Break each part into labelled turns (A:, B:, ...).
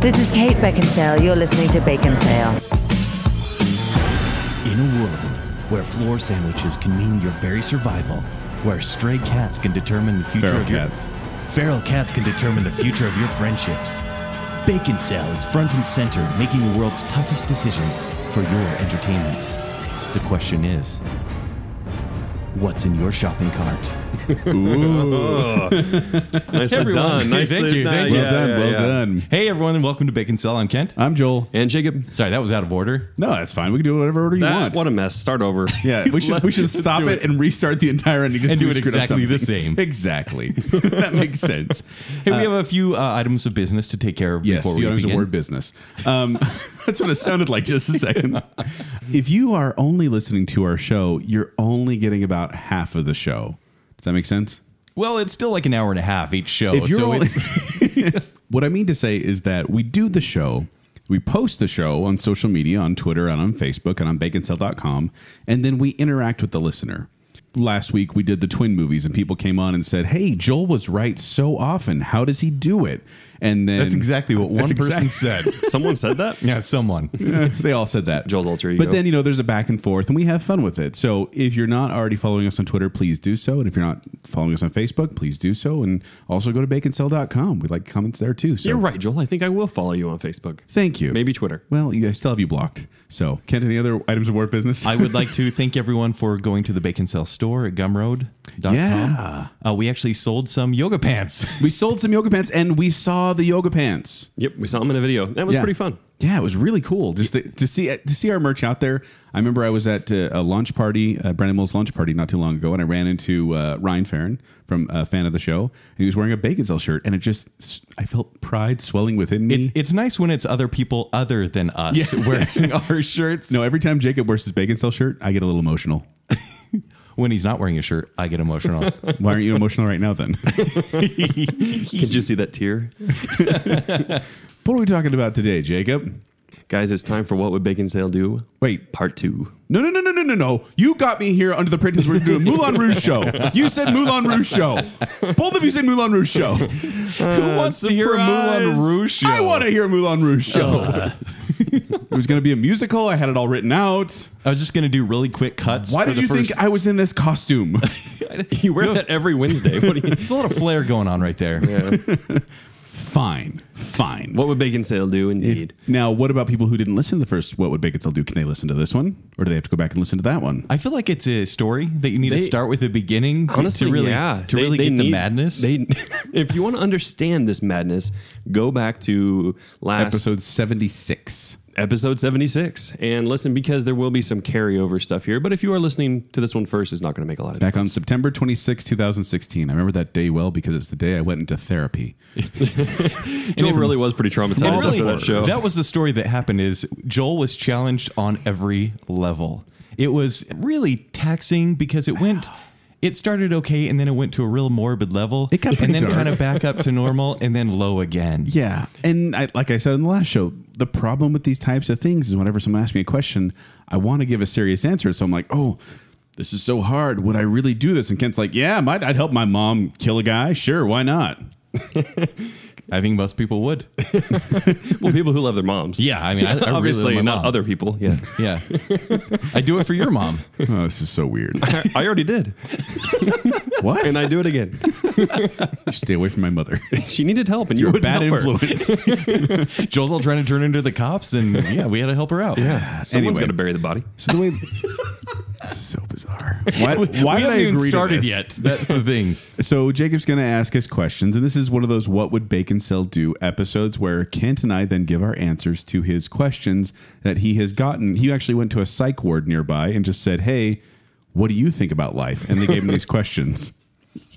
A: This is Kate Beckinsale. You're listening to Baconsale.
B: In a world where floor sandwiches can mean your very survival, where stray cats can determine the future
C: Feral
B: of your
C: cats.
B: feral cats can determine the future of your friendships. Bacon Cell is front and center, making the world's toughest decisions for your entertainment. The question is, what's in your shopping cart?
D: Nicely done.
B: Thank you.
D: Nicely done.
B: Thank you.
C: Well
D: Yeah,
C: done.
D: yeah,
C: well
D: yeah.
C: done.
B: Hey everyone, and welcome to Bacon Cell. I'm Kent.
C: I'm Joel.
D: And Jacob,
B: Sorry, that was out of order.
C: No, that's fine. We can do whatever order you
D: that-
C: want.
D: what a mess. Start over.
C: yeah, we should we should
B: Let's
C: stop
B: do
C: it.
B: it.
C: and restart the entire ending. Just
B: And do
C: we
B: it
C: screwed up
B: exactly the
C: something.
B: same.
C: Exactly. that makes sense.
B: Hey, we have a few uh, items of business to take care of
C: Yes,
B: before we
C: you don't have
B: begin.
C: to word business. Um, that's what it sounded like just a second. if you are only listening to our show, you're only getting about half of the show. Does that make sense?
B: Well, it's still like an hour and a half each
D: Oh,
B: show.
C: If you're
B: so
C: only-
B: it's
C: What I mean to say is that we do the show, we post the show on social media, on Twitter and on Facebook and on baconcell.com, and then we interact with the listener. Last week we did the twin movies and people came on and said, Hey, Joel was right so often. How does he do it? And then
B: That's exactly what one
C: That's
B: person
C: exact-
B: said.
D: Someone said that?
B: Yeah, someone.
C: they all said that.
D: Joel's alter ego.
C: But then, you know, there's a back and forth and we have fun with it. So if you're not already following us on Twitter, please do so. And if you're not following us on Facebook, please do so. And also go to baconcell.com. We like comments there too. So
D: You're right, Joel. I think I will follow you on Facebook.
C: Thank you.
D: Maybe Twitter.
C: Well, you, I still have you blocked. So, Kent, any other items of word business?
B: I would like to thank everyone for going to the Bacon Cell store at gumroad.com.
C: Yeah.
B: Uh, we actually sold some yoga pants.
C: we sold some yoga pants, and we saw the yoga pants.
D: Yep, we saw him in a video. That was
C: Yeah.
D: pretty fun.
C: Yeah, it was really cool just to, to see to see our merch out there. I remember I was at uh, a launch party, uh, Brandon Mills launch party, not too long ago, and I ran into uh, Ryan Farron from a fan of the show, and he was wearing a Bacon Cell shirt, and it just s- I felt pride swelling within me.
B: It's, it's nice when it's other people other than us wearing our shirts.
C: no, every time Jacob wears his Bacon Cell shirt, I get a little emotional.
B: When he's not wearing a shirt, I get emotional.
C: Why aren't you emotional right now then?
D: Could you see that tear?
C: what are we talking about today, Jacob?
D: Guys, it's time for What Would Bacon Sale Do?
C: Wait,
D: Part two.
C: No, no, no, no, no, no, no. You got me here under the pretense we're doing a Moulin Rouge show. You said Moulin Rouge show. Both of you said Moulin Rouge show.
B: Who wants to hear a Moulin
D: surprise!
B: Rouge show?
C: I want to hear a Moulin Rouge show. it was going to be a musical. I had it all written out.
B: I was just going to do really quick cuts.
C: Why
B: for
C: did
B: the
C: you
B: first-
C: think I was in this costume?
D: You wear that every Wednesday. What, do you,
B: It's a lot of flair going on right there.
C: fine, fine.
D: what would Bacon Sale do indeed?
C: now, what about people who didn't listen to the first What Would Bacon Still Do? Can they listen to this one? Or do they have to go back and listen to that one?
B: I feel like it's a story that you need to
D: They-
B: start with the beginning
D: Honestly,
B: to really,
D: yeah.
B: to really get the
D: need-
B: madness.
D: They, if you want to understand this madness, go back to last
C: Episode 76.
D: episode 76 and listen because there will be some carryover stuff here. But if you are listening to this one first, it's not going to make a lot of
C: Back on September 26, 2016. I remember that day well because it's the day I went into therapy.
D: difference. Joel really was pretty
B: And
D: traumatized
B: really,
D: after that show.
B: that was the story that happened is Joel was challenged on every level. It was really taxing because it went it started okay and then it went to a real morbid level.
C: It got pretty
B: and then
C: dark.
B: kind of back up to normal and then low again.
C: Yeah, and I, like I said in the last show, the problem with these types of things is whenever someone asks me a question, I want to give a serious answer, so I'm like, "Oh, this is so hard. Would I really do this?" And Kent's like, "Yeah, might I'd help my mom kill a guy. Sure, why not?"
B: I think most people would.
D: well, people who love their moms.
B: Yeah, I mean, I, I really
D: Obviously,
B: love my
D: not
B: mom.
D: other people. Yeah.
B: Yeah, I do it for your mom.
C: oh, this is so weird.
D: I already did.
C: what?
D: And I do it again.
C: stay away from my mother.
D: She needed help, and you
C: You're a
D: wouldn't
C: bad
D: help her.
C: influence.
B: Joel's all trying to turn into the cops, and yeah, we had to help her out. Yeah,
D: Someone's
C: Anyway.
D: going to bury the body.
C: so the way. So bizarre. Why, why
B: we
C: did I
B: haven't even
C: agree to
B: started
C: this?
B: yet. That's the thing.
C: So Jacob's going to ask us questions, and this is one of those "What would Bacon Sell do?" episodes where Kent and I then give our answers to his questions that he has gotten. He actually went to a psych ward nearby and just said, "Hey, what do you think about life?" And they gave him these questions.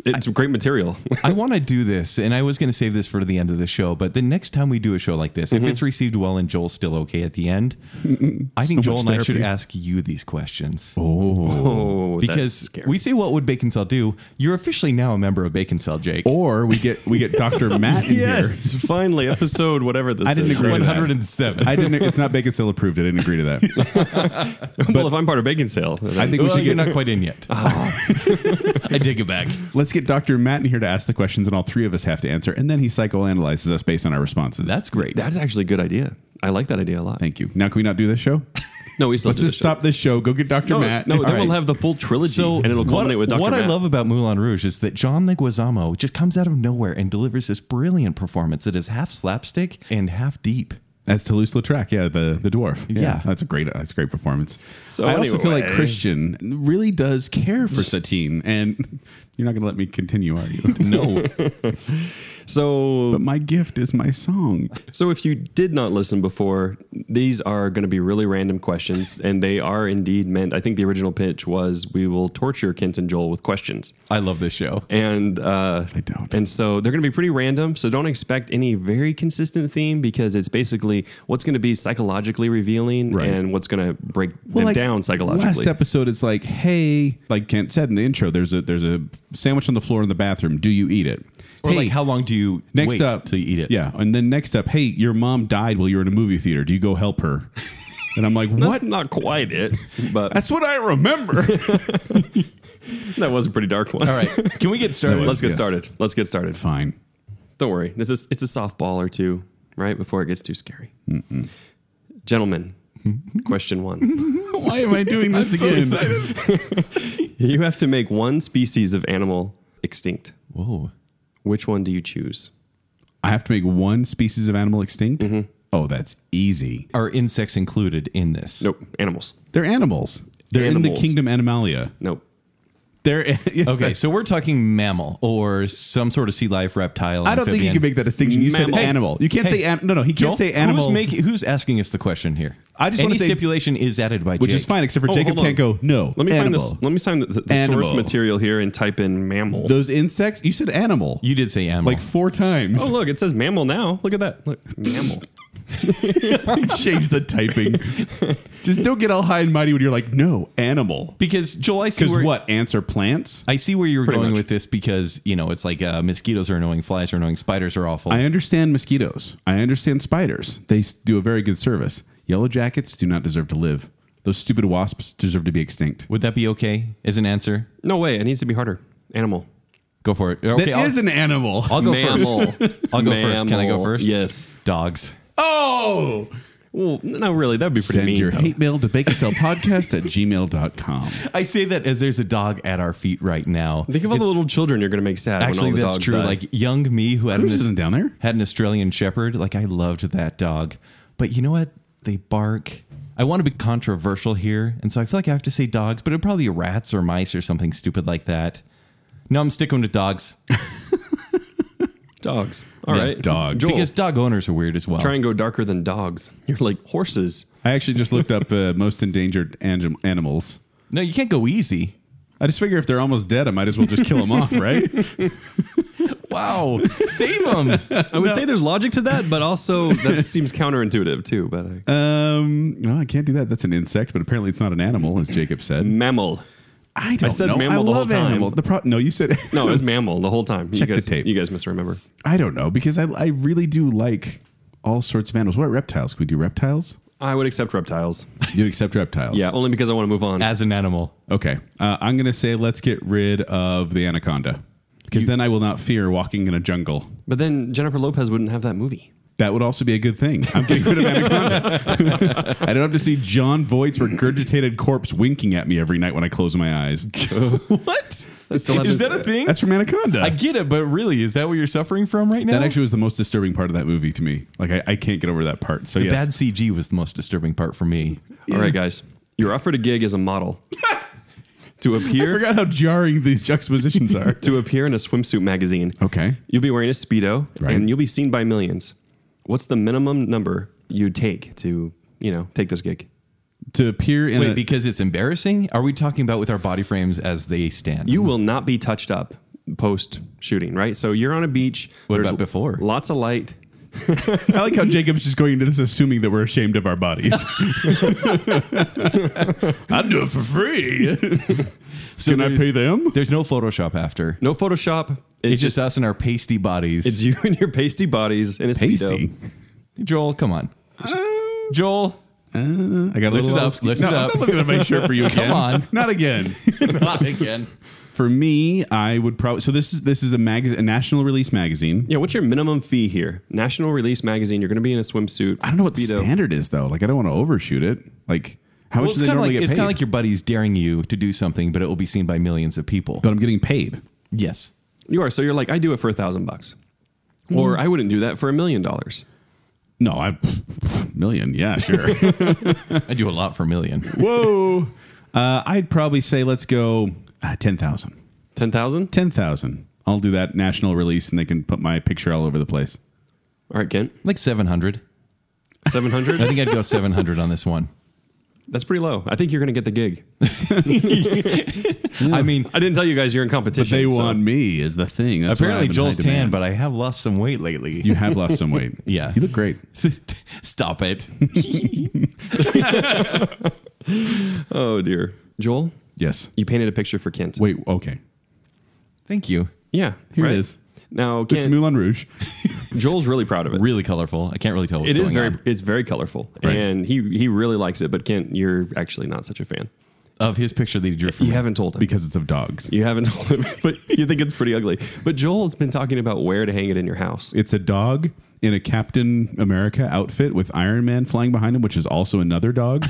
D: It's great material.
B: I want to do this, and I was going to save this for the end of the show. But the next time we do a show like this, if it's received well and Joel's still okay at the end, I think
C: much
B: Joel and I
C: therapy.
B: should ask you these questions
D: Oh, that's
B: because
D: scary.
B: we say, "What would Bacon Cell do?" You're officially now a member of Bacon Cell, Jake.
C: Or we get we get Doctor Matt in here.
D: yes, finally, episode whatever this
C: I didn't
D: is.
C: agree.
B: One hundred and seven.
C: I didn't. It's not Bacon Sell approved. I didn't agree to that.
D: Well, if I'm part of Bacon Sale,
C: I think we
B: Well,
C: should
B: you're
C: get.
B: not quite in yet. I take it back.
C: Let's Let's get Dr. Matt in here to ask the questions, and all three of us have to answer. And then he psychoanalyzes us based on our responses.
E: That's great.
D: That's actually a good idea. I like that idea a lot.
C: Thank you. Now, can we not do this show?
D: No, we still
C: Let's
D: do
C: just
D: the show.
C: stop this show. Go get Dr.
D: No,
C: Matt.
D: no,
C: All
D: then
C: right.
D: we'll have the full trilogy, and it'll culminate
B: what,
D: with Dr.
B: what
D: Matt.
B: I love about Moulin Rouge is that John Leguizamo just comes out of nowhere and delivers this brilliant performance that is half slapstick and half deep.
C: As Toulouse Lautrec, yeah, the, the dwarf.
B: Yeah.
C: That's a great that's a great performance. So
D: So
C: I also feel like
D: anyway.
C: Christian really does care for Satine, and you're not gonna let me continue, are you?
B: No,
D: So,
C: but my gift is my song.
D: so if you did not listen before, these are going to be really random questions, and they are indeed meant. I think the original pitch was we will torture Kent and Joel with questions,
B: I love this show.
D: and uh,
C: They don't.
D: And so they're going to be pretty random. So don't expect any very consistent theme because it's basically what's going to be psychologically revealing
C: Right.
D: and what's going to break them down
C: Last
D: psychologically.
C: episode, it's like, hey, like Kent said in the intro, there's a there's a sandwich on the floor in the bathroom. Do you eat it?
B: Or
C: hey,
B: like, how long do you
C: next
B: wait
C: up
B: till you eat it?
C: Yeah, and then next up, hey, your mom died while you were in a movie theater. Do you go help her? And I'm like,
D: That's
C: what?
D: not quite it, but
C: That's what I remember.
D: that was a pretty dark one.
B: All right, can we get started?
D: Let's get
C: yes.
D: started. Let's get started.
C: Fine.
D: Don't worry. This is it's a softball or two, right? Before it gets too scary. Gentlemen, question one.
C: Why am I doing this again?
D: You have to make one species of animal extinct.
B: Whoa.
D: Which one do you choose?
C: I have to make one species of animal extinct.
D: Mm-hmm.
C: Oh, that's easy.
B: Are insects included in this?
D: Nope. Animals.
C: They're animals. They're in the
D: Animals.
C: kingdom Animalia.
D: Nope.
C: They're yes,
B: Okay,
C: that's-
B: so we're talking mammal or some sort of sea life, reptile.
C: I don't think you can make that distinction. You
D: Mammal.
C: said animal. You can't
B: Hey,
C: say an, no. No, he can't
B: Joel,
C: say animal.
B: Who's, making, who's asking us the question here?
C: I just wanna
B: Any
C: say-
B: stipulation is added by
C: which
B: Jake.
C: is fine, except for
D: Oh,
C: Jacob
D: hold on.
C: can't go. No,
D: Let me
C: animal.
D: find this. Let me find the, the, the
C: Animal.
D: source material here and type in mammal.
C: Those insects. You said animal.
B: You did say animal.
C: like four times.
D: oh, look, it says mammal now. Look at that. Look, mammal.
C: Change the typing. Just don't get all high and mighty when you're like, no, animal.
B: because Joel, I see
C: Because
B: where,
C: what? Ants are plants.
B: I see where you're
D: Pretty
B: going
D: much.
B: with this because you know it's like uh, mosquitoes are annoying, flies are annoying, spiders are awful.
C: I understand mosquitoes. I understand spiders. They s- do a very good service. Yellow jackets do not deserve to live. Those stupid wasps deserve to be extinct.
B: Would that be okay as an answer?
D: No way. It needs to be harder. Animal.
B: Go for it. Okay,
C: that
B: I'll,
C: is an animal.
B: I'll go
D: Mammal.
B: first. I'll go first. Can I go
D: Mammal.
B: first?
D: Yes.
B: Dogs.
C: oh!
D: Well, no, really. That'd be pretty
C: Send
D: mean.
C: your
D: though.
C: hate mail to baconcellpodcast at gmail.com.
B: I say that as there's a dog at our feet right now.
D: Think of all the little children you're going to make sad when
B: Actually,
D: all the
B: that's
D: dogs
B: true.
D: die.
B: Like young me who had an,
C: Bruce isn't down there.
B: had an Australian Shepherd. Like I loved that dog, but you know what? They bark. I want to be controversial here, and so I feel like I have to say dogs, but it'd probably be rats or mice or something stupid like that. No, I'm sticking with dogs
D: dogs. All right.
C: dogs.
D: Joel,
B: because dog owners are weird as well.
D: try and go darker than dogs. You're like horses.
C: I actually just looked up uh, most endangered anim- animals.
B: no, you can't go easy.
C: I just figure if they're almost dead, I might as well just kill them off, right?
B: Wow, save them.
D: I would say there's logic to that, but also that seems counterintuitive too. But uh, I,
C: Um, no, I can't do that. That's an insect, but apparently it's not an animal, as Jacob said.
D: mammal.
C: I don't
D: said
C: know.
D: mammal
C: I
D: the whole
C: love
D: time.
C: animals. The pro- no, you said
D: No, it was mammal the whole time.
C: Check the
D: you guys,
C: tape.
D: You guys misremember.
C: I don't know because I, I really do like all sorts of animals. What about reptiles? Can we do reptiles?
D: I would accept reptiles.
C: You accept reptiles?
D: Yeah, only because I want to move on.
B: As an animal,
C: Okay. Uh, I'm gonna say let's get rid of the anaconda because then I will not fear walking in a jungle.
D: But then Jennifer Lopez wouldn't have that movie.
C: That would also be a good thing. I'm getting rid of anaconda. I don't have to see John Voight's regurgitated corpse winking at me every night when I close my eyes.
B: what?
D: That still
B: is
D: happens-
B: that a thing?
C: That's from Anaconda.
B: I get it, but really, is that what you're suffering from right now?
C: That actually was the most disturbing part of that movie to me. Like I, I can't get over that part. So
B: the
C: yes,
B: bad CG was the most disturbing part for me.
D: All right, guys, you're offered a gig as a model to
C: I
D: appear
C: forgot how jarring these juxtapositions are.
D: to appear in a swimsuit magazine.
C: okay,
D: You'll be wearing a speedo,
C: Right.
D: and you'll be seen by millions. What's the minimum number you take to you know take this gig?
C: to appear in
B: Wait,
C: a,
B: because it's embarrassing? Are we talking about with our body frames as they stand?
D: You will not be touched up post shooting, right? So you're on a beach.
B: What
D: there's
B: about before?
D: Lots of light.
C: I like how Jacob's just going into this assuming that we're ashamed of our bodies. I'd do it for free.
B: So
C: Can I
B: there-
C: pay them?
B: There's no Photoshop after.
D: No Photoshop. It's,
B: It's
D: just
B: just us and our pasty bodies.
D: it's you and your pasty bodies in a
C: Tasty.
D: speedo.
B: Joel, come on. Joel,
C: Um, uh, I got
B: Lift it up, lift
C: no,
B: it
C: I'm
B: up.
C: not looking at my shirt for you again.
B: on.
C: not again.
B: not again.
C: For me, I would probably so this is this is a mag a national release magazine.
D: Yeah, what's your minimum fee here? National Release Magazine, you're going to be in a swimsuit.
C: I don't know what the
D: Speedo.
C: standard is though. Like I don't want to overshoot it. Like how
B: Well,
C: much
B: it's
C: do they
B: kind of
C: normally
B: like
C: get
B: it's
C: paid?
B: kind of like your buddies daring you to do something, but it will be seen by millions of people.
C: but I'm getting paid.
B: Yes.
D: You are. So you're like, I do it for a thousand bucks. Or I wouldn't do that for a million dollars.
C: No, I million. Yeah, sure.
B: I do a lot for a million.
C: Whoa. Uh, I'd probably say let's go uh, 10,000.
D: 10,000?
C: 10,000. I'll do that national release and they can put my picture all over the place.
D: All right, Kent.
B: Like 700.
D: 700?
B: I think I'd go 700 on this one.
D: That's pretty low. I think you're going to get the gig.
B: I mean,
D: I didn't tell you guys you're in
C: But
D: competition.
C: they
D: so-
C: want me is the thing. That's why
B: apparently
C: I'm in
B: Joel's
C: high demand.
B: tan, but I have lost some weight lately.
C: you have lost some weight.
B: Yeah.
C: You look great.
B: Stop it.
D: Oh, dear. Joel,
C: Yes.
D: you painted a picture for Kent.
C: Wait, okay.
B: Thank you.
D: Yeah.
C: Here
D: right.
C: it is.
D: Now,
C: It's
D: Kent,
C: Moulin Rouge.
D: Joel's really proud of it.
B: Really colorful. I can't really tell what's
D: It is
B: going
D: very,
B: on.
D: it's very colorful,
C: Right.
D: and he he really likes it. But Kent, you're actually not such a fan.
B: of his picture that he drew for
D: You
B: me.
D: haven't told him
C: Because it's of dogs.
D: You haven't told him, but you think it's pretty ugly. But Joel's been talking about where to hang it in your house.
C: It's a dog in a Captain America outfit with Iron Man flying behind him, which is also another dog.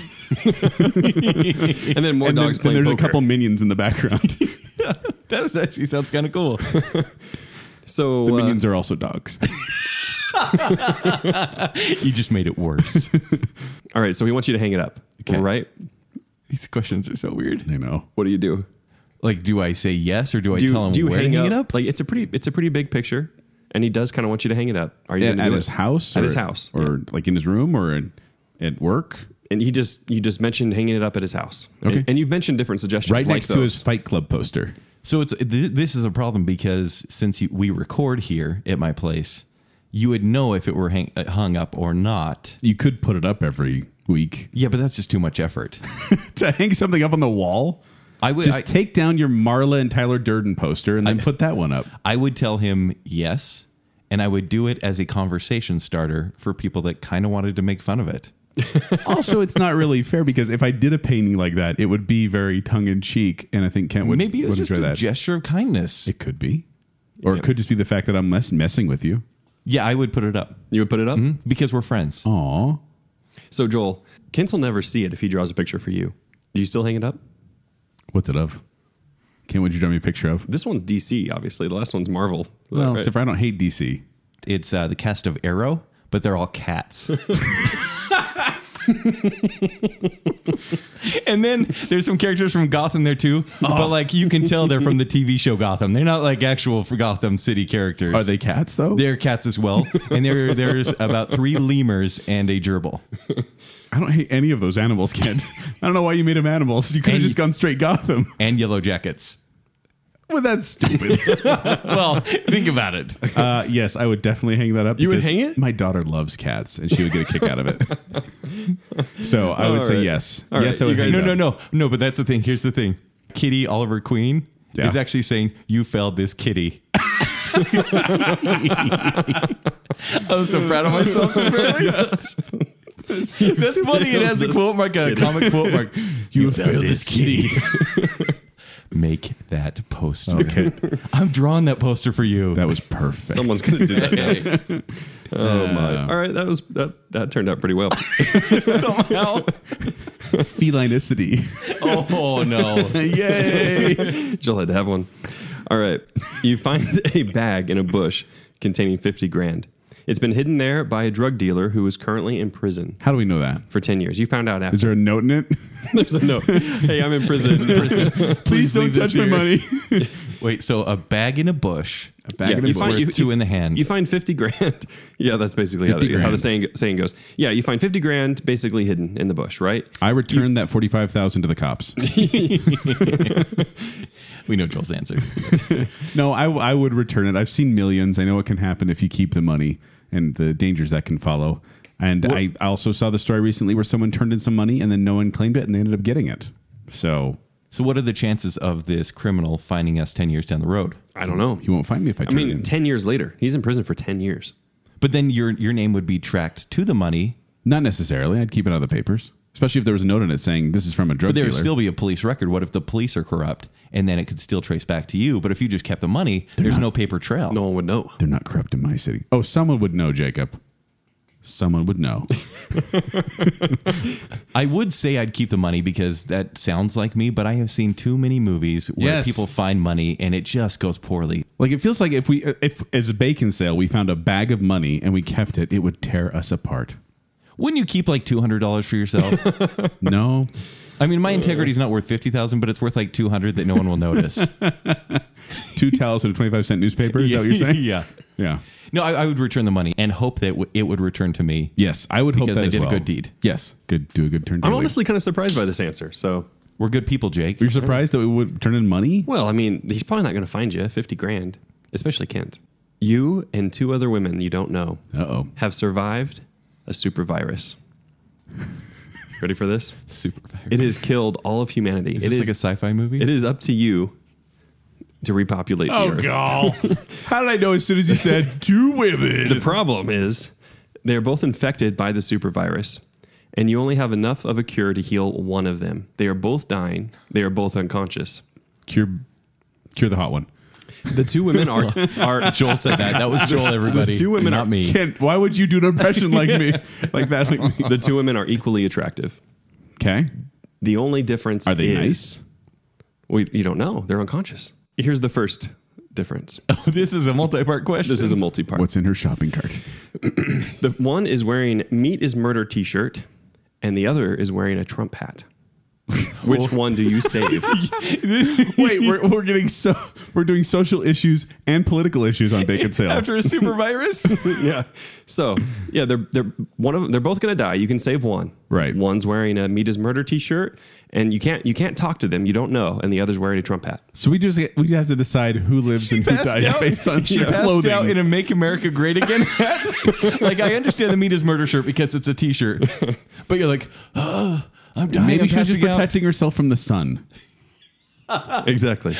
D: And then more
C: and then,
D: dogs
C: and
D: playing
C: there's
D: poker.
C: a couple minions in the background.
B: That was- actually sounds kind of cool.
D: So
C: the
D: uh,
C: minions are also dogs.
B: you just made it worse.
D: all right, so he wants you to hang it up,
B: Okay.
D: right?
B: These questions are so weird.
C: I know.
D: What do you do?
B: Like, do I say yes or do I
D: Do you,
B: tell him
D: do you
B: where
D: hang,
B: to hang
D: up?
B: it up?
D: Like it's a pretty it's a pretty big picture, and he does kind of want you to hang it up. Are you
C: at,
D: gonna
C: at
D: do
C: his
D: it?
C: house,
D: At
C: or-
D: his house,
C: or like in his room, or in, at work,
D: and he just you just mentioned hanging it up at his house.
C: Okay.
D: and, and you've mentioned different suggestions
C: right
D: like
C: next
D: those.
C: to his Fight Club poster.
B: So it's th- this is a problem because since you, we record here at my place, you would know if it were hang, uh, hung up or not.
C: You could put it up every week
B: Yeah, but that's just too much effort.
C: to hang something up on the wall.
B: I would
C: Just
B: I,
C: take down your Marla and Tyler Durden poster and then put that one up.
B: I would tell him yes, and I would do it as a conversation starter for people that kind of wanted to make fun of it.
C: also, it's not really fair because if I did a painting like that, it would be very tongue in cheek, and I think Kent would
B: Maybe it was
C: would
B: just a
C: enjoy that.
B: gesture of kindness.
C: it could be, or
D: Yeah.
C: it could just be the fact that I'm mess- messing with you.
B: yeah, I would put it up
D: you would put it up.
C: Mm-hmm.
B: because we're friends.
C: Aw,
D: So Joel, Kent will never see it if he draws a picture for you. Do you still hang it up?
C: what's it of? Kent, would you draw me a picture of?
D: This one's DC, obviously. The last one's Marvel.
C: Well,
D: Right.
C: except for I don't hate DC.
B: It's uh, the cast of Arrow, but they're all cats. and then there's some characters from Gotham there too,
C: Oh.
B: but like you can tell they're from the TV show Gotham. They're not like actual for Gotham City characters.
C: Are they cats though?
B: They're cats as well, and there there's about three lemurs and a gerbil.
C: I don't hate any of those animals, Kent. I don't know why you made them animals. You could have
B: And-
C: just gone straight Gotham.
B: and yellow jackets.
C: Well, that's stupid.
B: Well, think about it.
C: uh, yes, I would definitely hang that up.
D: You would
C: because
D: hang it?
C: My daughter loves cats, and she would get a kick out of it. so I would
D: All
C: say
D: right.
C: yes.
D: All
C: yes, I
D: right,
C: would.
D: you
C: hang
B: No,
D: guys-
C: it
B: no,
C: up.
B: no, no. But that's the thing. Here's the thing. Kitty Oliver Queen
C: Yeah.
B: is actually saying, "You failed this kitty." I was so proud of myself. just really. That's funny. It has a quote mark, a comic quote mark. You, failed this kitty. Make that poster.
C: Okay,
B: I'm drawing that poster for you.
C: that was perfect.
D: Someone's gonna do that. now. oh my! All right, that was that. That turned out pretty well.
B: somehow.
C: felinicity.
B: oh no.
C: Yay!
D: Jill had to have one. All right, you find a bag in a bush containing fifty grand. It's been hidden there by a drug dealer who is currently in prison
C: How do we know that?
D: for ten years. You found out after.
C: Is there a note in it?
D: There's a note. Hey, I'm in prison.
C: Please don't
B: leave this
C: touch my
B: here.
C: money.
B: Wait. So a bag in a bush.
C: A bag of
D: Yeah, you
C: bullets.
D: find-
B: worth two in the hand.
D: You find fifty grand. yeah, that's basically how
C: 50
D: the, how the
C: grand.
D: saying saying goes. Yeah, you find fifty grand basically hidden in the bush, right?
C: I returned that forty-five thousand to the cops.
B: We know Joel's answer.
C: No, I, I would return it. I've seen millions. I know what can happen if you keep the money and the dangers that can follow. And I I also saw the story recently where someone turned in some money and then no one claimed it and they ended up getting it. So
B: So, what are the chances of this criminal finding us 10 years down the road?
D: I don't know.
C: he won't find me if I
D: I
C: turn it
D: mean,
C: in.
D: ten years later, he's in prison for ten years.
B: But then your, your name would be tracked to the money.
C: Not necessarily. I'd keep it out of the papers. Especially if there was a note in it saying this is from a drug
B: But there
C: dealer.
B: would still be a police record. What if the police are corrupt? And then it could still trace back to you. But if you just kept the money, there's no paper trail.
D: No one would know.
C: They're not corrupt in my city. Oh, someone would know, Jacob. Someone would know.
B: I would say I'd keep the money because that sounds like me, but I have seen too many movies where
C: Yes.
B: people find money and it just goes poorly.
C: like it feels like if we if as a bacon sale we found a bag of money and we kept it, it would tear us apart.
B: Wouldn't you keep like $200 for yourself?
C: No.
B: I mean, my integrity's not worth 50,000, but it's worth like 200 that no one will notice.
C: Two towels and a 25 cent newspaper. Is that what you're saying?
B: yeah.
C: Yeah.
B: No, I, I would return the money and hope that w- it would return to me.
C: Yes, I would hope
B: Because
C: that
B: I
C: as
B: did a
C: well.
B: good deed.
C: Yes, good. Do a good turn.
D: I'm
C: daily.
D: honestly kind of surprised by this answer. So,
B: We're good people, Jake.
C: You're surprised that we would turn in money?
D: well, I mean, he's probably not going to find you 50 grand, especially Kent. You and two other women you don't know
C: Uh oh.
D: have survived a super virus. Ready for this?
B: Super fire.
D: It has killed all of humanity.
B: Is
D: it
B: this
D: is
B: like a Oh, sci-fi movie?
D: it is up to you to repopulate the earth.
C: god! How did I know as soon as you said two women?
D: The problem is they're both infected by the super virus, and you only have enough of a cure to heal one of them. They are both dying. They are both unconscious.
C: Cure, cure the hot one.
D: The two women are are
B: Joel said that. That was Joel, everybody.
D: two women
B: not
D: are-
B: me.
C: Kent, why would you do an impression like me, like that, like me?
D: the two women are equally attractive.
C: Okay.
D: The only difference
C: Are they
D: is-
C: nice?
D: We, you don't know. They're unconscious. Here's the first difference.
B: this is a multi-part question.
D: This is a multi-part.
C: What's in her shopping cart?
D: The one is wearing "Meat is Murder" T-shirt, and the other is wearing a Trump hat. Which one do you save?
C: Wait, we're, we're getting so we're doing social issues and political issues on bacon sale.
B: after a super virus.
D: yeah. So yeah, they're they're one of them, they're both gonna die. You can save one.
C: Right.
D: One's wearing a "Meat is Murder" T-shirt, and you can't you can't talk to them. You don't know, and the other's wearing a Trump hat.
C: so we just get, we have to decide who lives and who dies based on
B: she
C: their
B: passed
C: clothing.
B: out in a "Make America Great Again" hat. like I understand the meat is murder shirt because it's a T-shirt, but you're like, oh, I'm dying.
C: Maybe
B: I'm
C: she's just
B: passing out.
C: protecting herself from the sun.
D: Exactly.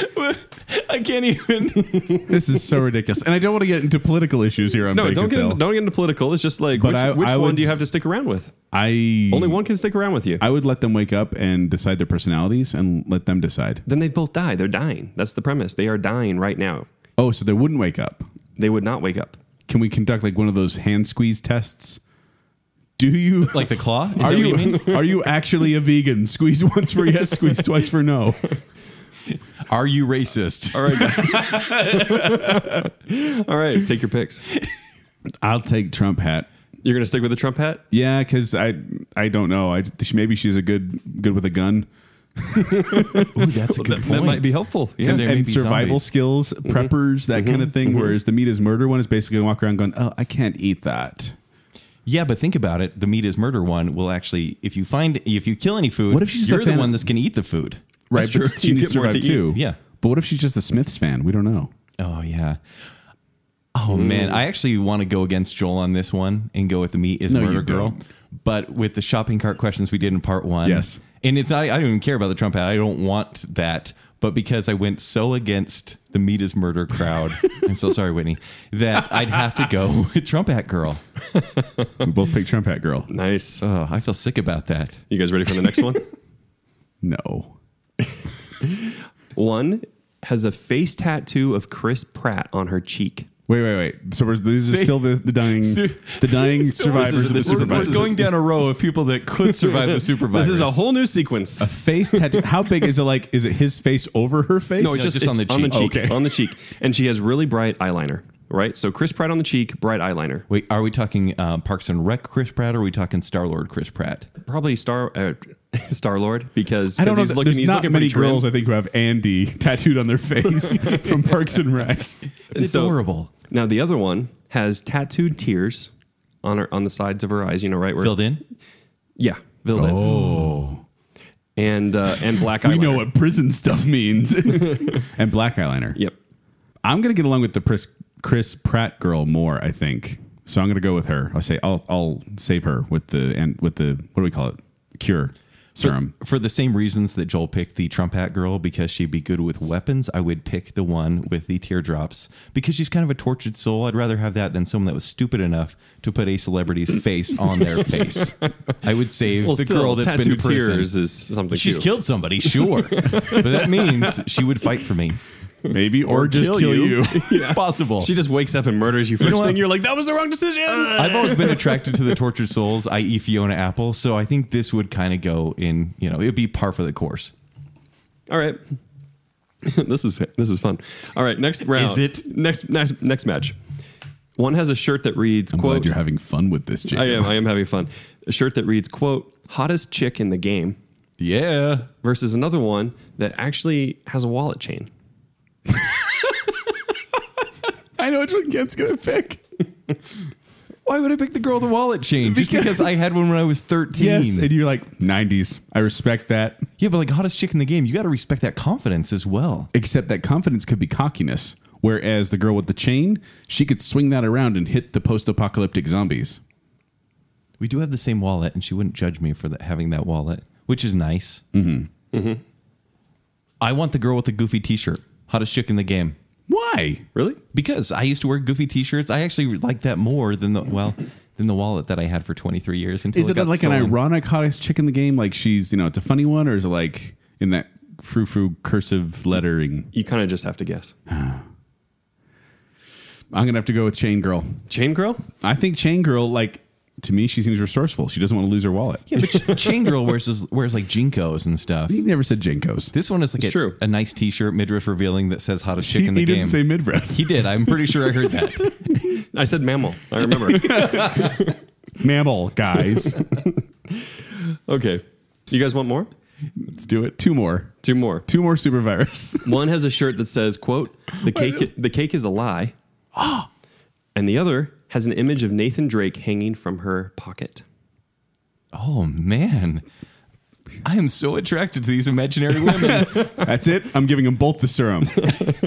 B: I can't even.
C: This is so ridiculous, and I don't want to get into political issues here on
D: No,
C: bacon
D: don't get
C: sale.
D: into, don't get into political. It's just like
C: But
D: which,
C: I-
D: which
C: I
D: one
C: would-
D: do you have to stick around with?
C: I
D: Only one can stick around with you.
C: I would let them wake up and decide their personalities and let them decide.
D: then they both die. They're dying. That's the premise. They are dying right now.
C: Oh, so they wouldn't wake up.
D: They would not wake up.
C: Can we conduct like one of those hand squeeze tests? Do you
B: Like the claw? Is
C: are
B: that what you
C: you,
B: mean?
C: are you actually a vegan? Squeeze once for yes, squeeze twice for no.
B: Are you racist?
D: All right. All right. Take your picks.
C: I'll take Trump hat.
D: You're gonna stick with the Trump hat.
C: Yeah, because I I don't know. I maybe she's a good good with a gun
B: Ooh, that's a good
D: That might be Mm-hmm. helpful. Yeah.
B: Because they may
C: and
B: be
C: survival
B: zombies.
C: skills, preppers, that kind of thing.
D: Mm-hmm.
C: Whereas the meat is murder one is basically gonna walk around going, oh, I can't eat that.
B: Yeah, but think about it. The meat is murder one will actually, if you find, if you kill any food,
C: What if she's a
B: you're the
C: fan
B: one
C: of-
B: that's going to eat the food?
C: Right,
D: That's true.
C: but she
D: You
C: needs
D: get more
C: survive
D: to eat.
C: too.
B: Yeah.
C: but what if she's just a Smiths fan? We don't know.
B: Oh, yeah. Oh, man. I actually want to go against Joel on this one and go with the meat is
C: No, you
B: murder girl.
C: don't.
B: But with the shopping cart questions we did in part one.
C: Yes.
B: And it's not, I don't even care about the Trump ad. I don't want that. But because I went so against the meat is murder crowd, I'm so sorry, Whitney, that I'd have to go with Trump hat girl.
C: We both picked Trump hat girl.
D: Nice.
C: Uh,
B: Oh, I feel sick about that.
D: You guys ready for the next one?
C: No.
D: One has a face tattoo of Chris Pratt on her cheek.
C: Wait, wait, wait. So we're, these are still the, the dying, the dying survivors
D: is-
C: of the
D: this is-
B: We're,
C: Super
B: we're
D: this is-
B: going down a row of people that could survive the super
D: This is a
B: virus.
D: whole new sequence.
C: Face tattoo. How big is it? Like, is it his face over her face?
B: No, it's just on the
D: on the
B: cheek.
D: cheek,
C: Okay.
D: on the cheek, and she has really bright eyeliner. Right, so Chris Pratt on the cheek, bright eyeliner.
B: Wait, are we talking uh, Parks and Rec Chris Pratt or are we talking Star Lord Chris Pratt?
D: Probably Star uh, Star Lord because
C: I don't
D: 'cause
C: know.
D: he's
C: that-
D: looking.
C: There's
D: He's
C: not
D: looking
C: many
D: pretty trim.
C: girls I think who have Andy tattooed on their face from Parks and Rec.
D: And
B: It's
D: so-
B: adorable.
D: Now the other one has tattooed tears on her on the sides of her eyes. You know, right where?
B: Filled in?
D: Yeah, filled oh. in. And uh, and black eyeliner.
C: We know what prison stuff means. and black eyeliner.
D: Yep.
C: I'm gonna get along with the Chris, Chris Pratt girl more. I think so. I'm gonna go with her. I'll say I'll I'll save her with the and with the what do we call it? Cure. serum.
B: For the same reasons that Joel picked the Trump hat girl because she'd be good with weapons, I would pick the one with the teardrops because she's kind of a tortured soul. I'd rather have that than someone that was stupid enough to put a celebrity's face on their face. I would save
D: Well,
B: the
D: still,
B: girl that's been
D: tattoo
B: to prison.
D: tears is something
B: She's
D: too.
B: killed somebody, sure, but that means she would fight for me.
C: Maybe, or, just kill, you.
B: it's possible.
D: She just wakes up and murders you first
B: know what? Uh,
D: thing. You're like, that was the wrong decision.
B: I've always been attracted to the tortured souls, i.e., Fiona Apple. So I think this would kind of go in. You know, it'd be par for the course.
D: All right. this is this is fun. All right, next round.
B: Is it?
D: next next next match? One has a shirt that reads,
C: I'm
D: "quote
C: glad you're having fun with this, Jacob.
D: I am I am having fun." A shirt that reads, "quote hottest chick in the game"
B: Yeah.
D: versus another one that actually has a wallet chain.
C: I know which one Kent's gonna pick.
B: Why would I pick the girl with the wallet chain? Just because I had one when I was 13.
C: Yes, and you're like '90s. I respect that.
B: yeah, but like hottest chick in the game, you got to respect that confidence as well.
C: Except that confidence could be cockiness. Whereas the girl with the chain, she could swing that around and hit the post-apocalyptic zombies.
B: We do have the same wallet, and she wouldn't judge me for that, having that wallet, which is nice. Mm-hmm. Mm-hmm. I want the girl with the goofy T-shirt, hottest chick in the game,
C: Why?
D: Really?
B: because I used to wear goofy T-shirts. I actually like that more than the well than the wallet that I had for 23 years. Until
C: Is it
B: got
C: like an
B: stolen.
C: ironic hottest chick in the game? Like she's you know it's a funny one, or is it like in that frou-frou cursive lettering?
D: You kind of just have to guess.
C: I'm gonna have to go with Chain Girl.
D: Chain girl?
C: I think Chain Girl, like to me, she seems resourceful. She doesn't want to lose her wallet.
B: Yeah, but Chain Girl wears this- wears like jinkos and stuff.
C: He never said Jenkos.
B: This one is like
D: It's
B: a,
D: true.
B: a nice T-shirt, midriff revealing that says "hottest chick
C: He,
B: in the
C: he
B: game."
C: didn't say midriff.
B: He did. I'm pretty sure I heard that.
D: I said mammal. I remember.
C: Mammal guys.
D: okay. You guys want more?
C: Let's do it. Two more.
D: Two more.
C: Two more super virus.
D: One has a shirt that says, "quote The cake, the cake is a lie," and the other has an image of Nathan Drake hanging from her pocket.
B: Oh man, I am so attracted to these imaginary women.
C: That's it. I'm giving them both the serum.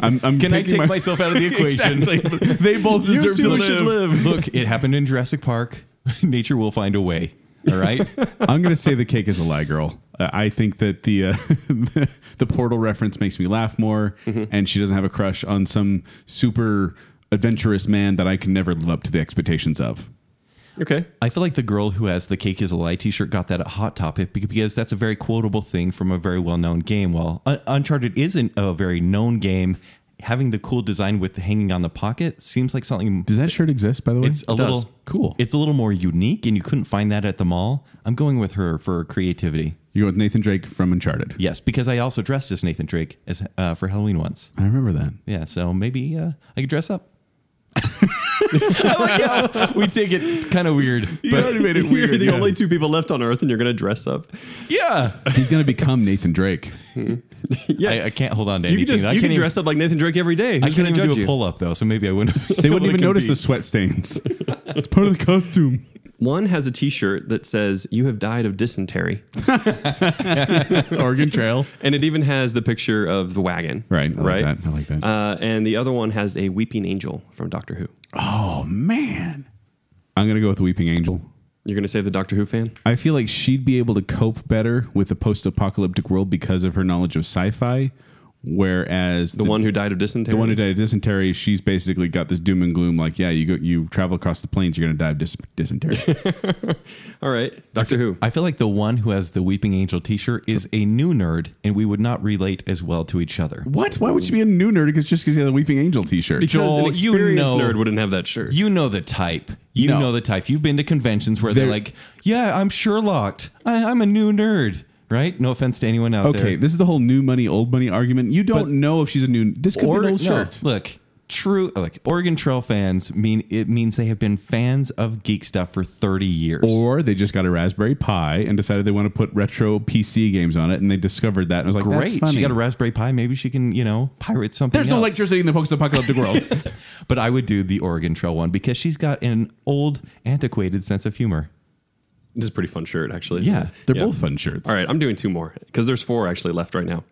C: I'm, I'm
B: Can I
C: taking
B: take
C: my-
B: myself out of the equation?
C: Exactly. They both deserve to live.
B: Look, it happened in Jurassic Park. Nature will find a way. All right.
C: I'm gonna say the cake is a lie, girl. Uh, I think that the uh, the portal reference makes me laugh more, and she doesn't have a crush on some super adventurous man that I can never live up to the expectations of.
D: Okay.
B: I feel like the girl who has the cake is a lie T-shirt got that at Hot Topic bec- because that's a very quotable thing from a very well-known game. Well, Un- Uncharted isn't a very known game. Having the cool design with the hanging on the pocket seems like something
C: Does that shirt exist, by the way?
B: It's a
D: It does.
B: little
C: Cool.
B: It's a little more unique, and you couldn't find that at the mall. I'm going with her for creativity.
C: you go with Nathan Drake from Uncharted.
B: Yes, because I also dressed as Nathan Drake as uh, for Halloween once.
C: I remember that.
B: Yeah, so maybe uh, I could dress up. I like how we take it kind of weird, but
C: made it
D: You're the only two people left on Earth, and you're gonna dress up.
B: yeah,
C: He's gonna become Nathan Drake.
D: Yeah.
B: I, I can't hold on to
D: you
B: anything.
D: can just
B: I
D: you
B: can't
D: can
B: even-
D: dress up like Nathan Drake every day.
B: I
D: Who's
B: can't
D: gonna
B: even
D: judge
B: do a
D: you?
B: pull up though, so maybe I wouldn't.
C: They wouldn't even notice the
B: this.
C: sweat stains. it's part of the costume.
D: One has a T-shirt that says "You have died of dysentery,"
C: Oregon Trail.
D: and it even has the picture of the wagon.
C: Right, I like
D: right.
C: that, I like that.
D: Uh, and the other one has a weeping angel from Doctor Who.
C: Oh man. I'm gonna go with the Weeping Angel.
D: You're gonna save the Doctor Who fan.
C: I feel like she'd be able to cope better with a post-apocalyptic world because of her knowledge of sci-fi, whereas
D: The, one who died of dysentery.
C: the one who died of dysentery, she's basically got this doom and gloom. Like, yeah, you go, you travel across the plains, you're gonna die of dys- dysentery.
D: All right, Doctor Who.
B: I feel like the one who has the Weeping Angel T-shirt is a new nerd, and we would not relate as well to each other.
C: what? Why would she be a new nerd? Because just because you have the Weeping Angel T-shirt.
D: Because an
B: Joel, you
D: experienced
B: know-
D: nerd wouldn't have that shirt.
B: You know the type. You
C: No.
B: know the type. You've been to conventions where they're,
C: They're-
B: like, "Yeah, I'm Sherlocked. I, I'm a new nerd." Right? No offense to anyone out
C: Okay,
B: there.
C: this is the whole new money, old money argument. You don't
B: But-
C: know if she's a new. This could be an old
B: no,
C: shirt.
B: Look, true. Like Oregon Trail fans mean it means they have been fans of geek stuff for 30 years.
C: Or they just got a Raspberry Pi and decided they want to put retro PC games on it, and they discovered that and I was like,
B: Great.
C: That's funny.
B: She got a Raspberry Pi. Maybe she can, you know, pirate something.
C: There's no
B: else.
C: electricity in the post-apocalyptic world.
B: But I would do the Oregon Trail one because she's got an old, antiquated sense of humor.
D: This is a pretty fun shirt, actually.
B: Yeah,
D: isn't it?
C: They're
D: Yeah.
C: both fun shirts.
D: All right, I'm doing two more because there's four actually left right now.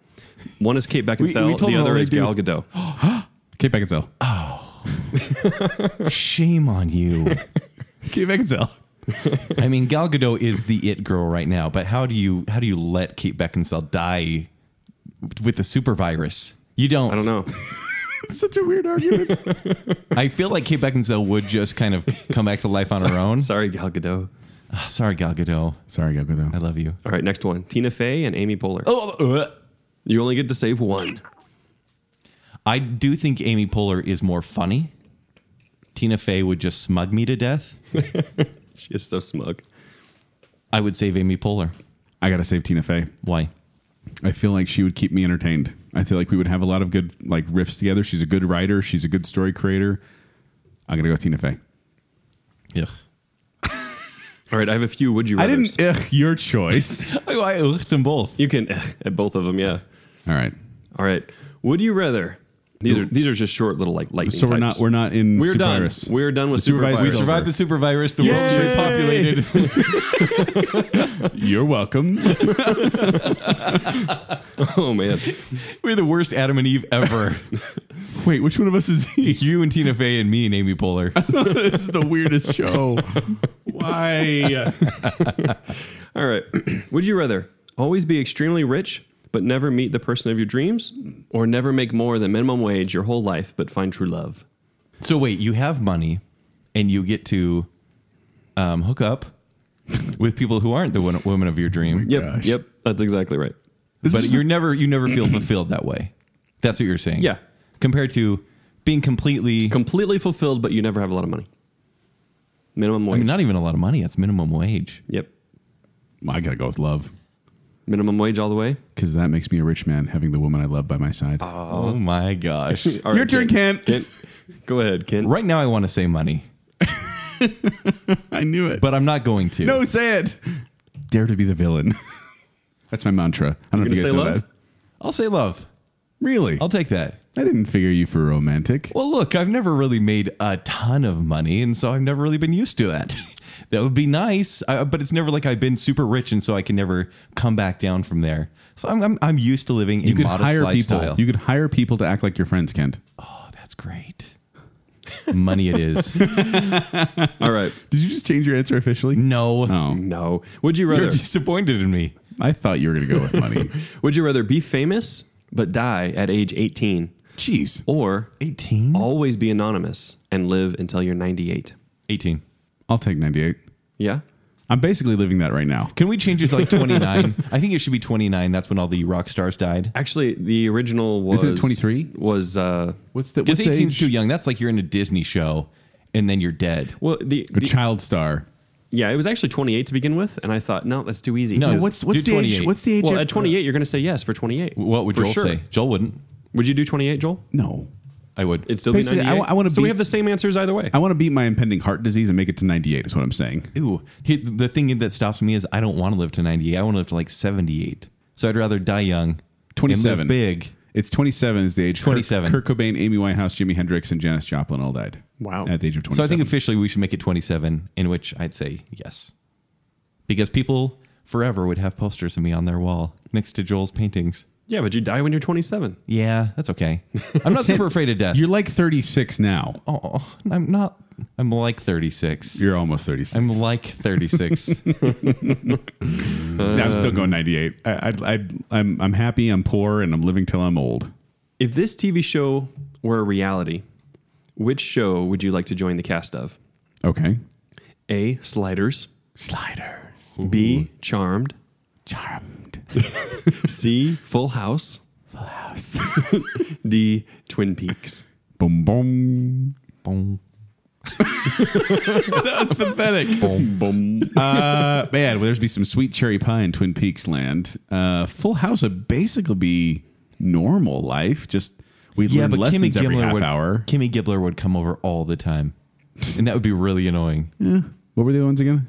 D: One is Kate Beckinsale,
B: we told
D: the
B: them
D: other
B: all
D: is
B: they
D: Gal
B: do.
D: Gadot.
C: Kate Beckinsale.
B: Shame on you.
C: Kate Beckinsale.
B: I mean, Gal Gadot is the it girl right now, but how do you how do you let Kate Beckinsale die with the super virus? You don't.
D: I don't know.
C: It's such a weird argument.
B: I feel like Kate Beckinsale would just kind of come back to life on her own.
D: Sorry, Gal Gadot.
B: Sorry, Gal Gadot.
C: Sorry, Gal
B: I
C: Gadot.
B: love you.
D: All right, next one. Tina Fey and Amy Poehler.
B: Oh, uh,
D: You only get to save one.
B: I do think Amy Poehler is more funny. Tina Fey would just smug me to death.
D: She is so smug.
B: I would save Amy Poehler.
C: I gotta save Tina Fey.
B: Why?
C: I feel like she would keep me entertained. I feel like we would have a lot of good like riffs together. She's a good writer. She's a good story creator. I'm gonna go with Tina Fey.
B: Ugh.
D: All right, I have a few. Would you?
C: I
D: rathers.
C: didn't. Ugh, your choice.
B: I, I ughed them both.
D: You can at both of them. Yeah.
C: All right.
D: All right. Would you rather? These are these are just short little like lightning.
C: So we're not.
D: types.
C: We're not in.
D: We're done.
C: Supervirus.
D: We're done with
C: The Supervirus
D: Supervirus.
C: is
D: We
C: over.
B: Survived the super virus. The world's
C: Yay!
B: repopulated.
C: You're welcome.
D: Oh man.
B: We're the worst Adam and Eve ever.
C: Wait, which one of us is he?
B: you and Tina Fey and me and Amy Poehler.
C: this is the weirdest show. Why?
D: All right. Would you rather always be extremely rich but never meet the person of your dreams, or never make more than minimum wage your whole life but find true love?
B: So wait, you have money, and you get to um, hook up with people who aren't the wo- woman of your dream.
D: Yep.
C: Gosh.
D: Yep. That's exactly right.
B: But you're never you never feel fulfilled that way. That's what you're saying.
D: Yeah.
B: Compared to being completely,
D: Completely fulfilled, but you never have a lot of money. Minimum
B: I
D: wage.
B: mean, not e- even a lot of money. That's minimum wage.
D: yep.
C: I gotta go with love
D: Minimum wage all the way.
C: because that makes me a rich man having the woman I love by my side.
D: Uh-huh.
B: Oh, my gosh!
D: All right,
C: Your turn,
D: Kent. Go ahead, Kent.
B: right now, I want to say money,
C: I knew it.
B: but I'm not going to.
C: no, say it. Dare to be the villain. That's my mantra. I don't know
D: You're
C: if you guys
D: gonna say
C: know
D: love?
C: that.
B: I'll say love.
C: Really?
B: I'll take that.
C: I didn't figure you for romantic.
B: Well, look, I've never really made a ton of money, and so I've never really been used to that. that would be nice, uh, but it's never like I've been super rich, and so I can never come back down from there. So I'm I'm, I'm used to living
C: you
B: a
C: could
B: modest
C: hire
B: lifestyle.
C: people. You could hire people to act like your friends, Kent.
B: oh, that's great. Money it is.
D: All right.
C: Did you just change your answer officially?
B: No,
C: No.
D: No. Would you rather?
B: Oh. you're disappointed in me.
C: I thought you were gonna go with money.
D: Would you rather be famous but die at age 18
C: Jeez.
D: or
B: 18?
D: always be anonymous and live until you're 98?
B: 18.
C: I'll take 98.
D: Yeah.
C: I'm basically living that right now.
B: Can we change it to like 29? I think it should be 29. That's when all the rock stars died.
D: Actually, the original was
C: Isn't it 23?
D: Was uh
C: What's the
B: Because
C: what's the
B: 18 is
C: age?
B: too young. That's like you're in a Disney show and then you're dead.
D: well the,
C: A
D: the-
C: child star.
D: yeah it was actually 28 to begin with, and I thought no that's too easy.
B: No,
D: 'cause-
B: what's- what's the age- what's
C: the
D: well at 28 you're gonna say yes for 28.
B: What would
D: For
B: Joel
D: sure.
B: say? Joel wouldn't.
D: Would you do 28, Joel?
C: no.
B: I would.
D: It'd still
C: Basically,
D: be
C: I
D: 98.
C: wa- I wanna
D: so we
C: be-
D: have the same answers either way.
C: I want to beat my impending heart disease and make it to 98. Is what I'm saying.
B: Ooh, he- the thing that stops me is I don't want to live to 98. I want to live to like 78. So I'd rather die young.
C: 27.
B: And live big.
C: It's 27 is the age. Kirk-
B: 27.
C: Kurt, Cobain, Amy Winehouse, Jimi Hendrix, and Janis Joplin all died.
D: Wow.
C: At the age of 27.
B: So I think officially we should make it 27, in which I'd say yes. Because people forever would have posters of me on their wall next to Joel's paintings.
D: yeah, but you die when you're 27.
B: Yeah, that's okay. I'm not super afraid of death.
C: you're like 36 now.
B: oh, I'm not. I'm like 36.
C: You're almost 36.
B: I'm like 36.
C: No, I'm still
B: uh,
C: going 98. I, I, I, I'm, I'm happy. I'm poor, and I'm living till I'm old.
D: If this TV show were a reality, which show would you like to join the cast of?
C: Okay.
D: A. Sliders.
C: Sliders.
D: B. Charmed.
C: Charmed.
D: C. Full House.
C: Full house.
D: D. Twin Peaks.
C: boom, boom.
B: Boom.
C: Pathetic. boom, boom. Uh, man, well, there's be some sweet cherry pie in Twin Peaks land. Uh, Full House would basically be normal life. Just we
B: Yeah,
C: learn
B: but Kimmy
C: lessons every
B: Gibbler
C: half
B: would
C: hour.
B: Kimmy Gibbler would come over all the time, and that would be really annoying.
C: What were the other ones again?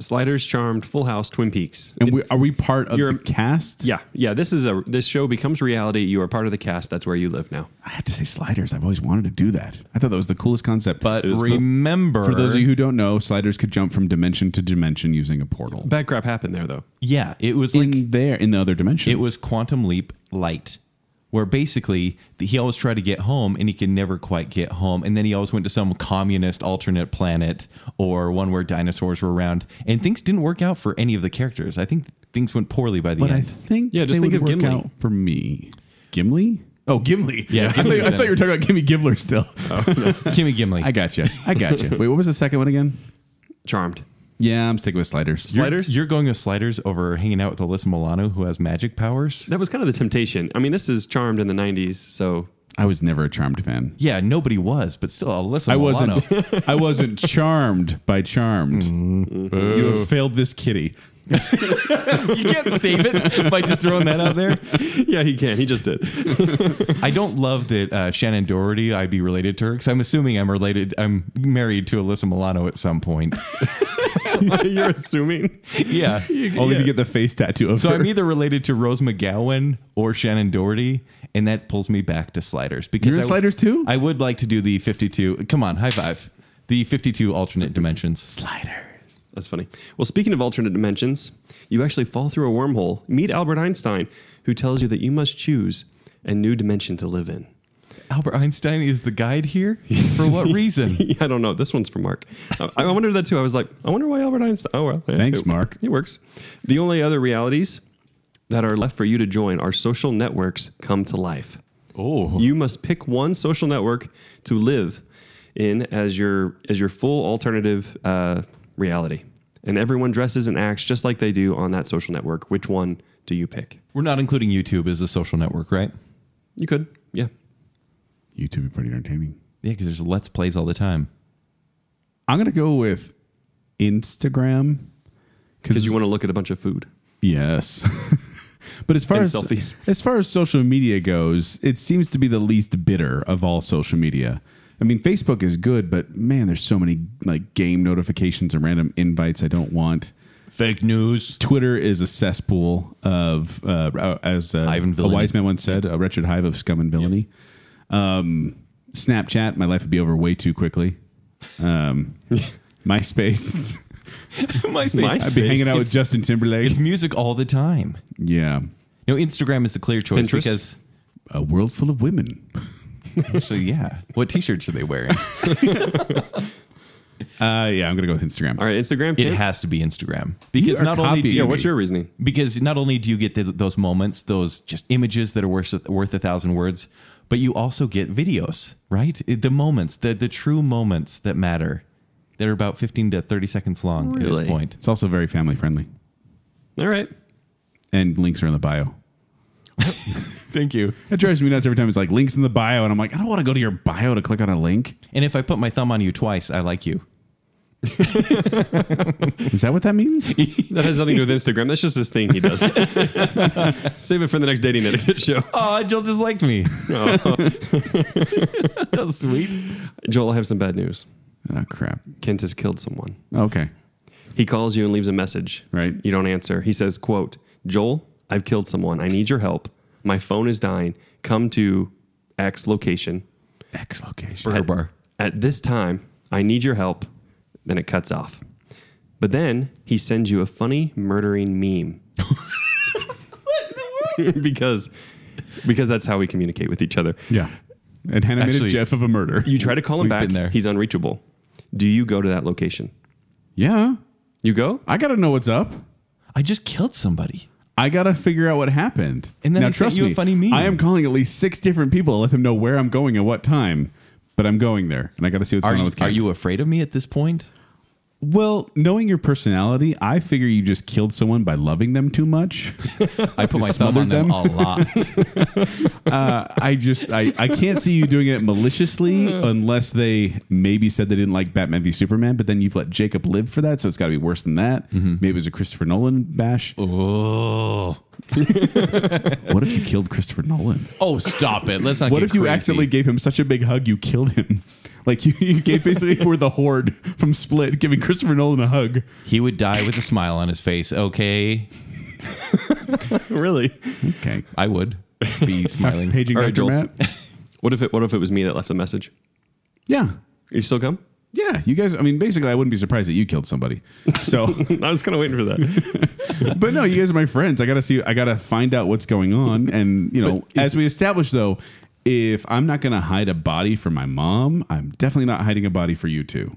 D: Sliders, Charmed, Full House, Twin Peaks.
C: And we, are we part of
D: You're-
C: the cast?
D: Yeah, yeah. This is a this show becomes reality. You are part of the cast. That's where you live now.
C: I have to say sliders. I've always wanted to do that. I thought that was the coolest concept.
B: But
C: It was
B: remember,
C: for those of you who don't know, sliders could jump from dimension to dimension using a portal.
D: Bad crap happened there though.
B: yeah, it was like
C: In there, in the other dimension,
B: it was quantum leap light. where basically th- he always tried to get home and he could never quite get home. And then he always went to some communist alternate planet or one where dinosaurs were around. And things didn't work out for any of the characters. I think things went poorly by the
C: But I
B: end.
C: think
D: Yeah, just
C: they
D: think
C: would
D: of
C: work
D: Gimli.
C: out for me. Gimli? Oh, Gimli.
B: Yeah,
C: I, thought-
B: Gimli's
C: I
B: in
C: thought you
B: it.
C: were talking about Gimme Gibbler still.
B: Kimmy Gimli.
C: I gotcha. I gotcha. Wait, what was the second one again?
D: Charmed.
C: Yeah, I'm sticking with sliders.
B: You're-
D: Sliders?
B: You're, going with sliders over hanging out with Alyssa Milano, who has magic powers.
D: That was kind of the temptation. I mean, this is Charmed in the 90s, so
C: I was never a charmed fan.
B: Yeah, nobody was, but still, Alyssa
C: I
B: Milano.
C: wasn't. I wasn't charmed by charmed. You have failed this kitty.
B: you can't save it by just throwing that out there.
D: yeah, he can. He just did.
B: I don't love that uh, Shannon Doherty. I'd be related to her because I'm assuming I'm related. I'm married to Alyssa Milano at some point.
D: You're assuming.
B: yeah.
C: Only to get the face tattoo of
B: So
C: her.
B: I'm either related to Rose McGowan or Shannon Doherty, and that pulls me back to sliders because
C: You're in
B: I-
C: Sliders too?
B: I would like to do the 52. Come on, high five. The 52 alternate dimensions.
C: sliders.
D: That's funny. Well, speaking of alternate dimensions, you actually fall through a wormhole, meet Albert Einstein, who tells you that you must choose a new dimension to live in.
B: Albert Einstein is the guide here. For what reason?
D: I don't know. This one's from Mark. I, I wondered that too. I was like, I wonder why Albert Einstein. Oh, well. yeah,
C: Thanks,
D: it-
C: Mark.
D: It works. The only other realities that are left for you to join are social networks come to life.
B: Oh,
D: You must pick one social network to live in as your as your full alternative uh, reality. And everyone dresses and acts just like they do on that social network. Which one do you pick?
B: we're not including YouTube as a social network, right?
D: You could, yeah.
C: YouTube be pretty entertaining.
B: Yeah, because there's let's plays all the time.
C: I'm gonna go with Instagram
D: Because you want to look at a bunch of food.
C: Yes. but as far
D: And
C: as
D: selfies.
C: as far as social media goes, it seems to be the least bitter of all social media. I mean, Facebook is good, but man, there's so many like game notifications and random invites I don't want.
B: Fake news.
C: Twitter is a cesspool of, uh, as uh,
B: Hive and
C: a
B: villainy.
C: wise man once said, a wretched hive of scum and villainy. Um, Snapchat, my life would be over way too quickly. Um, MySpace,
B: MySpace.
C: I'd be hanging out with Justin Timberlake.
B: It's music all the time.
C: Yeah,
B: No, Instagram is a clear choice
D: Pinterest?
B: because
C: a world full of women.
B: actually, yeah. What T-shirts are they wearing?
C: Uh, yeah, I'm gonna go with Instagram.
D: All right, Instagram.
B: it
D: Kent?
B: has to be Instagram because
C: are
B: not only do
C: copying
B: you,
D: yeah.
C: me.
D: What's your reasoning?
B: because not only do you get th- those moments, those just images that are worth worth a thousand words, but you also get videos, right? It- the moments, the the true moments that matter, that are about fifteen to thirty seconds long at
D: Really?
B: this point.
C: It's also very family friendly,
D: All right.
C: and links are in the bio.
B: Thank you.
C: It drives me nuts every time. It's like links in the bio, and I'm like, I don't want to go to your bio to click on a link.
B: And if I put my thumb on you twice, I like you.
C: Is that what that means?
D: That has nothing to do with Instagram. That's just this thing he does. Save it for the next dating etiquette show.
B: Oh, Jill just liked me. That's sweet.
D: Joel, I have some bad news.
C: oh crap.
D: Kent has killed someone.
C: Okay.
D: He calls you and leaves a message.
C: Right.
D: You don't answer. He says, quote, Joel, I've killed someone. I need your help. My phone is dying. Come to X location.
C: X location.
B: Burger bar.
D: At this time, I need your help. Then it cuts off. But then he sends you a funny murdering meme. because because that's how we communicate with each other.
C: Yeah. An animated
B: Actually-
C: GIF of a murder.
D: You try to call him
B: We've
D: back.
B: been there.
D: He's unreachable. Do you go to that location?
C: yeah.
D: You go?
C: I gotta know what's up.
B: I just killed somebody.
C: I gotta figure out what happened.
B: And then
C: now,
B: he sent
C: trust
B: you a
C: me,
B: funny meme.
C: I am calling at least six different people to let them know where I'm going at what time. But I'm going there, and I gotta see what's
B: Are
C: going on
B: you,
C: with.
B: are
C: Kate.
B: you afraid of me at this point?
C: Well, knowing your personality, I figure you just killed someone by loving them too much.
B: I put my thumb on
C: smothered
B: them,
C: them?
B: a lot.
C: I just I, I can't see you doing it maliciously unless they maybe said they didn't like Batman v Superman, but then you've let Jacob live for that, so it's got to be worse than that.
B: Mm-hmm.
C: Maybe it was a Christopher Nolan bash.
B: oh.
C: What if you killed Christopher Nolan?
B: oh, stop it. Let's not
C: What
B: get
C: if you
B: crazy.
C: accidentally gave him such a big hug you killed him? Like you, you gave basically were the horde from Split giving Christopher Nolan a hug.
B: He would die with a smile on his face. Okay.
D: Really?
C: Okay,
B: I would be smiling.
C: paging
D: All right,
C: Dr.
D: Joel.
C: Matt.
D: What if it what if it was me that left the message?
C: Yeah,
D: You still come?
C: Yeah, you guys. I mean, basically, I wouldn't be surprised that you killed somebody. So,
D: I was kind of waiting for that.
C: but no, you guys are my friends. I gotta see. I gotta find out what's going on. And you know, as we established, though, if I'm not gonna hide a body for my mom, I'm definitely not hiding a body for you two.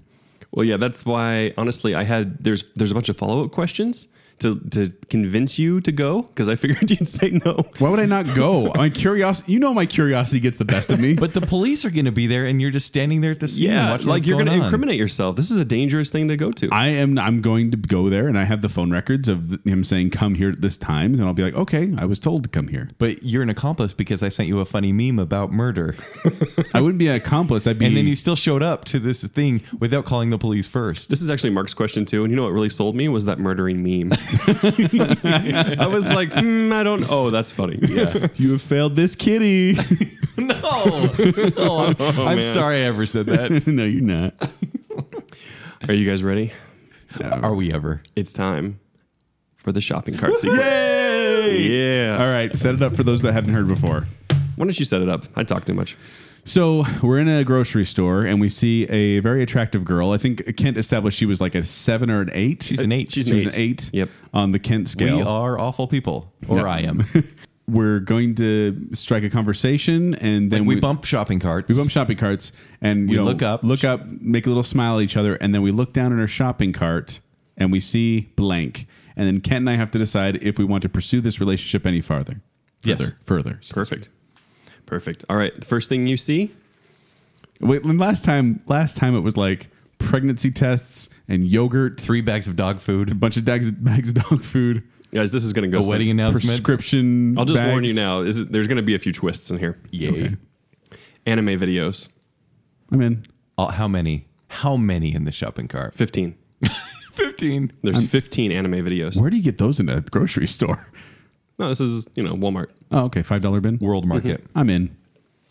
D: well, yeah, that's why honestly I had there's there's a bunch of follow up questions to to convince you to go because I figured you'd say no.
C: Why would I not go? My curiosity. You know, my curiosity gets the best of me.
B: But the police are going to be there, and you're just standing there at the scene.
D: Yeah,
B: watching
D: like
B: what's
D: you're
B: going
D: gonna
B: on.
D: incriminate yourself. This is a dangerous thing to go to.
C: I am. I'm going to go there, and I have the phone records of th- him saying, "Come here at this time," and I'll be like, "Okay, I was told to come here."
B: But you're an accomplice because I sent you a funny meme about murder,
C: I wouldn't be an accomplice. I'd be.
B: and then you still showed up to this thing without calling the police first.
D: This is actually Mark's question too, and you know what really sold me was that murdering meme. I was like, mm, I don't. Oh, that's funny. Yeah,
C: you have failed this kitty.
B: no, No, I'm, I'm sorry I ever said that.
C: no, you're not.
D: Are you guys ready?
B: Are we ever?
D: It's time for the shopping cart sequence. Yeah.
C: All right, set it up for those that haven't heard before.
D: Why don't you set it up? I talk too much.
C: So we're in a grocery store and we see a very attractive girl. I think Kent established she was like a seven or an eight. She's
B: an eight. She's
C: She's she
B: an
C: was an eight.
D: Yep.
C: On the Kent scale.
B: We are awful people, or
C: No.
B: I am.
C: We're going to strike a conversation and then
B: we bump shopping carts.
C: we bump shopping carts and you
B: We
C: know,
B: look up.
C: look up, make a little smile at each other, and then we look down at her shopping cart and we see blank. And then Kent and I have to decide if we want to pursue this relationship any farther.
B: Yes.
C: Further. Further. So-
D: Perfect. Perfect. All right. The first thing you see,
C: Wait, when last time last time it was like pregnancy tests and yogurt,
B: three bags of dog
C: a
B: food.
C: bunch of bags, bags of dog food,
D: guys, this is going to go.
B: A wedding
D: some-
B: announcement.
C: prescription.
D: I'll just
C: bags.
D: warn you now. Is it, there's going to be a few twists in here.
B: Yay!
D: Anime videos.
C: I'm in.
B: All- Uh, how many? How many in the shopping cart?
D: Fifteen.
B: Fifteen.
D: There's 15 anime videos.
C: Where do you get those in a grocery store?
D: No, this is you know Walmart.
C: Oh, okay, five dollar bin.
B: World market.
C: I'm in.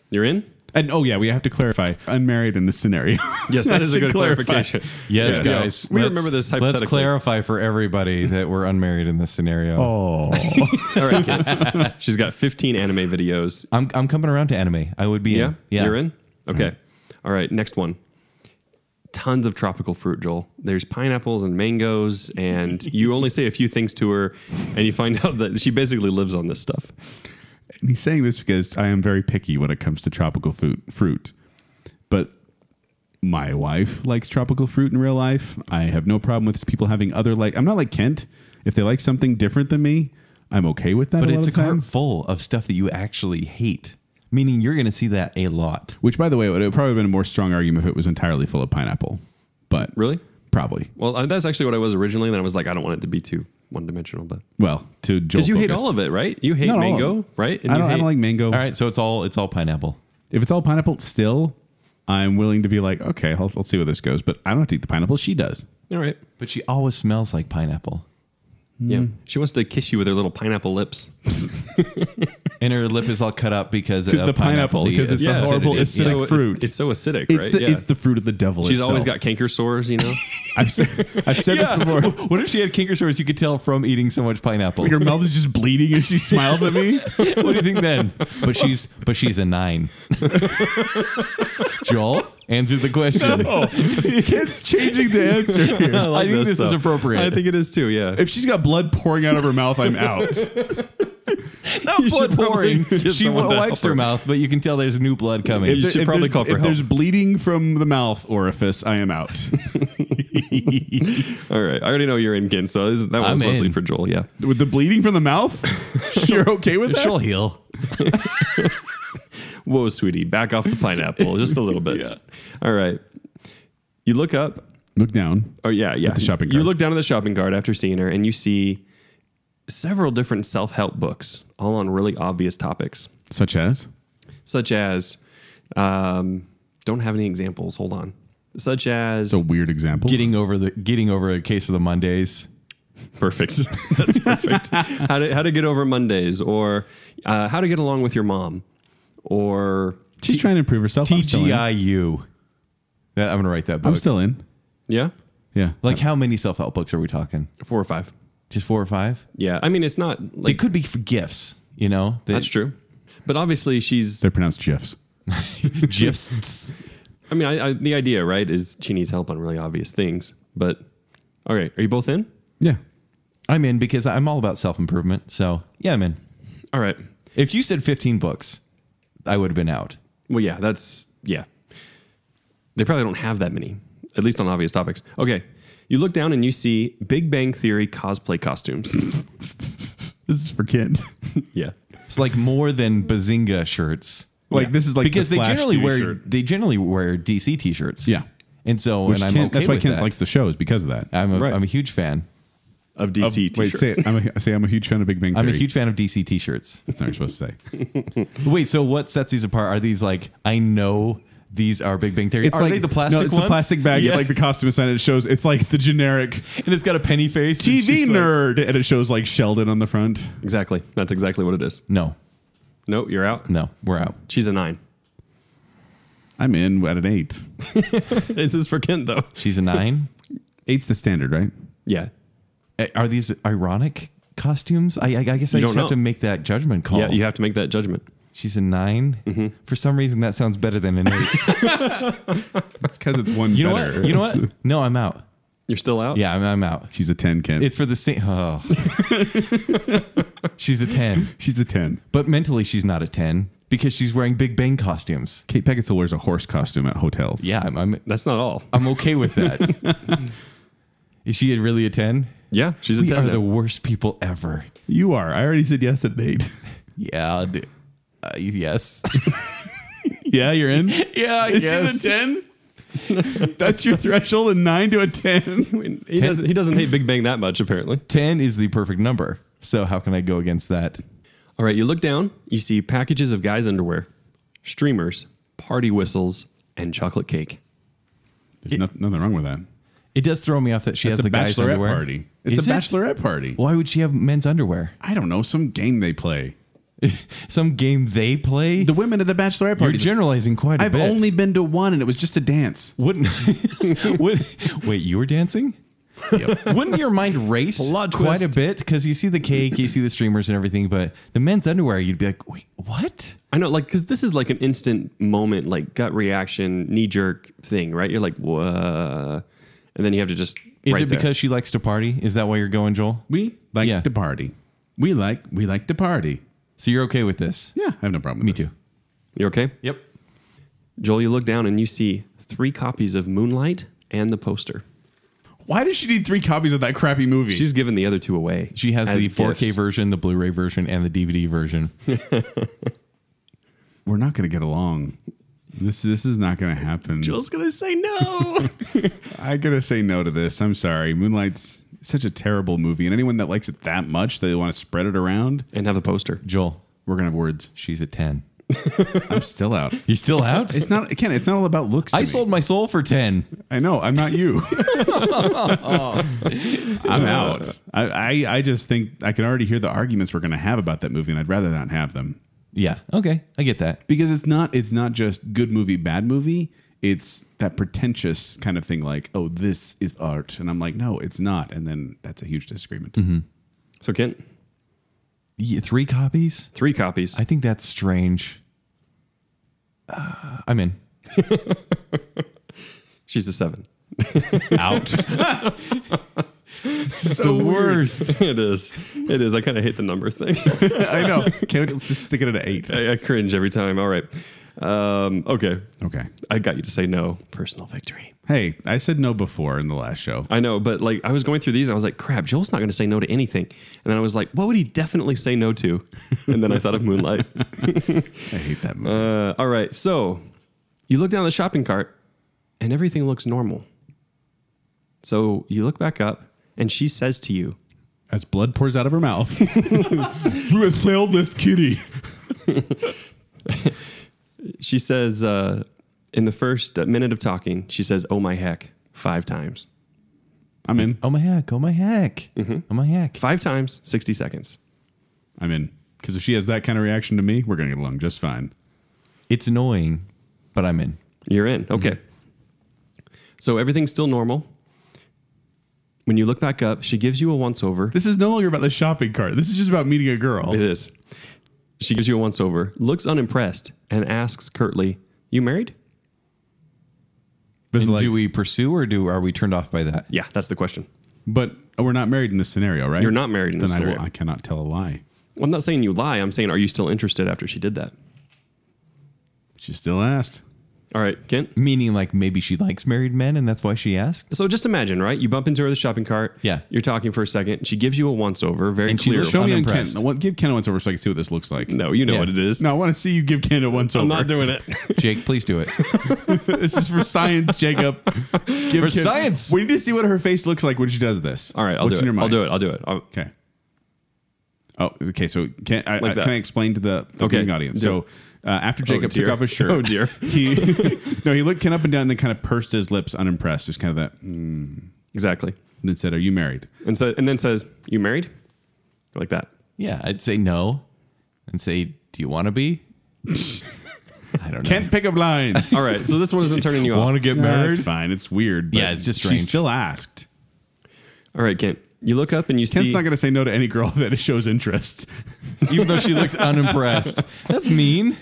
D: You're in.
C: And oh yeah, we have to clarify unmarried in this scenario.
D: Yes,
C: I
D: that is a
C: should
D: good
C: clarify.
D: clarification.
B: Yes,
D: Yeah.
B: guys.
D: We
B: let's-
D: remember
B: Let's
D: this hypothetically.
B: clarify for everybody that we're unmarried in this scenario.
C: Oh,
D: All right, kid. she's got 15 anime videos.
B: I'm, I'm coming around to anime. I would be
D: Yeah,
B: in. Yeah.
D: you're in. Okay, All right, next one. Tons of tropical fruit, Joel. There's pineapples and mangoes, and you only say a few things to her, and you find out that she basically lives on this stuff.
C: and he's saying this because I am very picky when it comes to tropical fruit. Fruit, but my wife likes tropical fruit in real life. I have no problem with people having other like. I'm not like Kent. If they like something different than me, I'm okay with that.
B: But
C: a lot
B: it's a
C: of the time.
B: cart full of stuff that you actually hate, meaning you're going to see that a lot.
C: Which, by the way, it would have probably been a more strong argument if it was entirely full of pineapple. But
D: Really?
C: probably.
D: Well, uh, that's actually what I was originally. Then I was like, I don't want it to be too one dimensional, but
C: Well, to Joel,
D: because you hate all of it, right? You hate mango, right?
C: I
D: you
C: don't, I
D: hate-
C: don't like mango.
B: All right, so it's all it's all pineapple.
C: If it's all pineapple, still, I'm willing to be like, okay, I'll, I'll see where this goes. But I don't have to eat the pineapple. She does.
D: All right.
B: But she always smells like pineapple.
D: Yeah. She wants to kiss you with her little pineapple lips.
B: And her lip is all cut up because of
C: Because the pineapple, because it's
B: the
C: a
B: acidity.
C: horrible
B: Yeah.
C: acidic
D: so,
C: fruit.
D: It's so acidic,
C: It's
D: right?
C: the,
D: yeah.
C: it's the fruit of the devil.
D: She's always
C: itself.
D: got canker sores, you know?
C: I've said, I've said this before.
B: Yeah. What if she had canker sores? You could tell from eating so much pineapple.
C: Your mouth is just bleeding as she smiles at me.
B: what do you think then? But she's but she's a nine. Joel, answer the question.
C: It's changing the answer here.
B: I, think this, is
D: though.
B: appropriate.
D: I think it is too, yeah.
C: If she's got blood pouring out of her mouth, I'm out.
B: not
D: You
B: blood
D: should
B: pouring.
D: probably get
B: She
D: someone to
B: wipes
D: help her.
B: her mouth, but you can tell there's new blood coming.
D: You should
C: If
D: probably
C: there's-
D: call for
C: if
D: help.
C: there's bleeding from the mouth orifice, I am out.
D: All right. I already know you're in Gin, so this, that one's
B: I'm
D: mostly
B: in.
D: for Joel, yeah.
C: With the bleeding from the mouth, you're okay with that?
B: She'll heal.
D: Whoa, sweetie, back off the pineapple just a little bit. yeah. All right. You look up.
C: Look down.
D: Oh, yeah, yeah.
C: the shopping
D: You
C: cart.
D: look down at the shopping cart after seeing her, and you see several different self help books, all on really obvious topics.
C: Such as
D: such as um, don't have any examples. Hold on. Such as
C: it's a weird example.
B: Getting over the getting over a case of the Mondays.
D: perfect. That's perfect. how to how to get over Mondays, or uh, how to get along with your mom, or
C: She's trying to improve herself. I'm still in.
B: TGIU. That, I'm gonna write that book.
C: I'm still in.
D: yeah,
C: Yeah.
B: like how many self help books are we talking?
D: four or five.
B: Just four or five?
D: Yeah, I mean it's not
B: It
D: like
B: could be for gifts, you know? That-
D: that's true, but obviously she's
C: They're pronounced GIFs.
B: gifts.
D: I mean, I, I, the idea, right, is she needs help on really obvious things. But all right, are you both in?
C: Yeah.
B: I'm in because I'm all about self improvement. So yeah, I'm in.
D: All right.
B: If you said 15 books, I would have been out.
D: Well, yeah, that's yeah. They probably don't have that many, at least on obvious topics. Okay, you look down and you see Big Bang Theory cosplay costumes.
C: This is for kids.
D: yeah,
B: It's like more than Bazinga shirts.
C: like
D: Yeah.
C: this is like
B: because
C: the
B: they
C: Flash
B: generally
C: TV
B: wear
C: shirt,
B: they generally wear DC t-shirts.
C: Yeah.
B: and so
C: which
B: and I'm
C: Kent-
B: okay
C: that's why
B: with
C: Kent
B: that.
C: likes the show is because of that.
B: I'm a,
D: Right.
B: am a huge fan.
D: of DC
C: Wait,
D: t-shirts.
C: say it. I'm a, say I'm a huge fan of Big Bang Theory.
B: I'm a huge fan of DC t-shirts.
C: That's not what you're supposed to say.
B: Wait, so what sets these apart? Are these like I know these are Big Bang Theory? are
C: like,
B: they the plastic
C: No, it's
B: ones?
C: the plastic bag.
B: Yeah.
C: Like the costume is on it. It shows. It's like the generic
B: and it's got a penny face. and
C: TV
B: she's like-
C: nerd, and it shows like Sheldon on the front.
D: exactly. That's exactly what it is.
B: no,
D: No, you're out.
B: no, we're out.
D: She's a nine.
C: I'm in at an eight.
D: This is for Kent though.
B: She's a nine.
C: Eight's the standard, right?
D: Yeah.
B: Uh, are these ironic costumes? I, I, I guess I
D: You
B: just
D: don't
B: have to
D: know.
B: make that judgment call.
D: Yeah, Mm-hmm. you have to make that judgment.
B: She's a 9 For some reason, that sounds better than an eight.
C: It's because it's one.
B: You know
C: better.
B: what? You know what? No, I'm out.
D: You're still out.
B: Yeah, I'm, I'm out.
C: She's a ten, Kent.
B: It's for the same. Oh. she's a 10,
C: she's a ten.
B: but mentally she's not a 10 because she's wearing Big Bang costumes.
C: Kate Beckinsale wears a horse costume at hotels.
B: Yeah, I'm, I'm,
D: That's not all.
B: I'm okay with that. Is she really a 10?
D: Yeah, she's a
B: We
D: ten.
B: are the
D: now.
B: worst people ever.
C: you are. I already said yes at eight.
B: Yeah, d- uh, yes.
C: yeah, you're in.
B: yeah,
C: She's a ten. That's your threshold, a nine to a ten.
D: he doesn't. He doesn't hate Big Bang that much apparently.
B: 10 is the perfect number. So how can I go against that?
D: All right, you look down, you see packages of guys' underwear, streamers, party whistles, and chocolate cake.
C: There's no- nothing wrong with that.
B: It does throw me off that she
C: It's
B: has
C: a
B: the guy's
C: bachelorette
B: underwear.
C: party. It's
B: Is
C: a
B: it?
C: bachelorette party.
B: Why would she have men's underwear?
C: I don't know. Some game they play.
B: Some game they play.
C: The women at the bachelorette party.
B: You're generalizing quite a
C: I've
B: bit.
C: only been to one, and it was just a dance.
B: wouldn't. would, wait, you were dancing? Wouldn't your mind race
D: Plot
B: quite
D: twist.
B: a bit? Because you see the cake, you see the streamers and everything, but the men's underwear, you'd be like, wait, what?
D: I know, like, because this is like an instant moment, like gut reaction, knee jerk thing, right? You're like, whoa. And then you have to just.
B: Is
D: right
B: it
D: there.
B: because she likes to party? Is that why you're going, Joel?
C: We like
B: Yeah.
C: to party. We like we like to party.
B: So you're okay with this?
C: Yeah, I have no problem. With
B: Me
C: this.
B: too.
D: You okay?
B: Yep.
D: Joel, you look down and you see three copies of Moonlight and the poster.
C: Why does she need three copies of that crappy movie?
D: She's given the other two away.
B: She has
D: as
B: the 4K
D: gifts.
B: version, the Blu-ray version, and the DVD version.
C: We're not going to get along. This this is not going to happen.
D: Joel's going to say no.
C: I got to say no to this. I'm sorry. Moonlight's such a terrible movie, and anyone that likes it that much, they want to spread it around.
D: and have a poster.
B: Joel,
C: We're gonna have words.
B: she's a 10.
C: I'm still out.
B: You still out?
C: It's not again. It's not all about looks. to
B: I
C: me.
B: sold my soul for 10.
C: I know. I'm not you. I'm out. I, I I just think I can already hear the arguments we're gonna have about that movie, and I'd rather not have them.
B: Yeah. Okay. I get that.
C: because it's not it's not just good movie bad movie it's that pretentious kind of thing like oh this is art and i'm like no it's not and then that's a huge disagreement
D: So, Kent,
B: Ye- Three copies?
D: three copies.
B: I think that's strange. Uh, I'm in.
D: She's a seven.
B: Out.
C: it's
B: the worst.
D: it is. It is. I kind of hate the number thing.
C: i know okay let's just stick it at an eight
D: I, I cringe every time. All right. Um, okay.
C: okay
D: I got you to say no. Personal victory.
C: hey i said no before in the last show
D: I know, but like I was going through these, I was like, crap, Joel's not going to say no to anything. And then I was like, what would he definitely say no to? And then I thought of Moonlight.
C: i hate that movie
D: Uh, all right. So you look down the shopping cart and everything looks normal. So you look back up and she says to you,
C: as blood pours out of her mouth you have failed this kitty
D: she says, uh, in the first minute of talking, she says, oh my heck, five times.
C: i'm in
B: oh my heck. Oh my heck. Oh my heck.
D: Five times, 60 seconds.
C: i'm in because if she has that kind of reaction to me we're gonna get along just fine
B: It's annoying, but I'm in.
D: You're in. Okay.
C: Mm-hmm.
D: So everything's still normal. When you look back up, she gives you a once over.
C: this is no longer about the shopping cart this is just about meeting a girl
D: It is. She gives you a once over, looks unimpressed, and asks curtly, You married?
C: But it's
B: And
C: like-
B: do we pursue or do are we turned off by that?
D: Yeah, that's the question.
C: But we're not married in this scenario, right?
D: You're not married in
C: then
D: this
C: I will-
D: scenario.
C: I cannot tell a lie.
D: Well, I'm not saying you lie. I'm saying, are you still interested after she did that?
C: She still asked.
D: All right, Kent.
B: Meaning like maybe she likes married men and that's why she asked.
D: So just imagine, right? You bump into her at the shopping cart.
B: Yeah.
D: You're talking for a second. She gives you a once over, very
B: And she
D: clear.
B: looks-
C: Show me on Ken.
B: Unimpressed.
C: What- Give Ken a once over so I can see what this looks like.
D: no, you know
B: Yeah.
D: what it is.
C: No, I want to see you give Ken a once over.
D: I'm not doing it.
B: Jake, please do it.
C: this is for science, Jacob. Give
B: For science.
C: We need to see what her face looks like when she does this.
D: All right, I'll
C: What's
D: do
C: in
D: it.
C: Your mind?
D: I'll do it. I'll do it. I'll-
C: Okay. Oh, okay. So can I,
D: Like
C: I-
D: that.
C: can I explain to the, the
D: Okay,
C: viewing audience?
D: do
C: So
D: it.
C: uh, after Jacob took
D: dear.
C: off his shirt,
D: Oh, dear.
C: he no, he looked Ken up and down, and then kind of pursed his lips, unimpressed. Just kind of that, and
D: exactly.
C: then said, "Are you married?"
D: And so, and then says, "You married?" Like that.
B: Yeah, I'd say no, and say, do you want to be? I don't know.
C: Can't pick up lines.
D: All right. So this one isn't turning you off.
B: want to get
C: No,
B: married?
C: it's fine. It's weird. but
B: Yeah, it's just
C: she
B: strange.
C: still asked.
D: All right, Kent. You look up and you
C: Ken's
D: see.
C: not going to say no to any girl that shows interest.
B: Even though she looks unimpressed. That's mean.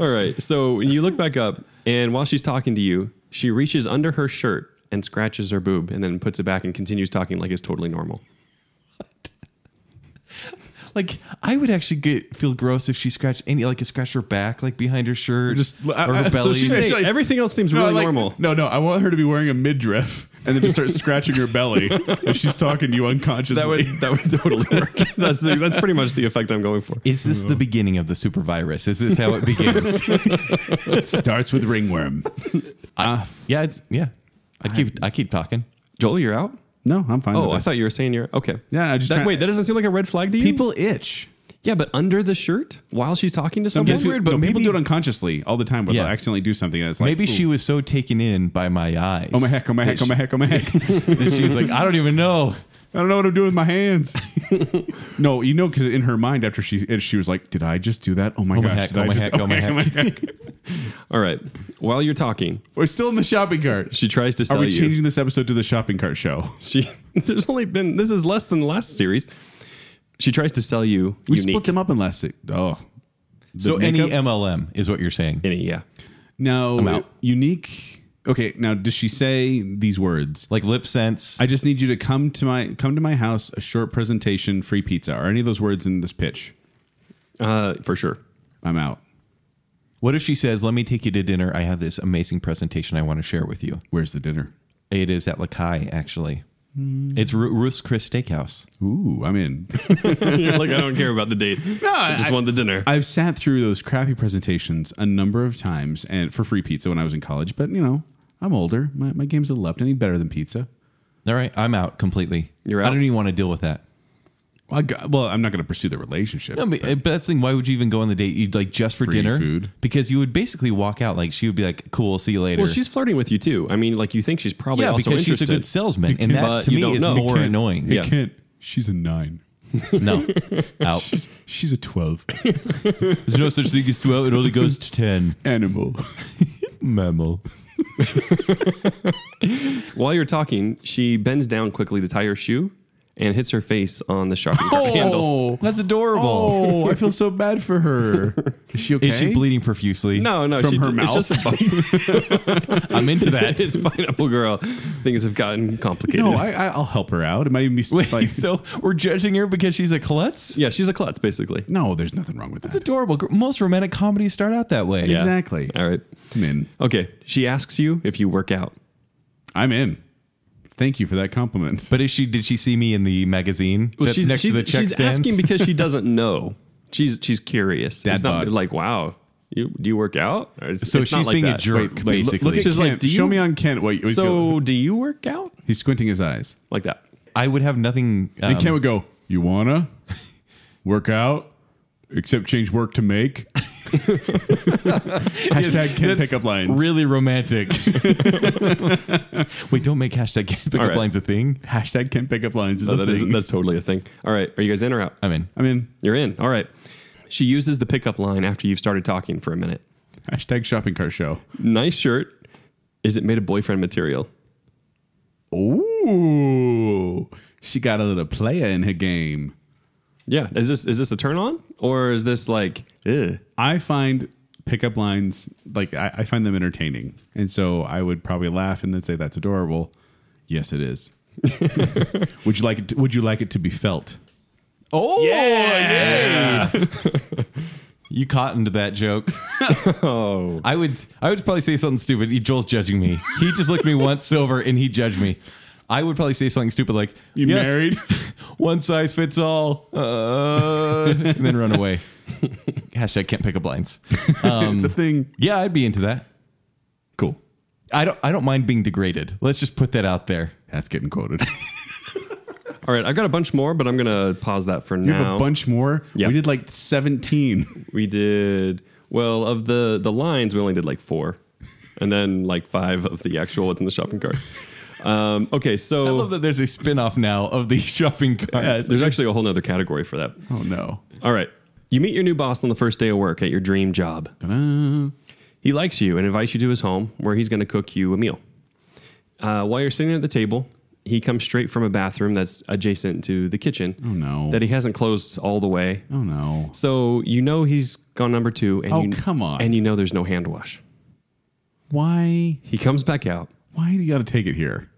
D: All right. So you look back up, and while she's talking to you, she reaches under her shirt and scratches her boob, and then puts it back and continues talking like it's totally normal.
B: Like I would actually get feel gross if she scratched any like scratched her back like behind her shirt
C: Just-
B: or
C: I-
B: her
C: I- so
B: belly.
D: So she's
C: Yeah,
D: saying
C: she's like-
D: everything else seems
C: No,
D: really
C: I like-
D: normal.
C: No, no. I want her to be wearing a midriff and then just start scratching her belly if she's talking to you unconsciously.
D: That would that would totally work. That's that's pretty much the effect I'm going for.
B: Is this
C: Mm-hmm.
B: the beginning of the super virus? Is this how it begins?
C: starts with ringworm.
B: yeah, it's yeah. I keep I keep talking.
D: Joel, you're out.
C: No, I'm fine.
D: Oh,
C: with
D: I
C: this.
D: thought you were saying you're okay.
C: Yeah, I just
D: that,
C: try-
D: wait. That doesn't seem like a red flag to you.
C: people itch.
D: yeah, but under the shirt while she's talking to someone.
B: That's weird, but
C: no, people
B: maybe-
C: do it unconsciously all the time. Where
B: Yeah.
C: they'll accidentally do something that's like
B: Maybe
C: ooh,
B: she was so taken in by my eyes.
C: Oh my heck! Oh my
B: that
C: heck! Oh
B: she-
C: my heck! Oh my heck!
B: that she was like, I don't even know.
C: I don't know what I'm doing with my hands. no, you know, because in her mind, after she and she was like, "Did I just do that? Oh my
B: Oh my
C: gosh!
B: heck,
C: did
B: oh
C: I
B: my
C: just-
B: heck, oh my heck."
C: heck.
D: All right. While you're talking,
C: We're still in the shopping cart.
D: she tries to
C: Are
D: sell
C: we
D: you.
C: changing this episode to the shopping cart show?
D: She there's only been this is less than the last series. She tries to sell you
C: We
D: unique.
C: split them up unless it. Oh,
B: So any
C: makeup?
B: MLM is what you're saying.
D: Any, yeah.
C: no,
B: out.
C: unique. Okay, now does she say these words?
B: Like lip sense.
C: I just need you to come to my come to my house. A short presentation, free pizza. Are any of those words in this pitch?
D: Uh, for sure.
C: I'm out.
B: what if she says, Let me take you to dinner? I have this amazing presentation I want to share with you.
C: Where's the dinner?
B: It is at Lakai, actually.
C: Mm.
B: It's Ru- Ruth's Chris Steakhouse.
C: Ooh, I'm in.
D: You're like, I don't care about the date. No, I just
C: I-
D: want the dinner.
C: I've sat through those crappy presentations a number of times, and for free pizza when I was in college. But you know, I'm older. My, my game's developed. I need better than pizza.
B: All right, I'm out completely.
D: You're out.
B: I don't even want to deal with that.
C: Well, I got, well I'm not going to pursue the relationship.
B: No, but, but that's the thing. Why would you even go on the date? You'd like just for
C: Free
B: dinner?
C: food.
B: Because you would basically walk out like she would be like, "Cool, see you later."
D: well, she's flirting with you too. I mean, like you think she's probably
B: yeah,
D: also
B: because she's a
D: interested.
B: good salesman, and that
D: but
B: to
D: you
B: me
D: don't
B: is
D: know.
B: more
D: Can't-
B: annoying.
C: Hey,
D: yeah.
C: Kent, she's a nine.
B: No, out.
C: She's a twelve.
B: There's no such thing as twelve. It only goes to ten.
C: Animal.
B: Mammal.
D: While you're talking, she bends down quickly to tie her shoe and hits her face on the shopping cart handle.
B: That's adorable.
C: Oh, I feel so bad for her. Is she okay?
B: Is she bleeding profusely?
D: No, no,
C: From
D: she,
C: her
D: it's
C: mouth?
D: just a bump.
B: I'm into that.
D: it's pineapple girl. Things have gotten complicated.
C: No, I, I, I'll help her out. It might even be
B: Wait,
C: like,
B: so we're judging her because she's a klutz?
D: yeah, she's a klutz basically.
C: no, there's nothing wrong with
B: It's
C: that.
B: adorable. Gr- Most romantic comedies start out that way.
D: Yeah.
C: Exactly.
D: All right.
C: I'm in.
D: Okay. She asks you if you work out.
C: I'm in. Thank you for that compliment.
B: But is she? Did she see me in the magazine?
D: Well,
B: that's
D: she's
B: next
D: she's,
B: to the check
D: she's
B: stands?
D: asking because she doesn't know. She's she's curious.
C: Dad
D: it's not
C: bod.
D: like wow, you do you work out? Or it's-
B: So
D: it's not
B: she's
D: like
B: being a
D: that.
B: jerk,
C: look-
B: basically.
C: Look, at
D: She's
C: Kent.
D: like, do you-
C: Show me on Kent what you
D: So do you work out
C: he's squinting his eyes.
D: like that?
B: I would have nothing. Um,
C: And Kent would go, You wanna work out? Except change work to make. Hashtag Kent
B: That's
C: pickup lines.
B: Really romantic. Wait, don't make hashtag get pickup
D: All right.
B: lines a thing.
C: Hashtag Kent pickup lines is
D: No,
C: a
D: that is
C: thing.
D: that's totally a thing. All right, are you guys in or out?
B: I mean,
C: I mean,
D: You're in. All right. She uses the pickup line after you've started talking for a minute.
C: hashtag shopping cart show.
D: Nice shirt. Is it made of boyfriend material?
C: Ooh. She got a little player in her game.
D: Yeah. Is this is this a turn on or is this like? Ugh.
C: I find pickup lines, like I, I find them entertaining, and so I would probably laugh and then say, "That's adorable." Yes, it is. would you like it? To, would you like it to be felt?
B: Oh, yeah. you caught into that joke. oh. I would I would probably say something stupid. He- Joel's judging me. He just looked me once over and he judged me. I would probably say something stupid like
C: You
B: "Yes,
C: married?
B: one size fits all, uh, and then run away. Hashtag can't pick up lines.
D: Um,
C: it's a thing.
B: Yeah, I'd be into that.
C: Cool.
B: I don't I don't mind being degraded. Let's just put that out there.
C: That's getting quoted.
D: All right, I got a bunch more, but I'm gonna pause that for
C: you
D: now.
C: have a bunch more.
D: Yep.
C: We did like seventeen.
D: We did well of the the lines. We only did like four, and then like five of the actual what's in the shopping cart. Um, okay, so
B: I love that there's a spin-off now of the shopping cart.
D: Uh, there's actually a whole nother category for that.
C: Oh no.
D: All right. You meet your new boss on the first day of work at your dream job. He likes you and invites you to his home where he's going to cook you a meal. Uh, while you're sitting at the table, he comes straight from a bathroom that's adjacent to the kitchen. Oh,
C: no.
D: That he hasn't closed all the way.
C: Oh no.
D: So you know he's gone number two. And
C: Oh,
D: you,
C: come on.
D: And you know there's no hand wash.
C: Why?
D: He comes back out
C: Why do you got to take it here?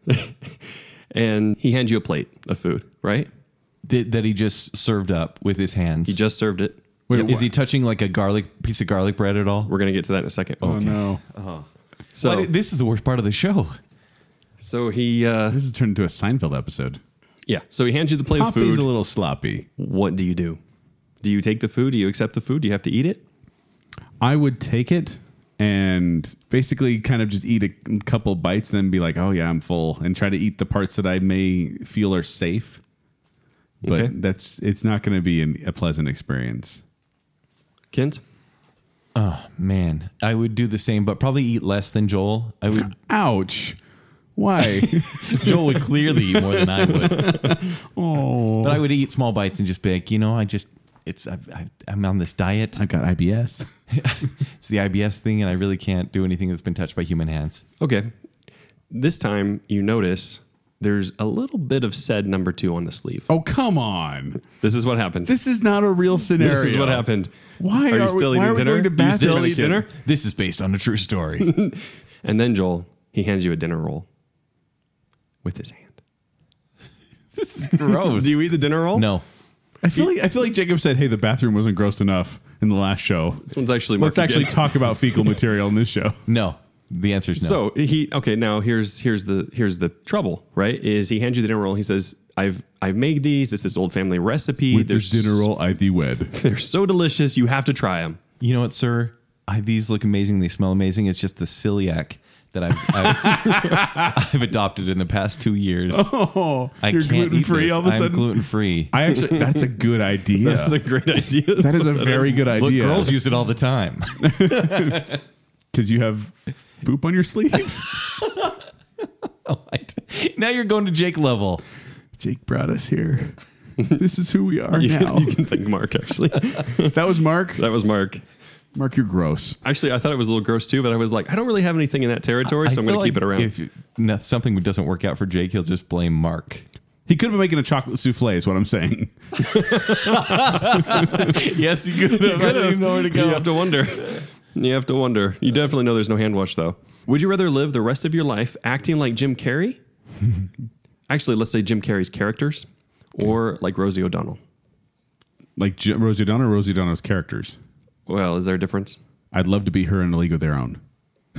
D: and he hands you a plate of food, right?
B: Did, that he just served up with his hands.
D: He just served it.
B: Wait, is he touching like a garlic piece of garlic bread at all?
D: We're going to get to that in a second. Um,
C: Oh no.
D: So,
B: Why did- this is the worst part of the show.
D: so he, uh,
C: This has turned into a Seinfeld episode.
D: yeah. So he hands you the plate of
C: Poppy's
D: food.
C: a little sloppy.
D: what do you do? Do you take the food? Do you accept the food? Do you have to eat it?
C: I would take it and basically kind of just eat a couple bites, then be like, "Oh yeah, I'm full," and try to eat the parts that I may feel are safe. But
D: Okay.
C: that's it's not going to be an, a pleasant experience.
D: Kent?
B: Oh, Man, I would do the same, but probably eat less than Joel. I would.
C: Ouch! Why?
B: Joel would clearly eat more than I would. Oh, but I would eat small bites and just be like, you know, I just it's I, I, I'm on this diet.
C: I've got IBS.
B: It's the IBS thing, and I really can't do anything that's been touched by human hands.
D: Okay. This time you notice there's a little bit of said number two on the sleeve.
C: Oh come on!
D: This is what happened.
C: This is not a real scenario.
D: This is what happened.
C: Why
D: are, you
C: are
D: still
C: we- why
D: eating
C: are we
D: dinner?
C: going to
D: Do you still
C: bathroom?
D: eat dinner?
B: This is based on a true story.
D: And then Joel, he hands you a dinner roll with his hand.
B: this is gross.
D: Do you eat the dinner roll?
B: no,
C: I feel like I feel like Jacob said, "Hey, the bathroom wasn't gross enough in the last show."
D: This one's actually marked
C: Let's actually
D: again.
C: talk about fecal material in this show.
B: no. The answer is no.
D: So he okay now here's here's the here's the trouble right is he hands you the dinner roll he says I've I've made these it's this old family recipe
C: With
D: they're
C: this dinner
D: s-
C: roll, I thee wed.
D: they're so delicious you have to try them
B: You know what, sir? I, these look amazing. They smell amazing. It's just the celiac that I've, I've, I've adopted in the past two years.
C: Oh,
B: I
C: you're
B: can't
C: gluten
B: eat
C: free
B: this.
C: all of a
B: I'm
C: sudden.
B: gluten free.
C: I actually, that's a good idea.
D: That's a great idea.
C: That is a very good
B: Look,
C: idea.
B: girls use it all the time.
C: because you have poop on your sleeve.
B: now you're going to Jake level.
C: Jake brought us here. This is who we are now.
D: You can thank Mark, actually.
C: that was Mark.
D: that was Mark.
C: Mark, you're gross.
D: Actually, I thought it was a little gross too, but I was like, I don't really have anything in that territory, so I'm
B: feel
D: going to keep
B: like
D: it around.
B: If you- no- something doesn't work out for Jake, he'll just blame Mark.
C: He could have been making a chocolate souffle. Is what I'm saying.
B: yes, he could have. I don't even know where to
D: you
B: go.
D: have to wonder. You have to wonder. You definitely know there's no hand wash, though. Would you rather live the rest of your life acting like Jim Carrey? actually, let's say Jim Carrey's characters or like Rosie O'Donnell.
C: Like J- Rosie O'Donnell, or Rosie O'Donnell's characters.
D: Well, is there a difference?
C: I'd love to be her in a league of their own.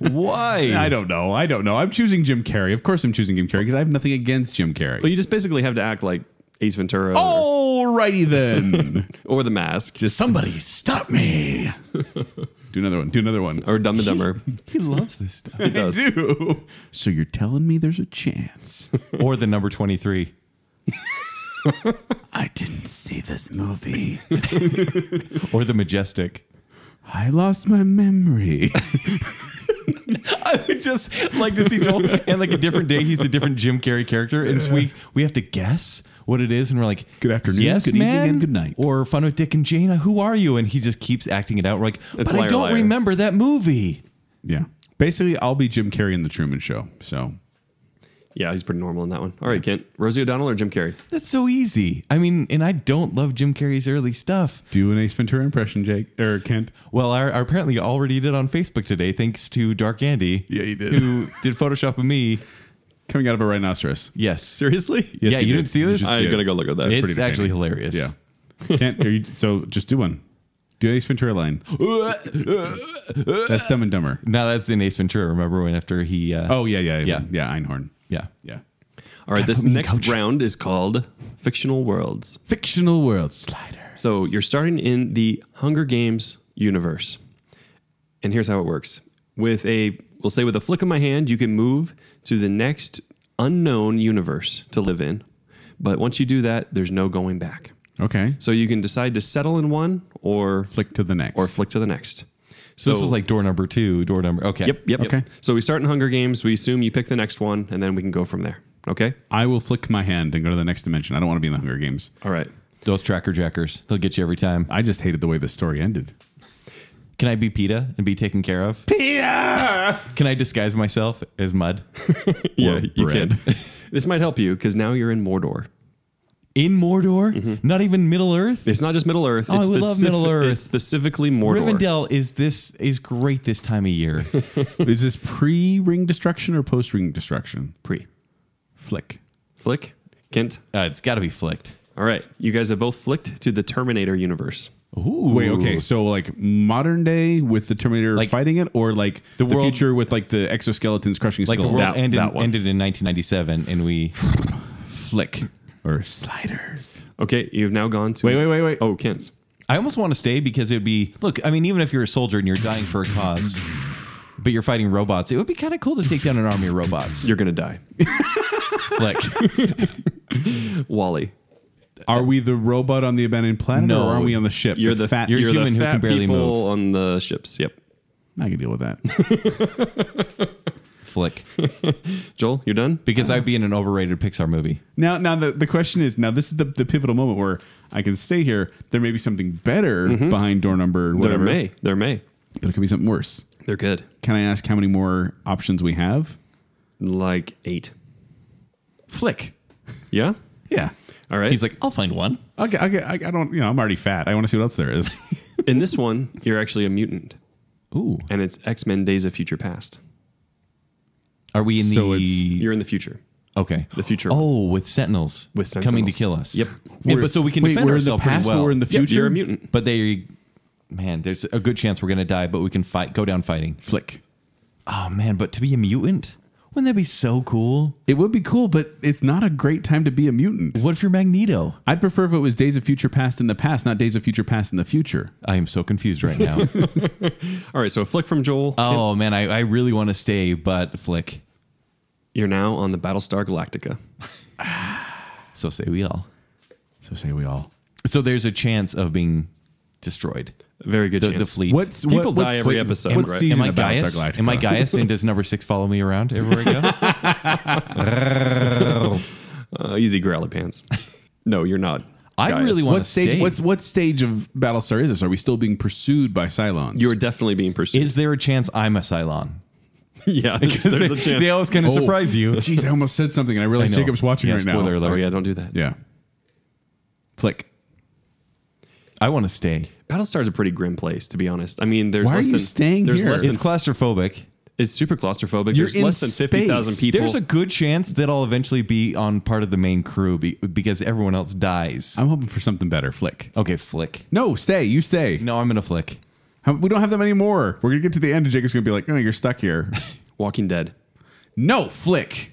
B: Why?
C: I don't know. I don't know. I'm choosing Jim Carrey. Of course, I'm choosing Jim Carrey because I have nothing against Jim
D: Well,
C: Carrey.
D: you just basically have to act like Ace Ventura
C: Oh!
D: or,
C: Alrighty then.
D: or The Mask
C: Just somebody stop me. do another one. Do another one.
D: or Dumb and Dumber.
B: he loves this stuff.
D: It does.
C: do. So you're telling me there's a chance?
B: or the number 23.
C: I didn't see this movie.
B: Or the majestic.
C: I lost my memory.
B: I would just like to see Joel and like a different day. He's a different Jim Carrey character, and so we we have to guess what it is, and we're like,
C: Good afternoon,
B: yes,
C: good evening,
B: man,
C: and good night."
B: or Fun with Dick and Jane. Who are you? And he just keeps acting it out. We're like,
D: It's
B: but I
D: liar,
B: don't
D: liar."
B: remember that movie.
C: yeah. Basically, I'll be Jim Carrey in the Truman Show. So
D: Yeah, he's pretty normal in that one. All right, Kent. Rosie O'Donnell or Jim Carrey?
B: That's so easy. I mean, and I don't love Jim Carrey's early stuff.
C: Do an Ace Ventura impression, Jake or Kent.
B: Well, I, I apparently already did on Facebook today, thanks to Dark Andy.
C: Yeah, you did.
B: Who did Photoshop of me?
C: Coming out of a rhinoceros.
B: Yes,
D: Seriously?
C: Yes,
B: Yeah,
C: he
B: you
C: did.
B: didn't see
C: You
B: this?
C: should
D: I'm
C: it.
D: gonna go look at that. It's
B: it's actually hilarious.
C: Yeah. Kent, are you, so just do one. Do an Ace Ventura line. That's Dumb and Dumber.
B: Now that's in Ace Ventura. Remember when after he? Uh,
C: Oh yeah, yeah, yeah,
B: Yeah.
C: yeah. Einhorn.
B: yeah.
C: Yeah.
D: All right, this
B: put me in
D: next
B: coach.
D: round is called Fictional Worlds.
C: Fictional world slider.
D: So you're starting in the Hunger Games universe. And here's how it works. With a we'll say with a flick of my hand, you can move to the next unknown universe to live in. But once you do that, there's no going back.
C: Okay.
D: So you can decide to settle in one or
C: Flick to the next.
D: or flick to the next.
B: So
D: So
B: this is like door number two, door number. Okay.
D: Yep, yep.
C: Okay.
D: Yep. So we start in Hunger Games, we assume you pick the next one, and then we can go from there. Okay?
C: I will flick my hand and go to the next dimension. I don't want to be in the Hunger Games.
D: All right.
B: Those tracker jackers, they'll get you every time.
C: I just hated the way the story ended.
B: Can I be PETA and be taken care of?
C: Yeah.
B: Can I disguise myself as mud
D: Yeah, you
C: bread.
D: can. this might help you because now you're in Mordor.
B: in Mordor?
D: Mm-hmm.
B: Not even Middle Earth.
D: It's not just Middle Earth.
B: Oh,
D: it's
B: I would love Middle Earth.
D: It's specifically Mordor.
B: Rivendell is this is great this time of year. Uh,
C: Is this pre ring destruction or post ring destruction?
D: Pre.
C: Flick.
D: Flick. Kent.
B: Uh, it's got to be flicked.
D: All right. You guys have both flicked to the Terminator universe.
B: Ooh.
C: Wait, okay, so like modern day with the Terminator
B: Like-
C: fighting it, or like the,
B: The world-
C: future with like the exoskeletons crushing
B: Like the
C: skulls?
B: world
D: That-
B: ended,
D: that one.
B: ended in 1997, and we
C: flick or sliders.
D: Okay. You've now gone to.
C: Wait, wait, wait, wait.
D: Oh, Kent's.
B: I almost want to stay because it'd be look. I mean, even if you're a soldier and you're dying for a cause, but you're fighting robots, it would be kind of cool to take down an army of robots.
D: You're going to die.
B: Flick.
D: Wally.
C: Are we the robot on the abandoned planet,
B: No.
C: or are we on the ship?
D: You're the,
C: fat.
D: You're
B: you're human
D: the
B: who
D: fat
B: can barely
D: people
B: move.
D: on the ships. Yep.
C: I can deal with that.
B: Flick.
D: Joel, you're done?
B: Because I'd be in an overrated Pixar movie.
C: Now, now the, the question is now this is the, the pivotal moment where I can stay here. There may be something better
B: Mm-hmm.
C: behind door number
D: There
C: whatever,
D: may. There may.
C: but it could be something worse.
D: They're good.
C: Can I ask how many more options we have?
D: Like eight.
C: Flick.
D: Yeah?
C: Yeah.
D: All right.
B: He's like, I'll find one.
C: Okay. Okay. I, I don't. You know, I'm already fat. I want to see what else there is.
D: in this one, you're actually a mutant,
B: Ooh.
D: and it's X Men Days of Future Past.
B: Are we in
C: So
B: the
C: it's-
D: You're in the future.
B: okay
D: the future
B: Oh, with sentinels
D: With
B: coming to
D: Sentinels.
B: kill us.
D: Yep.
B: Yeah, but so we can
C: Wait,
B: defend
C: we're in the
B: ourselves pretty
C: past, but
B: well. Mm.
C: we're in the
D: Yep,
C: future.
D: you're a mutant.
B: but they, man, there's a good chance we're gonna die, but we can fight. Go down fighting.
C: Flick.
B: Oh man, but to be a mutant, wouldn't that be so cool?
C: It would be cool, but it's not a great time to be a mutant.
B: What if you're Magneto?
C: I'd prefer if it was Days of Future Past in the past, not Days of Future Past in the future.
B: I am so confused right now.
D: All right, so a flick from Joel.
B: oh man, I, I really want to stay, but flick.
D: You're now on the Battlestar Galactica.
B: So say we all.
C: So say we all.
B: So there's a chance of being destroyed.
D: Very good
B: The, the
D: chance.
B: fleet.
C: What's
D: People
C: what,
D: die
C: what's-
D: every episode,
C: What
D: right?
C: season
B: Am I
C: of Battlestar
B: Gaius?
C: Galactica?
B: Am I Gaius? And does number six follow me around everywhere I go?
D: Uh, easy growly pants. no, you're not.
B: I
D: Guys.
B: really want
C: What
B: to
C: stage?
B: stay.
C: What's what stage of Battlestar is this? Are we still being pursued by Cylons?
D: You are definitely being pursued.
B: Is there a chance I'm a Cylon?
D: yeah, there's, there's a chance. Oh.
B: They always kind of surprise you.
C: Jeez, I almost said something, and I realized
B: I know.
C: Jacob's watching
B: Yeah,
C: right
B: spoiler
C: now.
B: alert.
D: oh yeah, don't do that.
C: Yeah. Flick.
B: I want to stay.
D: Battlestar's a pretty grim place, to be honest. I mean, there's
C: Why are
D: less
C: you
D: than
C: staying
D: there's
C: here?
D: Less
B: It's
D: than,
B: claustrophobic.
D: it's super claustrophobic.
C: You're
D: there's
C: in
D: less than fifty thousand
C: space.
D: people.
B: There's a good chance that I'll eventually be on part of the main crew be- because everyone else dies.
C: I'm hoping for something better. Flick.
B: Okay, flick.
C: No, stay. You stay.
B: No, I'm gonna flick.
C: How- We don't have that many more. We're gonna get to the end, and Jacob's gonna be like, "Oh, you're stuck here."
D: Walking Dead.
C: no, flick.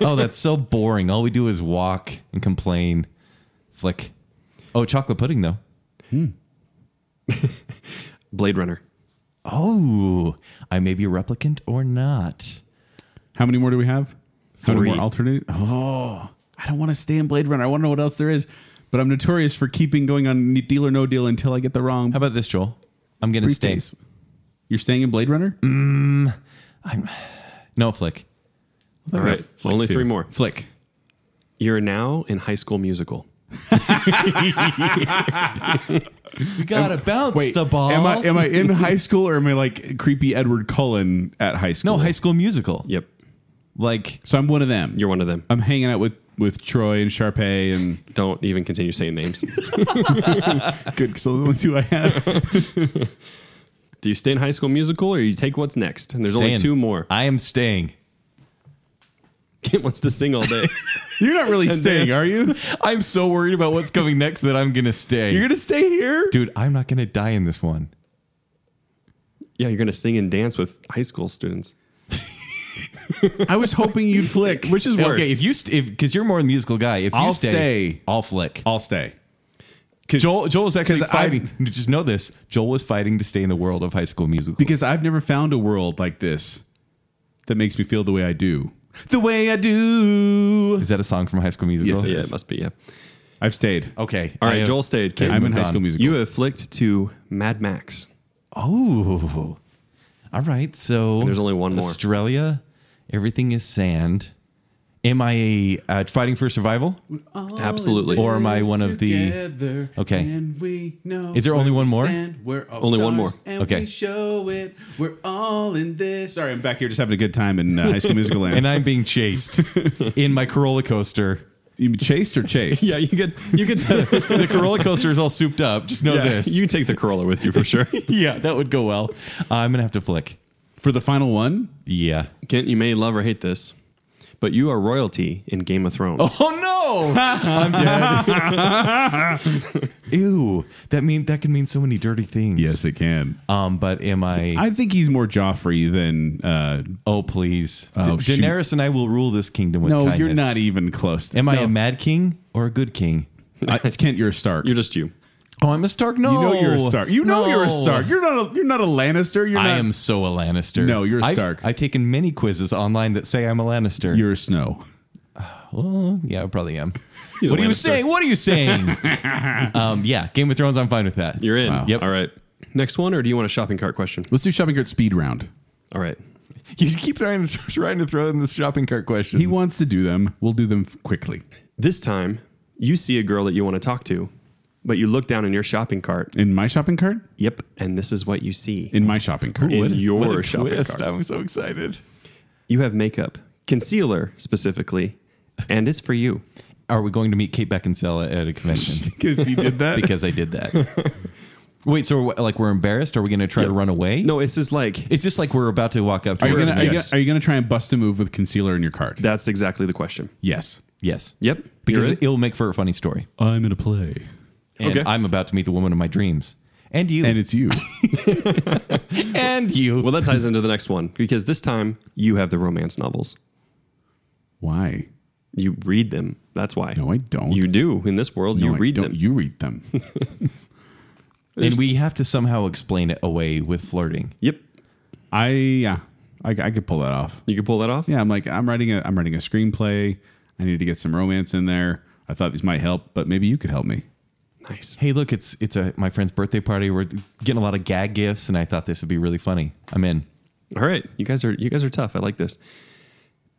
B: Oh, that's so boring. All we do is walk and complain. Flick. Oh, chocolate pudding though.
D: Blade Runner.
B: Oh, I may be a replicant or not.
C: How many more do we have? How many
D: Three.
C: more alternate? Oh, I don't want to stay in Blade Runner. I want to know what else there is. But I'm notorious for keeping going on deal or no deal until I get the wrong
B: How about this, Joel? I'm gonna stay.
C: briefcase. You're staying in Blade Runner?
B: No flick.
D: All right, only three more.
C: Flick.
D: You're now in High School Musical.
B: We gotta bounce the ball.
C: Am I am I in high school or am I like creepy Edward Cullen at high
B: no,
C: school?
B: High School Musical.
D: Yep.
B: Like,
C: So I'm one of them.
D: You're one of them.
C: I'm hanging out with with Troy and Sharpay and
D: Don't even continue saying names.
C: good. So the only two I have.
D: Do you stay in High School Musical or you take what's next? And there's only
B: staying.
D: two more.
B: I am staying.
D: Kim wants to sing all day.
C: You're not really staying, are
D: that's-
C: you?
B: I'm so worried about what's coming next that I'm gonna stay.
C: You're gonna stay here.
B: Dude, I'm not gonna die in this one.
D: yeah, you're gonna sing and dance with high school students.
C: I was hoping you'd flick.
D: Which is worse.
B: Okay, if you st- if because you're more the musical guy, if you
C: I'll
B: stay,
C: stay.
B: I'll flick.
C: I'll stay. 'Cause-
B: Joel Joel was actually
C: 'cause I-
B: fighting. just know this: Joel was fighting to stay in the world of High School Musical.
C: because I've never found a world like this that makes me feel the way I do. The way I do.
B: is that a song from High School Musical?
C: Yes,
D: Yeah,
C: is.
D: it must be. Yeah.
C: I've stayed.
B: Okay.
D: All
B: I
D: right,
B: have-
D: Joel stayed. Kim,
C: I'm in
B: moved
C: High
B: on.
C: School Musical.
D: you have flicked to Mad Max.
B: Oh. All right. So
D: There's only one more.
B: Australia, everything is sand. Am I uh, fighting for survival?
D: Absolutely.
B: Or am I one of the?
F: together,
B: Okay.
F: and we know
B: Is there only
F: where
B: one
F: we
B: more?
F: stand. We're all
D: Only one
F: stars,
D: more.
F: and
B: Okay.
F: We show it. We're all in this.
C: Sorry, I'm back here just having a good time in uh, High School Musical land.
B: And I'm being chased in my Corolla coaster.
C: you chased or chased?
D: yeah, you could you could tell
B: The Corolla coaster is all souped up. Just know
D: yeah,
B: this.
D: You take the Corolla with you for sure.
B: yeah, that would go well. Uh, I'm gonna have to flick.
C: For the final one,
B: Yeah.
D: Kent, you may love or hate this, but you are royalty in Game of Thrones.
B: Oh no! I'm dead. Ew. That mean that can mean so many dirty things.
C: yes, it can.
B: Um, but am I?
C: I think he's more Joffrey than. Uh,
B: oh please.
C: Oh,
B: Da-
C: shoot.
B: Daenerys and I will rule this kingdom with
C: no,
B: kindness.
C: you're not even close. To,
B: Am I
C: No.
B: a mad king or a good king?
C: I- Kent, you're a Stark.
D: You're just you.
B: Oh, I'm a Stark. No,
C: You know you're a Stark. You know you're a
B: No.
C: Stark. You're not a you're not a Lannister. You're
B: I
C: not,
B: am so a Lannister.
C: No, you're a
B: I've-
C: Stark.
B: I've, taken many quizzes online that say I'm a Lannister.
C: You're a Snow.
B: Well, yeah, I probably am.
D: He's a
B: what are you
D: Lannister.
B: saying? What are you saying? um, yeah, Game of Thrones. I'm fine with that.
D: You're in.
B: Yep.
D: All right. Next one, or do you want a shopping cart question?
C: Let's do shopping cart speed round.
D: All right.
B: You keep trying to trying to throw in the shopping cart questions.
C: He wants to do them. We'll do them quickly
D: This time, you see a girl that you want to talk to, but you look down in your shopping cart.
C: in my shopping cart.
D: Yep, and this is what you see.
C: In my shopping cart.
D: in your shopping cart.
B: I'm so excited.
D: You have makeup, concealer specifically, and it's for you.
B: Are we going to meet Kate Beckinsale at a convention?
C: Because he did that.
B: because I did that. Wait, so we're, like we're embarrassed? Are we going to try to run away?
D: No, it's just like
B: It's just like we're about to walk up to
C: Are you,
B: her.
C: gonna, are, you gonna,
B: yes.
C: are you gonna try and bust a move with concealer in your cart?
D: that's exactly the question.
C: yes.
B: yes.
D: Yep. you're
B: Because
D: in.
B: it. will make for a funny story.
C: I'm in a play.
B: And
D: Okay.
B: I'm about to meet the woman of my dreams. And you.
C: And it's you.
B: And you.
D: well, that ties into the next one because this time you have the romance novels.
C: Why?
D: You read them. That's why.
C: No, I don't.
D: You do in this world.
C: No,
D: you
C: I
D: read
C: don't.
D: them.
C: You read them.
B: and we have to somehow explain it away with flirting.
D: yep.
C: I yeah. I, I could pull that off.
D: You can pull that off.
C: Yeah, I'm like I'm writing a I'm writing a screenplay. I need to get some romance in there. I thought these might help, but maybe you could help me.
D: Nice.
B: Hey, look, it's it's a my friend's birthday party. We're getting a lot of gag gifts, and I thought this would be really funny. I'm in.
D: All right, you guys are you guys are tough. I like this.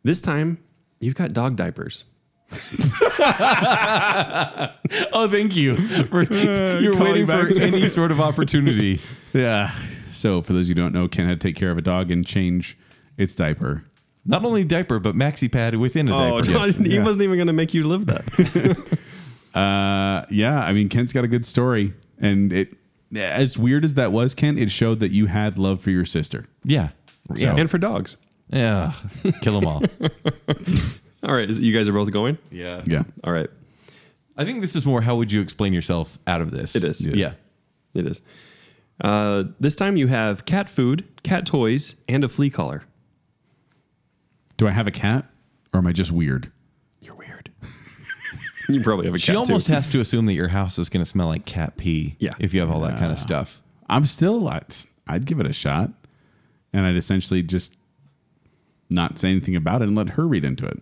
D: This time you've got dog diapers.
B: Oh, thank you. For, you're waiting for any sort of opportunity.
C: Yeah. So for those who don't know, Ken had to take care of a dog and change its diaper.
B: Not only diaper, but maxi pad within a diaper.
D: Diaper, yes. he
C: Yeah.
D: wasn't even going to make you live that.
C: Uh, yeah, I mean Kent's got a good story, and it as weird as that was, Kent, it showed that you had love for your sister.
B: Yeah. Yeah.
D: and for dogs.
B: Yeah. Kill them all.
D: All right, is, you guys are both going.
B: yeah.
C: Yeah.
D: All right,
B: I think this is more how would you explain yourself out of this?
D: It is.
B: Yeah.
D: It is. it is. Uh, this time you have cat food, cat toys, and a flea collar.
C: Do I have a cat, or am I just weird?
D: You're weird. you probably have a
B: She
D: cat
B: almost
D: too.
B: has to assume that your house is going to smell like cat pee.
D: Yeah.
B: If you have all that kind of stuff.
C: I'm still. I'd, I'd give it a shot, and I'd essentially just not say anything about it and let her read into it.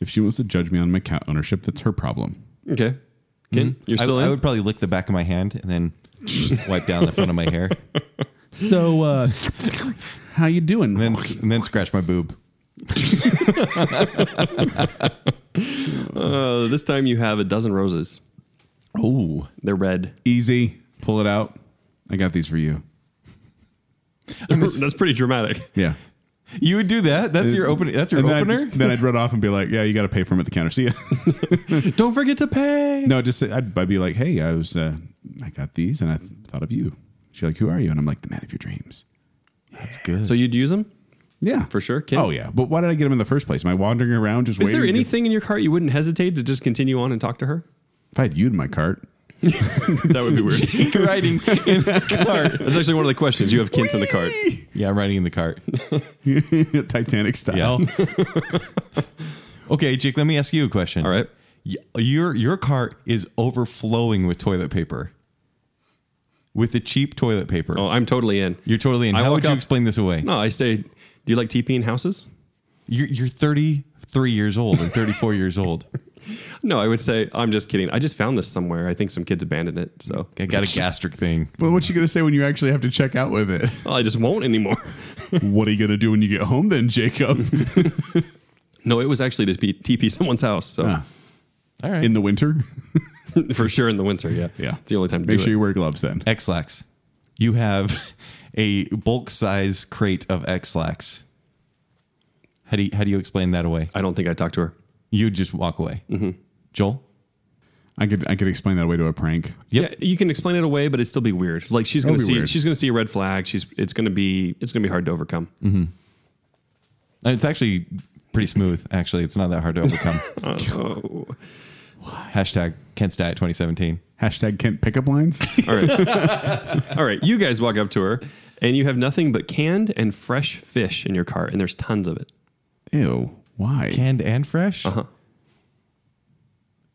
C: If she wants to judge me on my cat ownership, that's her problem.
D: okay, Ken, you're
B: I-
D: still
B: I,
D: in.
B: would probably lick the back of my hand and then wipe down the front of my hair
C: So, uh, how you doing?
B: and then, and then scratch my boob.
D: uh, this time you have a dozen roses.
B: Oh.
D: They're red.
C: Easy, pull it out. I got these for you.
D: That's pretty dramatic.
C: Yeah,
B: You would do that? That's your opening. That's your
C: And then I'd-
B: opener.
C: Then I'd run off and be like, "Yeah, you got to pay for him at the counter." See ya.
D: Don't forget to pay.
C: no, just say- I'd, I'd be like, "Hey, I was, uh, I got these, and I th- thought of you." She's like, "Who are you?" And I'm like, "The man of your dreams."
B: That's good.
D: So you'd use them?
C: Yeah,
D: For sure, Kim.
C: Oh yeah, but why did I get him in the first place? Am I wandering around just?
D: Is there
C: waiting to-
D: anything in your cart you wouldn't hesitate to just continue on and talk to her?
C: if I had you in my cart,
D: That would be weird.
B: You're riding in the cart.
D: That's actually one of the questions. You have kids in the cart.
B: Yeah, I'm riding in the cart.
C: Titanic
B: Yeah.
C: style.
B: okay, Jake. Let me ask you a question.
D: All right.
B: Y- Your your cart is overflowing with toilet paper. With the cheap toilet paper.
D: Oh, I'm totally in.
B: You're totally in.
D: I
B: How
D: walk
B: would you
D: up-
B: explain this away?
D: No, I say, do you like TPing houses?
B: You're, you're 33 years old or 34 years old.
D: No, I would say, I'm just kidding. I just found this somewhere. I think some kids abandoned it. So
B: I got a gastric thing.
C: Well, what's she gonna say when you actually have to check out with it?
D: Well, I just won't anymore.
C: what are you gonna do when you get home, then, Jacob?
D: no, it was actually to be TP someone's house. So
C: Ah.
B: All right.
C: in the winter?
D: for sure in the winter. Yeah. It's the only time to
C: Make
D: do
C: sure
D: it.
C: you wear gloves then.
B: X-Lax. You have a bulk size crate of X-Lax. How do you, how do you explain that away?
D: I don't think I talked to her.
B: You just walk away. Mm-hmm. Joel?
C: I could I could explain that away to a prank.
B: Yep.
D: Yeah, you can explain it away, but it'd still be weird. Like she's gonna
C: It'll be
D: see,
C: weird.
D: she's gonna see a red flag. She's, it's gonna be, it's gonna be hard to overcome.
C: Mm.
B: Uh, It's actually pretty smooth, actually. It's not that hard to overcome.
D: Oh.
B: Hashtag Kent's Diet 2017.
C: Hashtag Kent pickup lines.
D: All right. All right. You guys walk up to her and you have nothing but canned and fresh fish in your cart, and there's tons of it.
C: Ew. Why?
B: Canned and fresh?
D: Uh-huh.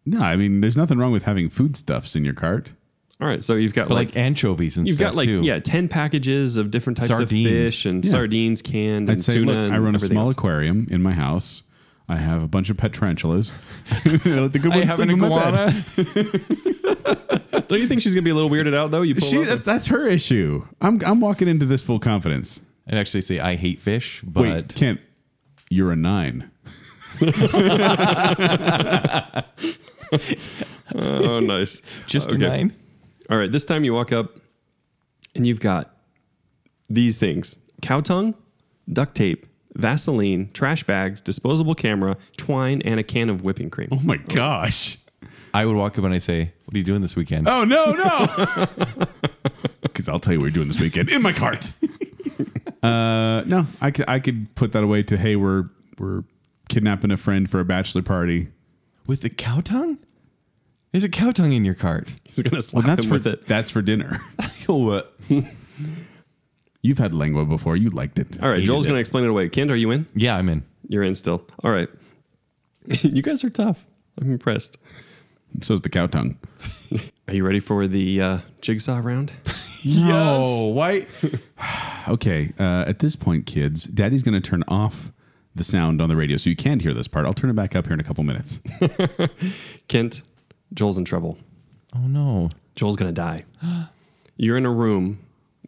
C: no, I mean, there's nothing wrong with having foodstuffs in your cart.
D: All right. So you've got
B: But
D: like,
B: like, anchovies and
D: you've
B: stuff
D: got like
B: too.
D: yeah, ten packages of different types
B: Sardines.
D: of fish and
C: Yeah.
D: sardines canned
C: I'd
D: and
C: say,
D: tuna.
C: look, I
D: and
C: run a
D: everything
C: small
D: else.
C: aquarium in my house. I have a bunch of pet tarantulas. I let the good
B: I
C: ones
B: have an
C: sleep in my bed.
B: iguana.
D: Don't you think she's gonna be a little weirded out though? You pull
C: She,
D: up-
C: that's, that's her issue. I'm, I'm walking into this full confidence.
B: I'd actually say I hate fish, but
C: Wait, Kent, you're a nine.
D: oh nice,
B: just a
D: Okay.
B: nine.
D: All right, this time you walk up and you've got these things cow tongue, duct tape, Vaseline, trash bags, disposable camera, twine, and a can of whipping cream.
C: Oh my gosh.
B: I would walk up and I say, "What are you doing this weekend?"
C: Oh no, no. Because I'll tell you what you're doing this weekend in my cart. uh, no, I could I could put that away to hey we're we're kidnapping a friend for a bachelor party.
B: With the cow tongue? There's a cow tongue in your cart.
D: He's gonna slap
C: Well, that's
D: him
C: for
D: with it.
C: that's for dinner.
B: What?
C: You've had lengua before. You liked it.
D: All right,
C: Hated
D: Joel's
C: it.
D: gonna explain it away. Kent, are you in?
B: Yeah, I'm in.
D: You're in still. All right. you guys are tough. I'm impressed.
C: So's the cow tongue.
D: Are you ready for the uh, jigsaw round?
C: No, why? okay. Uh, at this point, kids, Daddy's gonna turn off the sound on the radio, so you can't hear this part. I'll turn it back up here in a couple minutes.
D: Kent, Joel's in trouble.
B: Oh no.
D: Joel's gonna die. You're in a room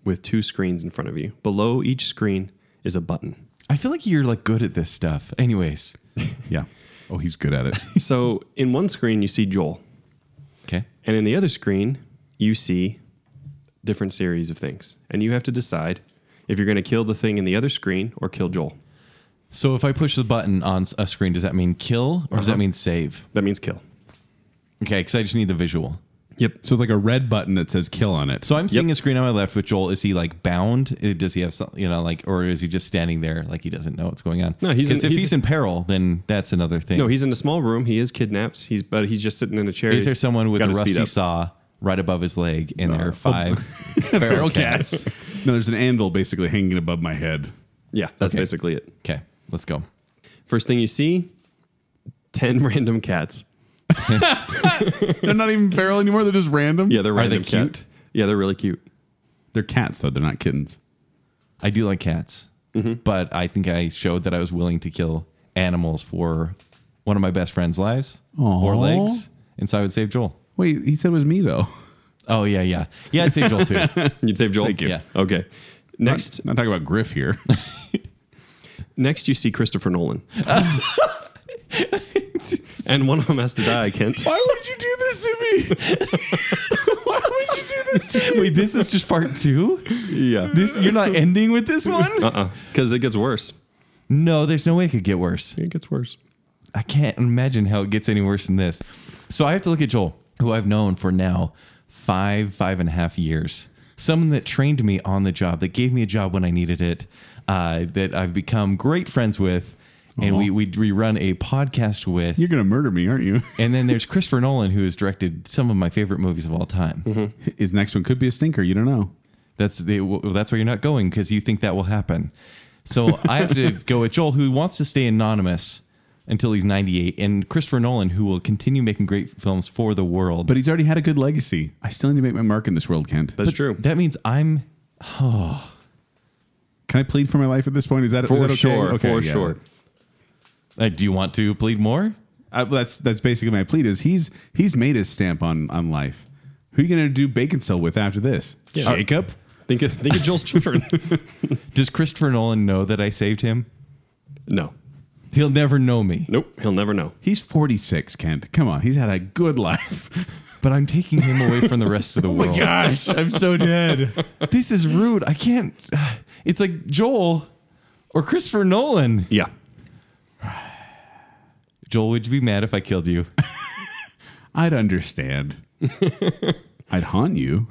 D: with two screens in front of you. Below each screen is a button.
B: I feel like you're like good at this stuff. Anyways.
C: Yeah. Oh, he's good at it.
D: So in one screen you see Joel,
B: Okay.
D: and in the other screen you see different series of things, and you have to decide if you're going to kill the thing in the other screen or kill Joel.
B: So if I push the button on s- a screen, does that mean kill or does that mean save?
D: That means kill.
B: Okay, because I just need the visual.
D: Yep.
C: So it's like a red button that says kill on it.
B: So I'm seeing a screen on my left with Joel. Is he like bound? Uh, Does he have something, you know, like, or is he just standing there like he doesn't know what's going on?
D: No, he's in-
B: 'Cause if
D: he's-
B: he's, in peril, then that's another thing.
D: No, he's in a small room. He is kidnapped. He's but he's just sitting in a chair.
B: Is there someone with
D: Got
B: a
D: his feet
B: rusty
D: up.
B: saw right above his leg, and there are five feral cats?
C: no, there's an anvil basically hanging above my head.
D: Yeah, that's
B: Okay.
D: basically it.
B: Okay, let's go.
D: First thing you see, ten random cats.
C: They're not even feral anymore. They're just random.
D: Yeah, they're
B: Are they
D: random cat.
B: cute?
D: Yeah, they're really cute.
C: They're cats though. They're not kittens.
B: I do like cats, but I think I showed that I was willing to kill animals for one of my best friend's lives or
C: Aw.
B: legs, and so I would save Joel.
C: Wait, he said it was me though.
B: Oh yeah, yeah, yeah. I'd save Joel too.
D: You'd save Joel.
C: Thank you.
B: Yeah.
D: Okay. Next,
C: Not talking about Griff here.
D: Next, you see Christopher Nolan. and one of them has to die, Kent.
B: Why would you do this to me? Why would you do this to me? Wait, this is just part two.
D: Yeah.
B: This you're not ending with this one.
D: Uh-uh. Because uh, it gets worse.
B: No, there's no way it could get worse.
D: It gets worse.
B: I can't imagine how it gets any worse than this. So I have to look at Joel, who I've known for now five, five and a half years. Someone that trained me on the job, that gave me a job when I needed it, uh, that I've become great friends with, and we, we we run a podcast with.
C: You're going to murder me, aren't you?
B: and then there's Christopher Nolan, who has directed some of my favorite movies of all time.
C: His next one could be a stinker. You don't know.
B: That's the well, that's where you're not going because you think that will happen. So I have to go with Joel, who wants to stay anonymous until he's 98, and Christopher Nolan, who will continue making great films for the world.
C: But he's already had a good legacy. I still need to make my mark in this world, Kent.
D: That's true.
B: that means I'm
C: Can I plead for my life at this point? Is that is
D: for
C: that okay?
D: sure.
C: Okay,
D: for
C: yeah.
D: sure.
B: like, uh, do you want to plead more?
C: I, Uh, that's that's basically my plea. Is he's he's made his stamp on on life. Who are you going to do bacon cell with after this?
D: Yeah.
C: Jacob.
D: Think of, think of Joel's children.
B: Does Christopher Nolan know that I saved him?
D: no.
B: He'll never know me,
D: Nope. He'll never know.
C: He's 46, Kent. Come on. He's had a good life.
B: but I'm taking him away from the rest of the world.
C: gosh, I'm so dead.
B: This is rude. I can't. It's like Joel or Christopher Nolan.
D: Yeah.
B: Joel, would you be mad if I killed you?
C: I'd understand. I'd haunt you.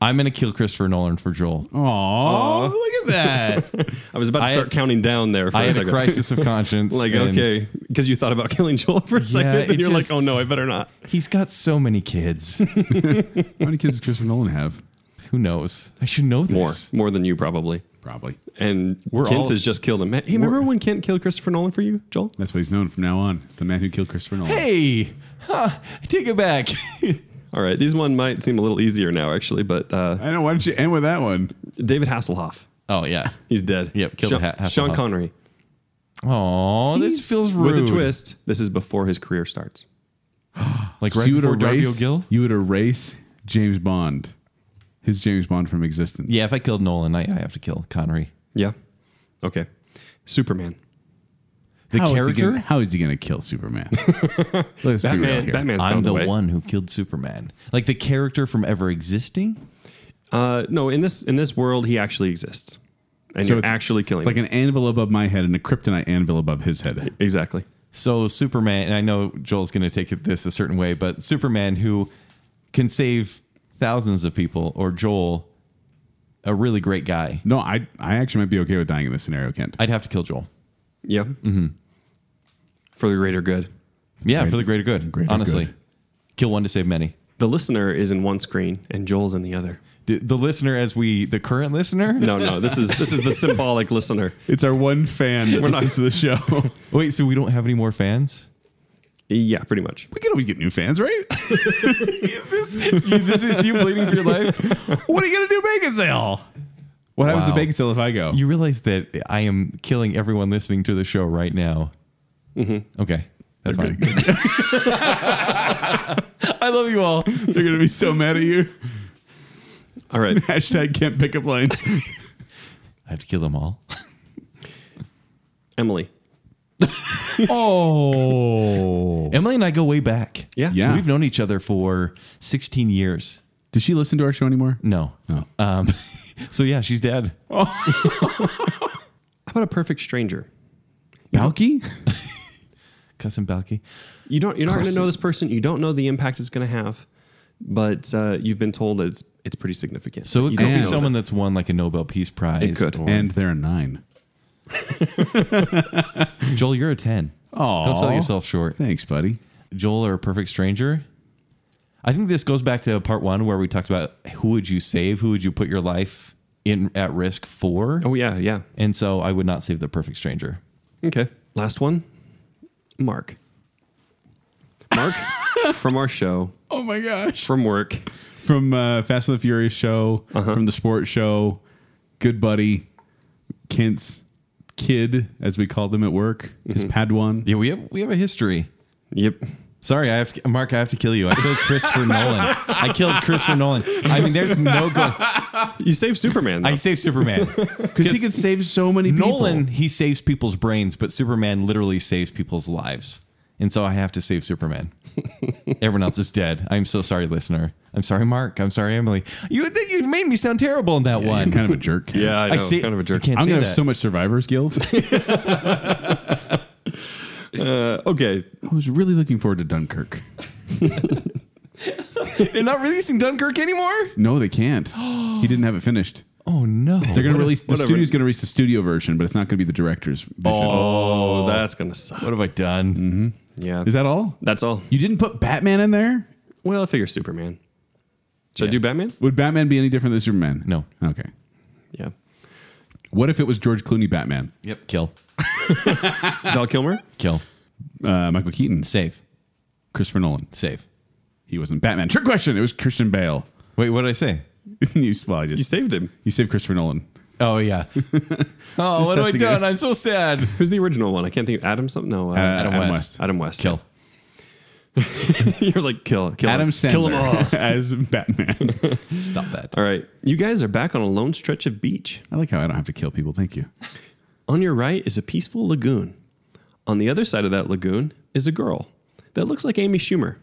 B: I'm gonna kill Christopher Nolan for Joel.
C: Oh, look at that.
D: I was about to
B: I-
D: start counting down there for
B: I
D: a
B: had a
D: second.
B: crisis of conscience.
D: like,
B: and
D: okay. Because you thought about killing Joel for a second.
B: it
D: and you're
B: just-
D: like, oh, no, I better not.
B: He's got so many kids.
C: How many kids does Christopher Nolan have?
B: Who knows? I should know
D: More.
B: this.
D: More than you, probably.
C: Probably.
D: And
B: We're
D: Kent
B: all-
D: has just killed him. Hey, remember when Kent killed Christopher Nolan for you, Joel?
C: That's what he's known from now on. It's the man who killed Christopher Nolan.
B: Hey, huh, I take it back.
D: All right. These one might seem a little easier now, actually, but uh,
C: I know. Why don't you end with that one?
D: David Hasselhoff.
B: oh yeah.
D: He's dead.
B: Yep, killed
D: Sean,
B: Ha-
D: Sean
B: Hasselhoff.
D: Connery.
B: Oh, this feels rude.
D: With a twist, this is before his career starts.
B: Like
C: So
B: right before Darby O'Gill.
C: you would erase James Bond, his James Bond from existence.
B: Yeah, if I killed Nolan, I, I have to kill Connery.
D: Yeah. Okay. Superman.
B: The
C: How is he
B: character.
C: gonna- how is he going to kill Superman? Let's be real
D: Batman,
C: here.
D: Batman's
B: I'm
D: found
B: the
D: a way.
B: one who killed Superman. Like the character from ever existing.
D: Uh, no, in this in this world, he actually exists, and you're actually killing
C: It's like
D: him.
C: an anvil above my head and a kryptonite anvil above his head.
D: exactly.
B: So Superman, and I know Joel's going to take it this a certain way, but Superman who can save thousands of people, or Joel, a really great guy.
C: No, I I actually might be okay with dying in this scenario, Kent.
B: I'd have to kill Joel.
D: Yeah. Mm-hmm. For the greater good,
B: Yeah, for the greater good.
C: greater
B: honestly,
C: good.
B: kill one to save many.
D: the listener is in one screen and Joel's in the other.
B: The, the listener, as we, the current listener.
D: No, no, this is this is the symbolic listener.
C: It's our one fan that listens to the show. we
B: Wait, so we don't have any more fans?
D: Yeah, pretty much.
C: can always get new fans, right?
B: Is this, this is you bleeding for your life?
C: what are you going to do, bacon sale? What happens to
B: Wow.
C: bacon sale if I go?
B: You realize that I am killing everyone listening to the show right now.
D: Mm-hmm.
B: Okay, that's fine. I love you all.
C: They're going to be so mad at you.
D: All right.
C: Hashtag Kent pickup lines.
B: I have to kill them all.
D: Emily.
B: Oh. Emily and I go way back.
D: Yeah.
C: Yeah.
B: We've known each other for 16 years.
C: Does she listen to our show anymore? Oh.
B: No.
C: No.
B: Um, so, yeah, she's dead.
D: How about a perfect stranger?
C: Balky?
B: Cousin Balky.
D: You don't. You're not going to
B: Carson.
D: know this person. You don't know the impact it's going to have, but uh, you've been told that it's it's pretty significant.
B: So, it
D: you
B: could
D: don't
B: be
D: know
B: someone that's won like a Nobel Peace Prize.
D: It could.
B: or-
C: and there are nine.
B: Joel, you're a 10.
C: Aw.
B: Don't sell yourself short.
C: Thanks, buddy.
B: Joel or a perfect stranger? I think this goes back to part one where we talked about who would you save? Who would you put your life in at risk for?
D: that. Oh yeah, yeah.
B: And so I would not save the perfect stranger.
D: Okay. Last one. Mark. Mark from our show,
C: Oh my gosh.
D: from work.
C: From uh, Fast and the Furious show, from the sports show, good buddy, Kent's kid, as we called him at work, his Padawan.
B: Yeah, we have we have a history.
D: Yep.
B: Sorry, I have to, Mark. I have to kill you. I killed Christopher Nolan. I killed Christopher Nolan. I mean, there's no going.
D: You saved Superman. Though.
B: I save Superman because
C: Because he could save so many people.
B: Nolan. He saves people's brains, but Superman literally saves people's lives And so I have to save Superman. Everyone else is dead. I'm so sorry, listener. I'm sorry, Mark. I'm sorry, Emily. You you made me sound terrible in that one.
C: You're kind of a jerk.
D: Yeah, I know.
B: see-
D: kind of a
B: you
D: jerk.
B: can't
C: I'm
B: say
C: gonna
B: that.
C: have so much Survivor's Guild. I
D: Uh, okay,
C: was really looking forward to Dunkirk.
B: They're not releasing Dunkirk anymore.
C: No, they can't. he didn't have it finished.
B: Oh no.
C: They're gonna release the
D: whatever.
C: studio's gonna release the studio version, but it's not gonna be the director's. Version.
D: Oh, that's gonna suck.
B: What have I done?
C: Mm-hmm.
D: Yeah,
C: Is that all?
D: that's all?
C: You didn't put Batman in there?
D: Well, I figure Superman. Should I do Batman?
C: Would Batman be any different than Superman?
B: No.
C: Okay.
D: Yeah,
C: What if it was George Clooney Batman?
B: Yep. Kill.
D: Val Kilmer.
B: Kill.
C: Uh, Michael Keaton,
B: Save.
C: Christopher Nolan.
B: Save.
C: He wasn't Batman. Trick question. It was Christian Bale.
B: Wait, what did I say?
C: you well, I just
D: You saved him.
C: you saved Christopher Nolan.
B: Oh yeah. oh, what have I
C: testing it.
B: done? I'm so sad.
D: Who's the original one? I can't think. of Adam something. No, uh,
C: Adam West.
D: Adam West.
B: Kill.
D: You're like kill. Kill.
C: Adam
D: him.
C: Sandler
D: Kill him all.
C: as Batman.
B: Stop that.
D: All right, you guys are back on a lone stretch of beach.
C: I like how I don't have to kill people. Thank you.
D: On your right is a peaceful lagoon. On the other side of that lagoon is a girl that looks like Amy Schumer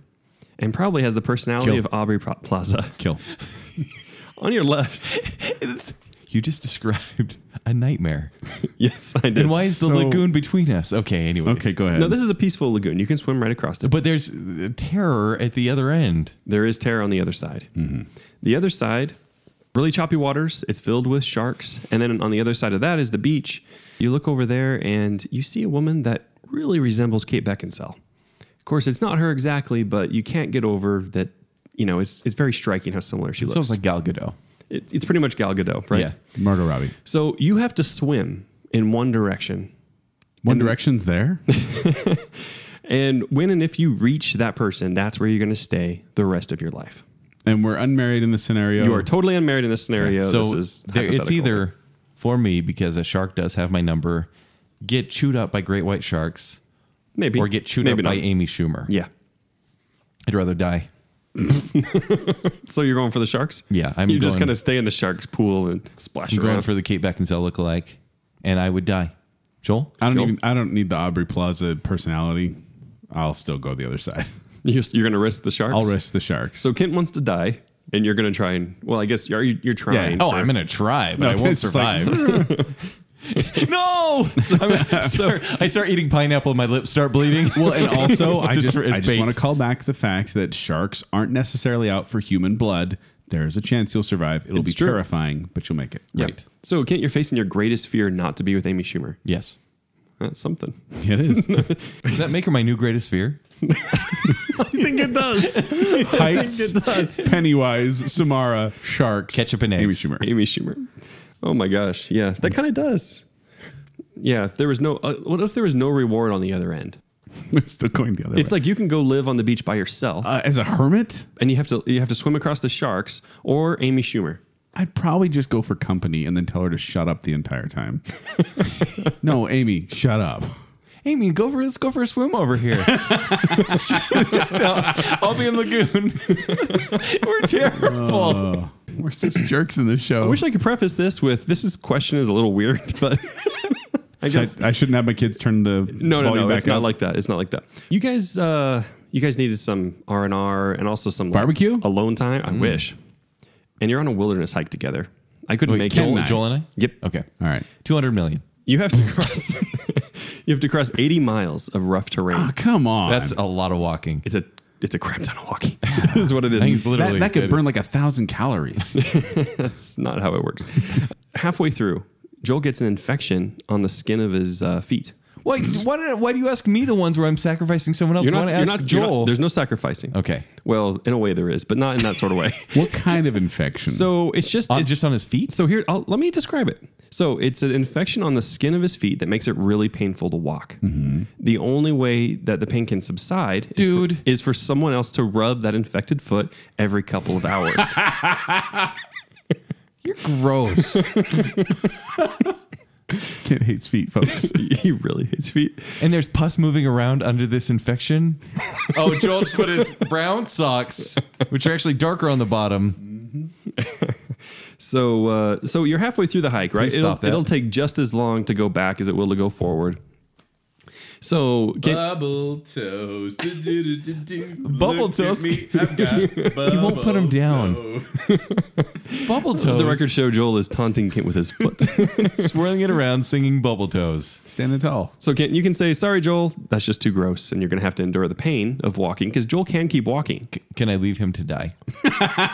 D: and probably has the personality
C: Kill.
D: of Aubrey Pla- Plaza.
C: Kill.
D: On your left,
B: It's- you just described a nightmare.
D: yes, I did.
B: And why is the
C: So-
B: lagoon between us? Okay, anyways.
C: Okay, go ahead.
D: No, this is a peaceful lagoon. You can swim right across it.
B: But there's uh, terror at the other end.
D: There is terror on the other side.
B: Mm-hmm.
D: The other side, really choppy waters. It's filled with sharks. And then on the other side of that is the beach. You look over there and you see a woman that really resembles Kate Beckinsale. Of course, it's not her exactly, but you can't get over that. You know, it's it's very striking how similar she
B: It
D: looks.
B: sounds like Gal Gadot.
D: it, it's pretty much Gal Gadot, right?
B: Yeah.
C: Margot Robbie.
D: So you have to swim in one direction.
C: One Direction's there.
D: And when and if you reach that person, that's where you're going to stay the rest of your life.
C: and we're unmarried in the scenario.
D: You are totally unmarried in this scenario.
B: Oh. So
D: this is
B: there, it's
D: hypothetical.
B: either for me because a shark does have my number, get chewed up by great white sharks,
D: maybe
B: or get chewed
D: maybe
B: up by
D: not.
B: Amy Schumer.
D: Yeah.
B: I'd rather die.
D: So you're going for the sharks?
B: Yeah, I'm
D: You're just
B: going-
D: going to stay in the sharks pool and splash
B: I'm going
D: around.
B: for the Kate Beckinsale lookalike, and I would die. Joel,
C: I don't
D: Joel?
C: even. I don't need the Aubrey Plaza personality. I'll still go the other side.
D: you're you're going to risk the sharks?
C: I'll risk the sharks.
D: So Kent wants to die, and you're going to try and, well, I guess you're, you're trying.
B: Oh,
D: for-
B: I'm gonna try, but
C: No,
B: I won't
C: it's just like-
B: survive. no, so, I'm- so I start eating pineapple, my lips start bleeding.
C: Well, and also, I
B: Just
C: just,
B: for- as
C: I just
B: bait.
C: want to call back the fact that sharks aren't necessarily out for human blood. There's a chance you'll survive. It'll
D: It's
C: be
D: true.
C: terrifying, but you'll make it.
D: Yeah.
B: Right.
D: So Kent, you're facing your greatest fear not to be with Amy Schumer.
B: yes,
D: That's something.
C: It is.
B: does that make her my new greatest fear?
D: I think it does.
C: Heights, Pennywise, Samara, sharks,
B: Ketchup and
C: Amy
B: eggs.
C: Schumer.
D: Amy Schumer. Oh my gosh. Yeah, that kind of does. Yeah, if there was no, uh, what if there was no reward on the other end?
C: We're still going the other
D: It's
C: way.
D: like you can go live on the beach by yourself,
C: uh, as a hermit,
D: and you have to you have to swim across the sharks or Amy Schumer.
C: I'd probably just go for company and then tell her to shut up the entire time. no, Amy, shut up.
B: Amy, go for let's go for a swim over here. so, I'll be in lagoon. We're terrible.
D: Oh.
C: We're such jerks in this show.
D: I wish I could preface this with this is question is a little weird, but I guess
C: I, I shouldn't have my kids turn the
D: no, no,
C: volume
D: no.
C: back
D: It's not
C: up.
D: like that. It's not like that. You guys, uh, you guys needed some R and R and also some like,
C: Barbecue?
D: alone time.
B: Mm-hmm.
D: I wish. And you're on a wilderness hike together. I couldn't make
B: Joel,
D: it.
B: Joel and I.
D: Yep.
B: Okay.
C: All right.
B: Two hundred million.
D: You have to cross. you have to cross 80 miles of rough terrain.
B: Ah.
C: Oh, come on.
B: That's a lot of walking.
D: It's a it's a crap ton of walking. is what it is.
B: I think it's
C: that,
B: literally
C: that could
B: it
C: burn
B: is.
C: like a thousand calories.
D: That's not how it works. Halfway through, Joel gets an infection on the skin of his uh, feet.
B: Why? Why, did, why do you ask me the ones where I'm sacrificing someone else?
D: You're
B: Why
D: not,
B: don't I
D: you're
B: ask
D: not, you're not-
B: Joel.
D: There's no sacrificing.
B: okay.
D: Well, in a way there is, but not in that sort of way.
C: what kind of infection?
D: So it's just
B: On,
D: it's-
B: just on his feet.
D: So here, I'll, let me describe it. So it's an infection on the skin of his feet that makes it really painful to walk.
B: Mm-hmm.
D: The only way that the pain can subside, is for-
B: Dude.
D: is for, someone else to rub that infected foot every couple of hours.
B: You're gross.
C: kid hates feet, folks.
D: he really hates feet.
B: and there's pus moving around under this infection. oh, Joel just put his brown socks, which are actually darker on the bottom.
D: So, uh, so you're halfway through the hike, right?
B: Please
D: It'll,
B: stop that.
D: it'll take just as long to go back as it will to go forward. So can,
C: Bubble toes.
B: Bubble
C: Bubble
B: toes.
C: I've got bubble
B: You won't put him down.
C: toes.
B: Bubble
D: let
B: toes.
D: the record show Joel is taunting Kent with his foot.
B: swirling it around, singing bubble toes.
C: Standing tall.
D: so Kent, you can say, "Sorry, Joel, that's just too gross," and you're going to have to endure the pain of walking because Joel can keep walking.
B: C- can I leave him to die?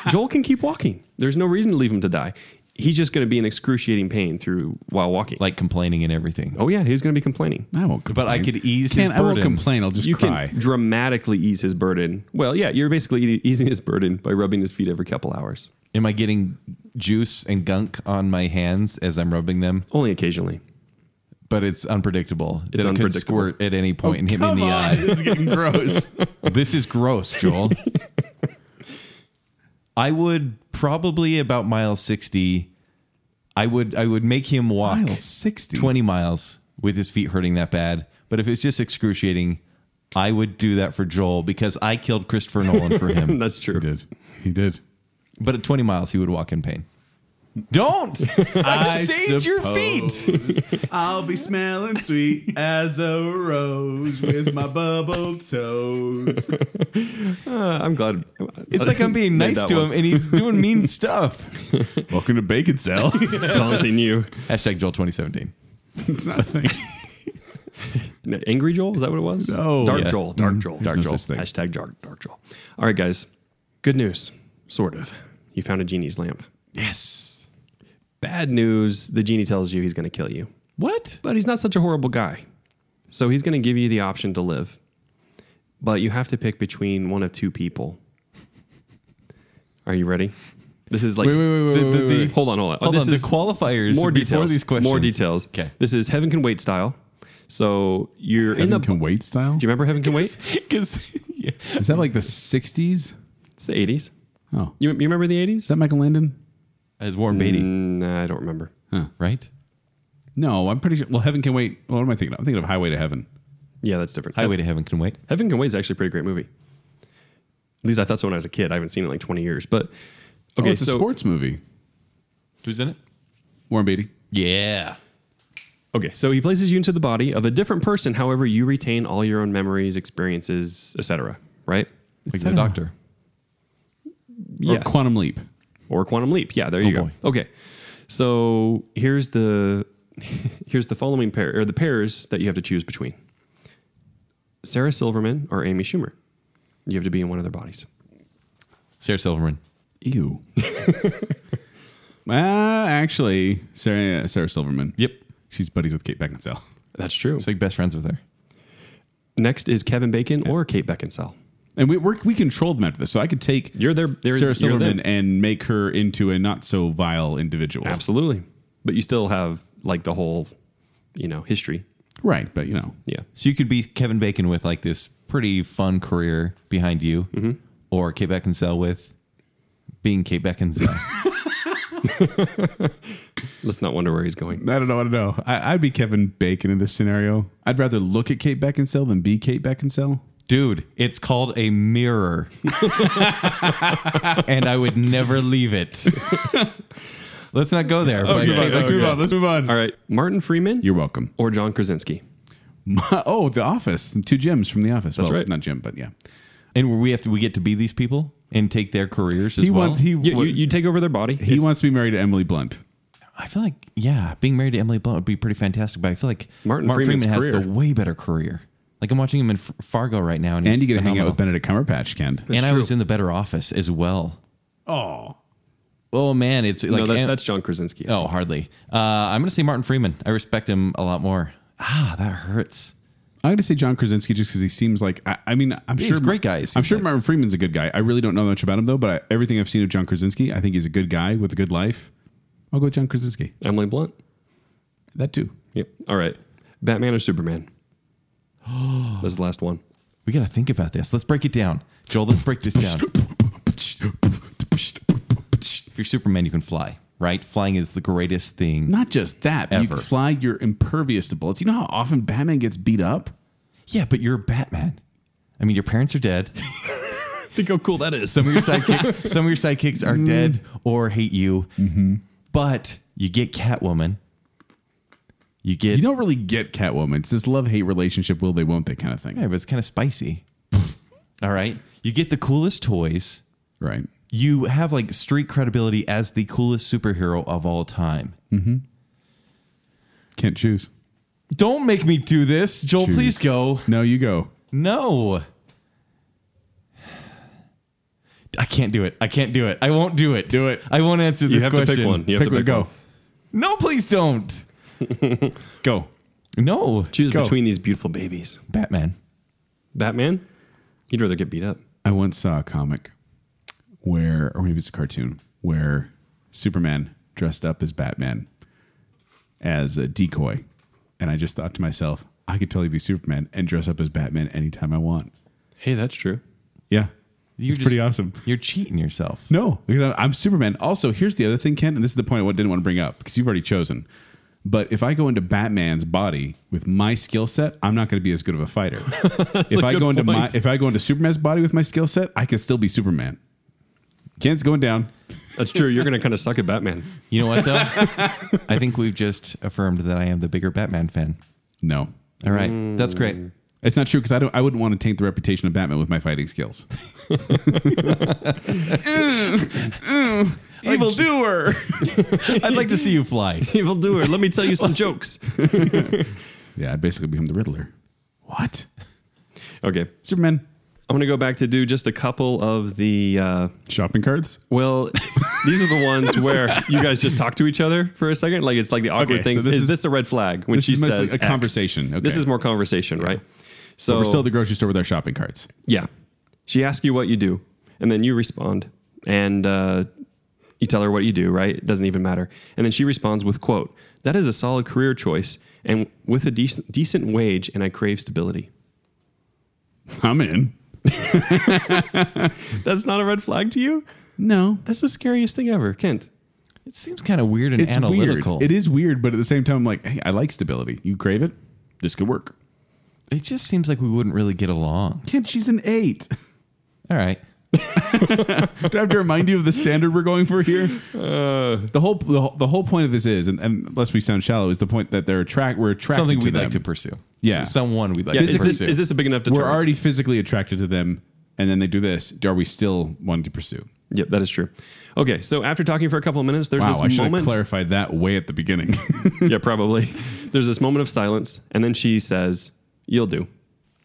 D: Joel can keep walking. There's no reason to leave him to die. He's just going to be in excruciating pain through while walking.
B: Like complaining and everything.
D: oh yeah, he's going to be complaining.
C: I won't complain.
B: But I could ease his
C: Can't, I won't
B: burden.
C: complain. I'll just
D: You
C: cry.
D: can dramatically ease his burden. Well, yeah, you're basically e- easing his burden by rubbing his feet every couple hours,
B: Am I getting juice and gunk on my hands as I'm rubbing them?
D: only occasionally.
B: But it's unpredictable.
D: It's
B: that it could
D: unpredictable.
B: squirt at any point and hit me in the eye.
C: This is getting gross.
B: this is gross, Joel. I would probably about mile sixty. I would I would make him walk
C: Mile 60?
B: twenty miles with his feet hurting that bad. But if it's just excruciating, I would do that for Joel because I killed Christopher Nolan for him.
D: That's true.
C: he did. He did.
B: But at twenty miles, he would walk in pain. Don't I, saved your feet.
F: I'll be smelling sweet as a rose with my bubble toes.
D: Uh, I'm glad.
B: It's like I'm being
D: Made
B: nice
D: that
B: to
D: one.
B: him and he's doing mean stuff.
C: Welcome to Bacon Cell.
D: taunting you.
B: Hashtag Joel 2017.
C: it's not a thing.
D: Angry Joel? Is that what it was?
C: No.
D: Dark
B: Yeah.
D: Joel. Dark Joel. Dark
C: no
D: Joel.
C: such thing.
D: Hashtag dark, dark Joel. All right, guys. Good news. Sort of. You found a genie's lamp.
B: Yes.
D: Bad news. The genie tells you he's going to kill you.
B: What?
D: But he's not such a horrible guy. So he's going to give you the option to live. But you have to pick between one of two people. Are you ready? This is like.
C: Wait, wait, wait, wait,
B: The- the-
C: wait,
B: the-
C: wait.
D: Hold on, hold on.
B: Hold
D: Oh, this
B: on,
D: is
B: the qualifiers
D: more
B: before
D: details.
B: these questions.
D: More details.
B: Okay.
D: This is Heaven Can Wait style. So you're in the.
C: Heaven Can Wait style?
D: do you remember Heaven Can Wait?
B: Because
C: Is that like the 60s?
D: It's the 80s.
C: Oh. Is
D: You, you remember the 80s?
C: that Michael Landon?
B: as Warren Beatty,
D: Nah, I don't remember.
B: right?
C: No, I'm pretty sure. Well, Heaven Can Wait. What am I thinking of? I'm thinking of Highway to Heaven.
D: Yeah, that's different.
B: Highway to Heaven can wait.
D: Heaven Can Wait is actually a pretty great movie. At least I thought so when I was a kid. I haven't seen it in like 20 years. But okay,
C: oh, it's a
D: so
C: sports movie.
B: Who's in it?
C: Warren Beatty.
B: Yeah.
D: okay, so he places you into the body of a different person. However, you retain all your own memories, experiences, etc. Right?
B: Like the
C: Sarah.
B: doctor.
C: Or Quantum Leap.
D: or quantum leap. Yeah, there you
B: Oh,
D: go.
B: boy.
D: Okay, so here's the here's the following pair or the pairs that you have to choose between: Sarah Silverman or Amy Schumer. You have to be in one of their bodies.
B: Sarah Silverman.
C: Ew. uh, actually, Sarah, Sarah Silverman.
B: Yep.
C: She's buddies with Kate Beckinsale.
D: That's true.
B: It's like best friends with her.
D: Next is Kevin Bacon or Kate Beckinsale.
C: And we we're, we controlled them after this, so I could take
D: You're their they're,
C: Sarah
D: you're
C: Silverman
D: them.
C: and make her into a not so vile individual.
D: Absolutely, but you still have like the whole you know history.
C: Right, but you know,
D: Yeah,
B: So you could be Kevin Bacon with like this pretty fun career behind you, or Kate Beckinsale with being Kate Beckinsale.
D: let's not wonder where he's going.
C: I don't know. I don't know. I, I'd be Kevin Bacon in this scenario. I'd rather look at Kate Beckinsale than be Kate Beckinsale.
B: Dude, it's called a mirror. and I would never leave it. Let's not go there. but Kate Beckinsale-
C: Let's move on.
D: All right, Martin Freeman
C: You're welcome.
D: or John Krasinski.
C: oh, The Office. Two Jims from The Office. That's
D: right.
C: Not Jim, but yeah.
B: And we have to we get to be these people and take their careers as
C: He
B: well.
C: wants. He,
D: You,
C: wa-
D: you, you take over their body.
C: he
D: It's-
C: wants to be married to Emily Blunt.
B: I feel like yeah, being married to Emily Blunt would be pretty fantastic. But I feel like
D: Martin
B: Freeman
D: Freeman's
B: has
D: career.
B: the way better career. Like I'm watching him in F- Fargo right now, and he's
C: And you get to hang out
B: phenomenal.
C: with Benedict Cumberbatch, Kent.
B: And I was in the Better Office as well.
C: Oh,
B: Oh man, it's like
D: no, that's,
B: Em-
D: that's John Krasinski.
B: Oh, hardly. Uh, I'm going to say Martin Freeman. I respect him a lot more. Ah, that hurts.
C: I'm going to say John Krasinski just because he seems like. I, I mean, I'm
B: He's
C: sure
B: a great guy, it
C: I'm
B: seems
C: sure
B: like.
C: Martin Freeman's a good guy. I really don't know much about him though, but I, everything I've seen of John Krasinski, I think he's a good guy with a good life. I'll go with John Krasinski.
D: Emily Blunt.
C: That too.
D: Yep. All right. Batman or Superman? That's the last one.
B: We got to think about this. Let's break it down. Joel, let's break this down. If you're Superman, you can fly, right? Flying is the greatest thing.
C: Not just that, but you
B: Ever.
C: can fly. You're impervious to bullets. You know how often Batman gets beat up.
B: Yeah, but you're Batman. I mean, your parents are dead.
D: Think how cool that is. Mm-hmm.
B: Some of your sidekick, some of your sidekicks are dead or hate you. But you get Catwoman. You get
C: You don't really get Catwoman. It's this love hate relationship, will they, won't they kind of thing.
B: yeah, but it's kind of spicy. All right, you get the coolest toys.
C: Right.
B: You have like street credibility as the coolest superhero of all time.
C: Can't choose.
B: Don't make me do this, Joel.
C: Choose.
B: Please go.
C: No, you go.
B: No. I can't do it. I can't do it. I won't do it.
C: Do it.
B: I won't answer this
D: You have
B: question.
D: to pick one. You have
C: Pick
D: to
C: one.
D: pick
C: Go.
D: one.
B: No, please don't.
C: Go.
B: No.
D: Choose
C: Go.
D: between these beautiful babies.
B: Batman.
D: Batman? You'd rather get beat up.
C: I once saw a comic where, or maybe it's a cartoon, where Superman dressed up as Batman as a decoy. And I just thought to myself, I could totally be Superman and dress up as Batman anytime I want.
D: Hey, that's true.
C: Yeah.
B: You're
C: it's pretty
B: just-
C: awesome.
B: You're cheating yourself.
C: No, because I- I'm Superman. Also, here's the other thing, Ken, and this is the point I wa- didn't want to bring up because you've already chosen. But if I go into Batman's body with my skill set, I'm not going to be as good of a fighter. if
D: a
C: I
D: good
C: go into my,
D: point.
C: if I go into Superman's body with my skill set, I can still be Superman. Ken's going down.
D: That's true. You're going to kind of suck at Batman.
B: You know what though? I think we've just affirmed that I am the bigger Batman fan.
C: No,
B: All right. That's great.
C: it's not true because I don't. I wouldn't want to taint the reputation of Batman with my fighting skills.
B: Evil doer. I'd like to see you fly.
D: Evil doer, let me tell you some jokes.
C: Yeah, I'd basically become the Riddler. What?
D: Okay. I'm
C: Superman
D: going to go back to do just a couple of the. Uh,
C: shopping carts?
D: Well, these are the ones where you guys just talk to each other for a second. Like it's like the awkward
C: Okay, so
D: things.
C: this
D: is,
C: is-
D: this a red flag when
C: this
D: she
C: is mostly
D: says
C: a
D: X?
C: conversation, okay.
D: This is more conversation, right? So Oh.
C: We're still at the grocery store with our shopping carts.
D: yeah, she asks you what you do, and then you respond, and uh, you tell her what you do. Right? It doesn't even matter. And then she responds with quote, "That is a solid career choice, and with a decent decent wage, and I crave stability."
C: I'm in.
D: That's not a red flag to you.
C: No,
D: That's the scariest thing ever, Kent.
B: It seems kind of weird and
C: it's
B: analytical.
C: Weird. It is weird, but at the same time, I'm like, hey, I like stability. You crave it? This could work.
B: it just seems like we wouldn't really get along.
C: Ken, she's an eight.
B: All right.
C: Do I have to remind you of the standard we're going for here?
B: Uh,
C: the whole the, whole- the whole point of this is, and, and unless we sound shallow, is the point that they're attract we're attracted
B: Something
C: to
B: we'd
C: them.
B: like to pursue.
C: Yeah.
B: S- Someone we'd like
D: Yeah,
B: to
D: is this
B: pursue.
D: is this a big enough
C: we're
D: deterrent?
C: already physically attracted to them, and then they do this. Are we still wanting to pursue?
D: Yep, that is true. Okay, so after talking for a couple of minutes, there's
C: Wow, I
D: this
C: should have
D: moment.
C: clarified that way at the beginning.
D: yeah, probably. There's this moment of silence, and then she says, "You'll do."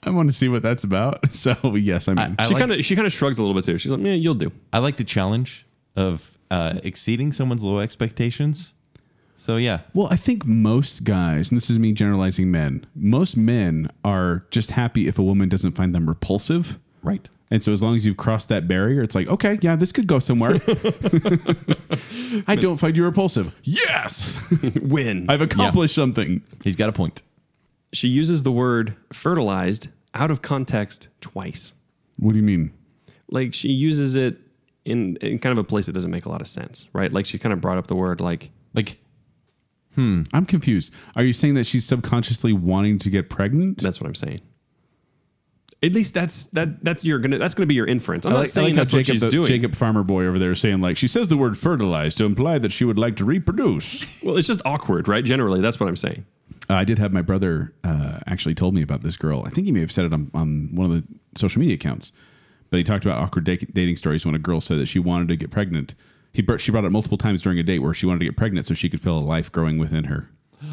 C: I want to see what that's about. So yes, I'm in.
B: I
D: she
B: like-
D: kind of she kind of shrugs a little bit too. She's like, "Yeah, you'll do."
B: I like the challenge of uh, exceeding someone's low expectations. So yeah,
C: Well, I think most guys, and this is me generalizing men, most men are just happy if a woman doesn't find them repulsive.
B: right.
C: And so as long as you've crossed that barrier, it's like, okay, yeah, this could go somewhere. I don't find you repulsive. Yes,
D: Win.
C: I've accomplished something.
B: He's got a point.
D: she uses the word "fertilized" out of context twice.
C: What do you mean?
D: Like she uses it in in kind of a place that doesn't make a lot of sense, right? Like she kind of brought up the word like.
B: Like
D: Hmm.
C: I'm confused. Are you saying that she's subconsciously wanting to get pregnant?
D: That's what I'm saying. At least that's that that's your gonna that's gonna be your inference. I'm
C: I
D: not
C: like- I
D: saying
C: like how
D: that's what
C: Jacob,
D: she's
C: the-
D: doing.
C: Jacob Farmer Boy over there is saying like she says the word fertilize to imply that she would like to reproduce.
D: Well, it's just awkward, right? Generally, that's what I'm saying.
C: Uh, I did have my brother uh, actually told me about this girl. I think he may have said it on, on one of the social media accounts, but he talked about awkward da- dating stories when a girl said that she wanted to get pregnant. He br- she brought it multiple times during a date where she wanted to get pregnant so she could feel a life growing within her,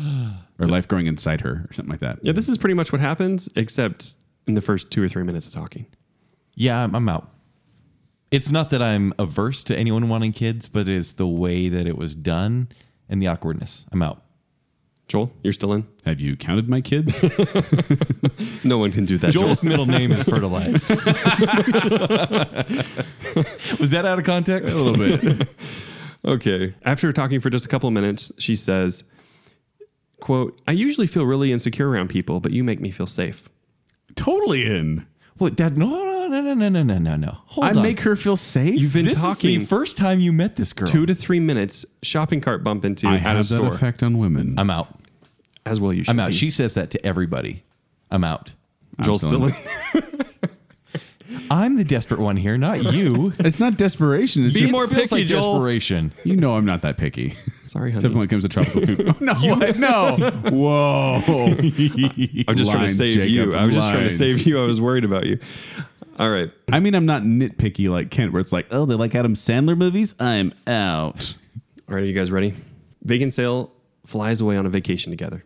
C: or life growing inside her, or something like that.
D: Yeah, this is pretty much what happens, except in the first two or three minutes of talking.
B: Yeah, I'm, I'm out. It's not that I'm averse to anyone wanting kids, but it's the way that it was done and the awkwardness. I'm out.
D: Joel, you're still in.
C: Have you counted my kids?
D: No one can do that. Joel,
B: Joel's middle name is fertilized. was that out of context?
C: a little bit.
D: okay. After talking for just a couple minutes, she says, "Quote: I usually feel really insecure around people, but you make me feel safe."
C: totally in.
B: What? That? No, no, no, no, no, no, no, no, no. Hold
C: I
B: on.
C: make her feel safe.
D: You've been
B: this is
D: talking
B: the first time you met this girl.
D: two to three minutes. Shopping cart bump into
C: I
D: at a
C: have that
D: store.
C: effect on women.
B: I'm out.
D: As well, you should.
B: I'm out.
D: be.
B: She says that to everybody. I'm out.
D: Joel's
C: still
D: still
C: in.
D: in.
B: I'm the desperate one here, not you.
C: It's not desperation. It's
D: Be
C: just,
D: more
B: It feels
D: picky,
B: like
D: Joel.
B: desperation.
C: you know I'm not that picky.
D: Sorry,
C: Except when
D: honey.
C: it comes to tropical food. no, I- no. Whoa.
D: I'm just trying to
C: Lines,
D: save
C: Jacob,
D: you. I was just trying to
C: lines.
D: save you. I was worried about you. All right.
C: I mean, I'm not nitpicky like Kent, where it's like, oh, they like Adam Sandler movies. I'm out.
D: All right, are you guys ready? Bacon Sale flies away on a vacation together.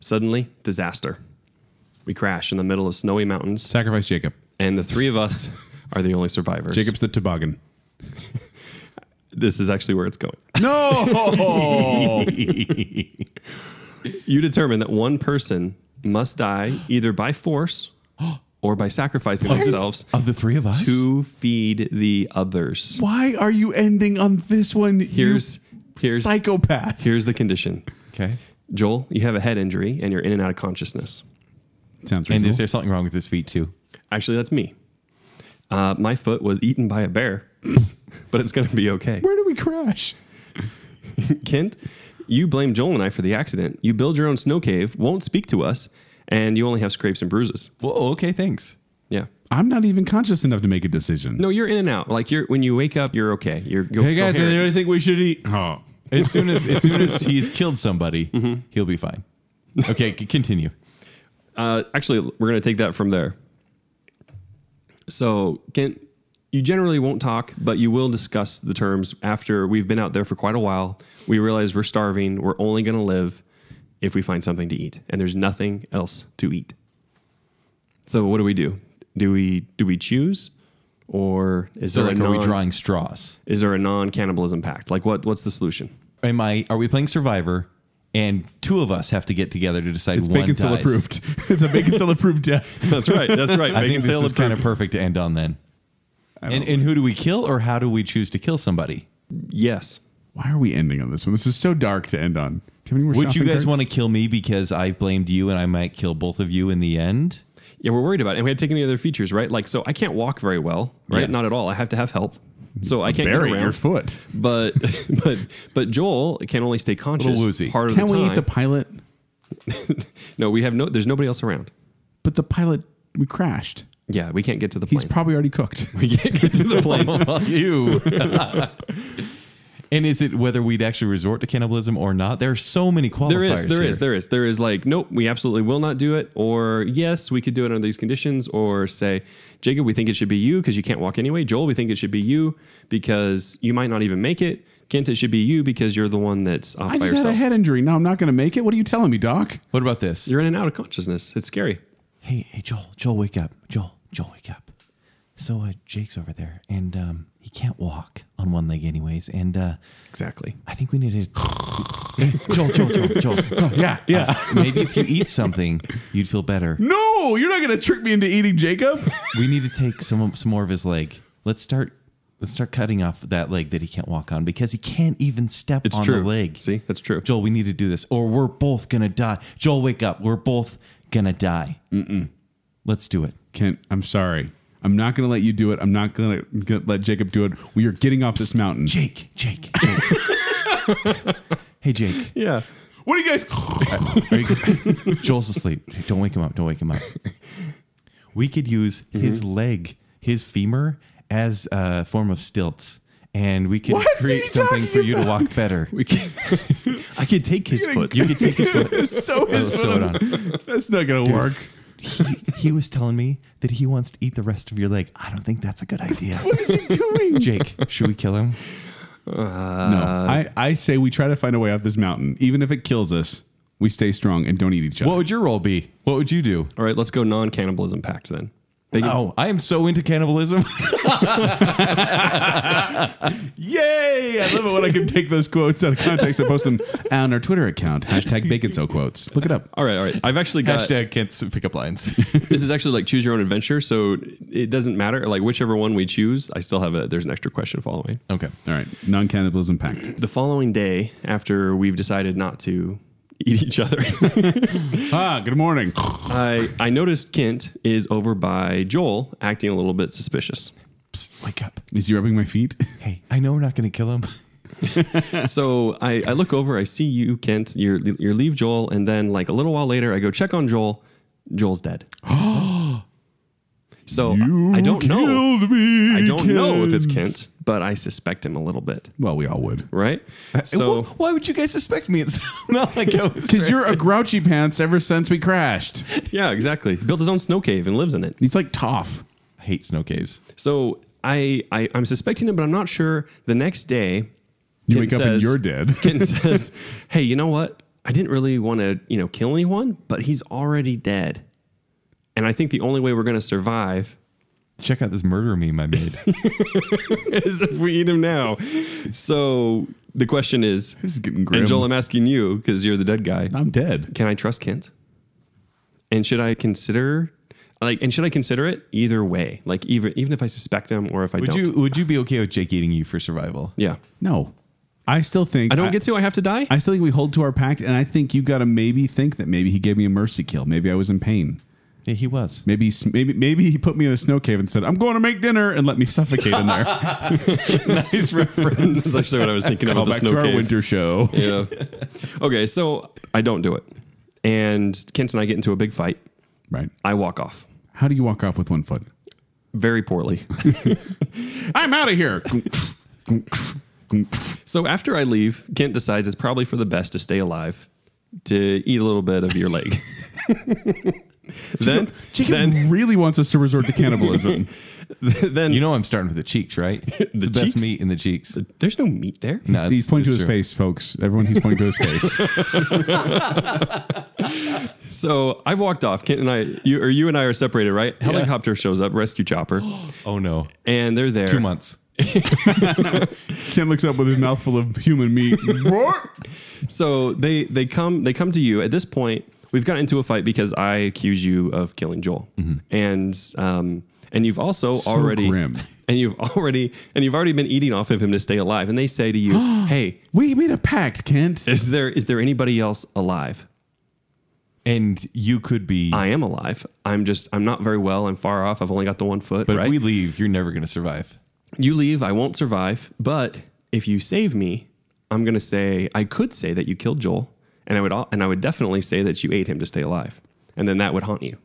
D: Suddenly, disaster. We crash in the middle of snowy mountains,
C: Sacrifice Jacob.
D: and the three of us are the only survivors.
C: Jacob's the toboggan.
D: this is actually where it's going.
C: No.
D: You determine that one person must die either by force or by sacrificing themselves
B: Of the three of us,
D: to feed the others.
C: Why are you ending on this one? you
D: Here's here's
C: psychopath.
D: here's the condition.
B: okay.
D: Joel, you have a head injury and you're in and out of consciousness.
C: Sounds
B: And is
C: reasonable.
B: there something wrong with his feet too?
D: Actually, that's me. Uh, my foot was eaten by a bear, but it's going to be okay.
C: Where do we crash?
D: Kent, you blame Joel and I for the accident. You build your own snow cave, won't speak to us, and you only have scrapes and bruises.
B: Whoa, oh, okay, thanks.
D: Yeah.
C: I'm not even conscious enough to make a decision.
D: No, you're in and out. Like you're when you wake up, you're okay. You're you're
C: Hey guys, I
D: coherent.
C: really think we should eat. Oh.
B: As soon as as soon as he's killed somebody, he'll be fine. Okay, c- continue.
D: Uh, actually, we're going to take that from there. So, Kent, you generally won't talk, but you will discuss the terms after we've been out there for quite a while. We realize we're starving. We're only going to live if we find something to eat, and there's nothing else to eat. So, what do we do? Do we do we choose, or is
B: So,
D: there
B: like,
D: a
B: are we
D: non,
B: drawing straws?
D: is there a non cannibalism pact? Like, what what's the solution?
B: Am I? Are we playing Survivor? And two of us have to get together to decide
C: It's
B: one
C: bacon still
B: dies.
C: approved. it's a bacon still approved death.
D: That's right. That's right.
B: I think this is kind of perfect to end on then. And, and who do we kill, or how do we choose to kill somebody?
D: yes.
C: Why are we ending on this one? This is so dark to end on. Do you have any more
B: Would you
C: shopping
B: guys
C: carts?
B: want to kill me because I blamed you and I might kill both of you in the end?
D: Yeah, we're worried about it. And we had to take any other features, right? Like, so I can't walk very well, right?
B: Yeah.
D: Not at all. I have to have help. So I can't
C: bury
D: get around.
C: your foot?
D: But, but, but Joel can only stay conscious
B: woozy.
D: part of
C: Can
D: the
C: we
D: time.
C: eat the pilot?
D: no, we have no, there's nobody else around.
C: But the pilot, we crashed.
D: Yeah, we can't get to the plane.
C: He's probably already cooked.
D: we can't get to the plane.
B: you. and is it whether we'd actually resort to cannibalism or not? There are so many qualifiers.
D: There is, there
B: here.
D: is, there is, there is like, nope, we absolutely will not do it. Or yes, we could do it under these conditions. Or say, Jacob, we think it should be you because you can't walk anyway. Joel, we think it should be you because you might not even make it. Kent, it should be you because you're the one that's off
C: I
D: by
C: just had
D: yourself.
C: a head injury. Now I'm not going to make it. What are you telling me, Doc?
B: What about this?
D: You're in and out of consciousness. It's scary.
B: hey, hey, Joel, Joel, wake up, Joel, Joel, wake up. So uh, Jake's over there, and um, he can't walk on one leg, anyways. And uh,
D: Exactly.
B: I think we need to. Joel, Joel, Joel, Joel. yeah, yeah. maybe if you eat something, you'd feel better.
C: No, you're not going to trick me into eating Jacob.
B: We need to take some some more of his leg. Let's start. Let's start cutting off that leg that he can't walk on because he can't even step
D: It's
B: on
D: true.
B: the leg.
D: See, that's true.
B: Joel, we need to do this, or we're both gonna die. Joel, wake up. We're both gonna die. Mm-mm. Let's do it.
C: Kent, I'm sorry. I'm not going to let you do it. I'm not going to let Jacob do it. We are getting off this mountain.
B: Jake, Jake, Jake. hey, Jake.
D: Yeah.
C: What are you guys?
B: Are you- Joel's asleep. Don't wake him up. Don't wake him up. We could use
C: Mm-hmm.
B: his leg, his femur, as a form of stilts, and we could
C: What are
B: create
C: you
B: something for
C: talking
B: you to walk better.
D: We can, I could take his foot.
B: You could take his foot.
C: so
B: Oh,
C: his
B: sew it on.
C: That's not going to work.
B: He was telling me that he wants to eat the rest of your leg. I don't think that's a good idea.
C: What is he doing?
B: Jake, should we kill him?
C: No, I, I say we try to find a way off this mountain. Even if it kills us, we stay strong and don't eat each other.
B: What would your role be? What would you do?
D: All right, let's go non-cannibalism pact then. They can-
B: Oh, I am so into cannibalism.
C: Yay! I love it when I can take those quotes out of context and post them on our Twitter account. Hashtag bacon so quotes. Look it up.
D: All right, all right. I've actually got
B: Hashtag can't s- pick up lines.
D: this is actually like choose your own adventure, so it doesn't matter. Like whichever one we choose, I still have a there's an extra question following.
B: okay.
C: All right. Non cannibalism pact.
D: The following day, after we've decided not to eat each other,
C: Ah, good morning.
D: I I noticed Kent is over by Joel acting a little bit suspicious.
B: Psst, wake up.
C: Is he rubbing my feet?
B: Hey, I know we're not going to kill him.
D: So I, I look over, I see you, Kent. You're you leave Joel, and then like a little while later, I go check on Joel. Joel's dead. So I don't know.
B: Killed me,
D: I don't know if it's
B: Ken.
D: Kent, but I suspect him a little bit,
C: Well, we all would.
D: right?
C: Uh,
B: Well,
D: So
B: why would you guys suspect me? It's not like I was
C: Because you're a grouchy pants ever since we crashed.
D: yeah, exactly. He built his own snow cave and lives in it.
C: He's like tough.
B: I hate snow caves.
D: So I, I I'm suspecting him, but I'm not sure. The next day,
C: You
D: Kent
C: wake up and
D: says-
C: you're dead.
D: Kent says, "Hey, you know what? I didn't really want to, you know, kill anyone, but he's already dead, and I think the only way we're going to survive
B: Check out this murder meme I made.
D: is if we eat him now." So the question is,
C: This is getting grim.
D: and Joel, I'm asking you because you're the dead guy.
C: I'm dead.
D: Can I trust Kent? And should I consider? Like and should I consider it either way? Like even even if I suspect him or if I
B: would
D: don't.
B: you would you be okay with Jake eating you for survival?
D: Yeah.
C: No. I still think
D: I don't get to I have to die?
C: I still think we hold to our pact, and I think you got to maybe think that maybe he gave me a mercy kill. Maybe I was in pain.
B: Yeah, he was.
C: Maybe s- maybe maybe he put me in a snow cave and said, "I'm going to make dinner," and let me suffocate in there.
B: Nice reference.
D: That's actually what I was thinking
C: Call
D: about the
C: back
D: snow
C: to our
D: cave.
C: winter show.
D: Yeah. okay, so I don't do it. And Kent and I get into a big fight.
C: Right?
D: I walk off
C: How do you walk off with one foot?
D: very poorly.
C: I'm out of here.
D: so after I leave, Kent decides it's probably for the best to stay alive to eat a little bit of your leg. then
C: Chicken really wants us to resort to cannibalism.
D: then
B: You know I'm starting with the cheeks, right? the best
D: cheeks?
B: meat in the cheeks.
D: there's no meat there.
B: no, it's-
C: he's pointing to
B: it's
C: his
B: true.
C: face, folks. Everyone, he's pointing to his face.
D: So I've walked off. Kent and I you or you and I are separated, right? Helicopter shows up, rescue chopper,
B: Oh no.
D: and they're there.
B: Two months.
C: Ken looks up with his mouth full of human meat.
D: So they they come they come to you at this point. We've gotten into a fight because I accuse you of killing Joel, and um, and you've also already
C: grim.
D: and you've already and you've already been eating off of him to stay alive. And they say to you, "Hey,
C: we made a pact, Kent.
D: is there is there anybody else alive?
B: And you could be
D: I am alive. I'm just I'm not very well. I'm far off. I've only got the one foot.
B: but
D: right?
B: if we leave, you're never gonna survive.
D: you leave, I won't survive. But if you save me, I'm gonna say I could say that you killed Joel, and I would al- and I would definitely say that you ate him to stay alive, and then that would haunt you.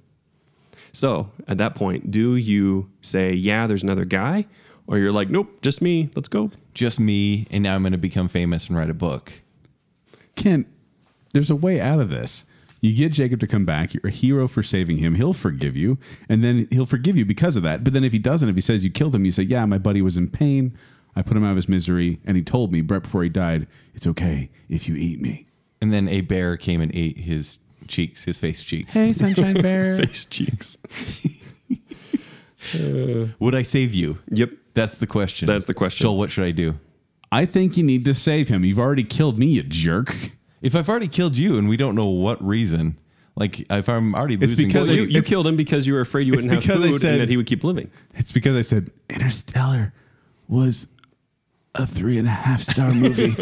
D: So at that point, do you say yeah, there's another guy, or you're like nope, just me, let's go?
B: Just me, and now I'm gonna become famous and write a book.
C: Kent, there's a way out of this. You get Jacob to come back. You're a hero for saving him. He'll forgive you, and then he'll forgive you because of that. But then if he doesn't, if he says you killed him, you say, "Yeah, my buddy was in pain. I put him out of his misery, and he told me right before he died, it's okay if you eat me."
B: And then a bear came and ate his cheeks, his face cheeks.
C: sunshine bear.
D: Face cheeks.
B: Would I save you?
D: Yep.
B: That's the question.
D: That's the question.
B: Joel, what should I do?
C: I think you need to save him. You've already killed me, you jerk.
B: If I've already killed you and we don't know what reason, like if I'm already losing
C: because
D: Well,
B: sleep-
D: you, you killed him because you were afraid you
C: it's
D: wouldn't have
C: because I
D: food
C: said-
D: and that he would keep living.
C: It's because I said Interstellar was a three and a half star movie.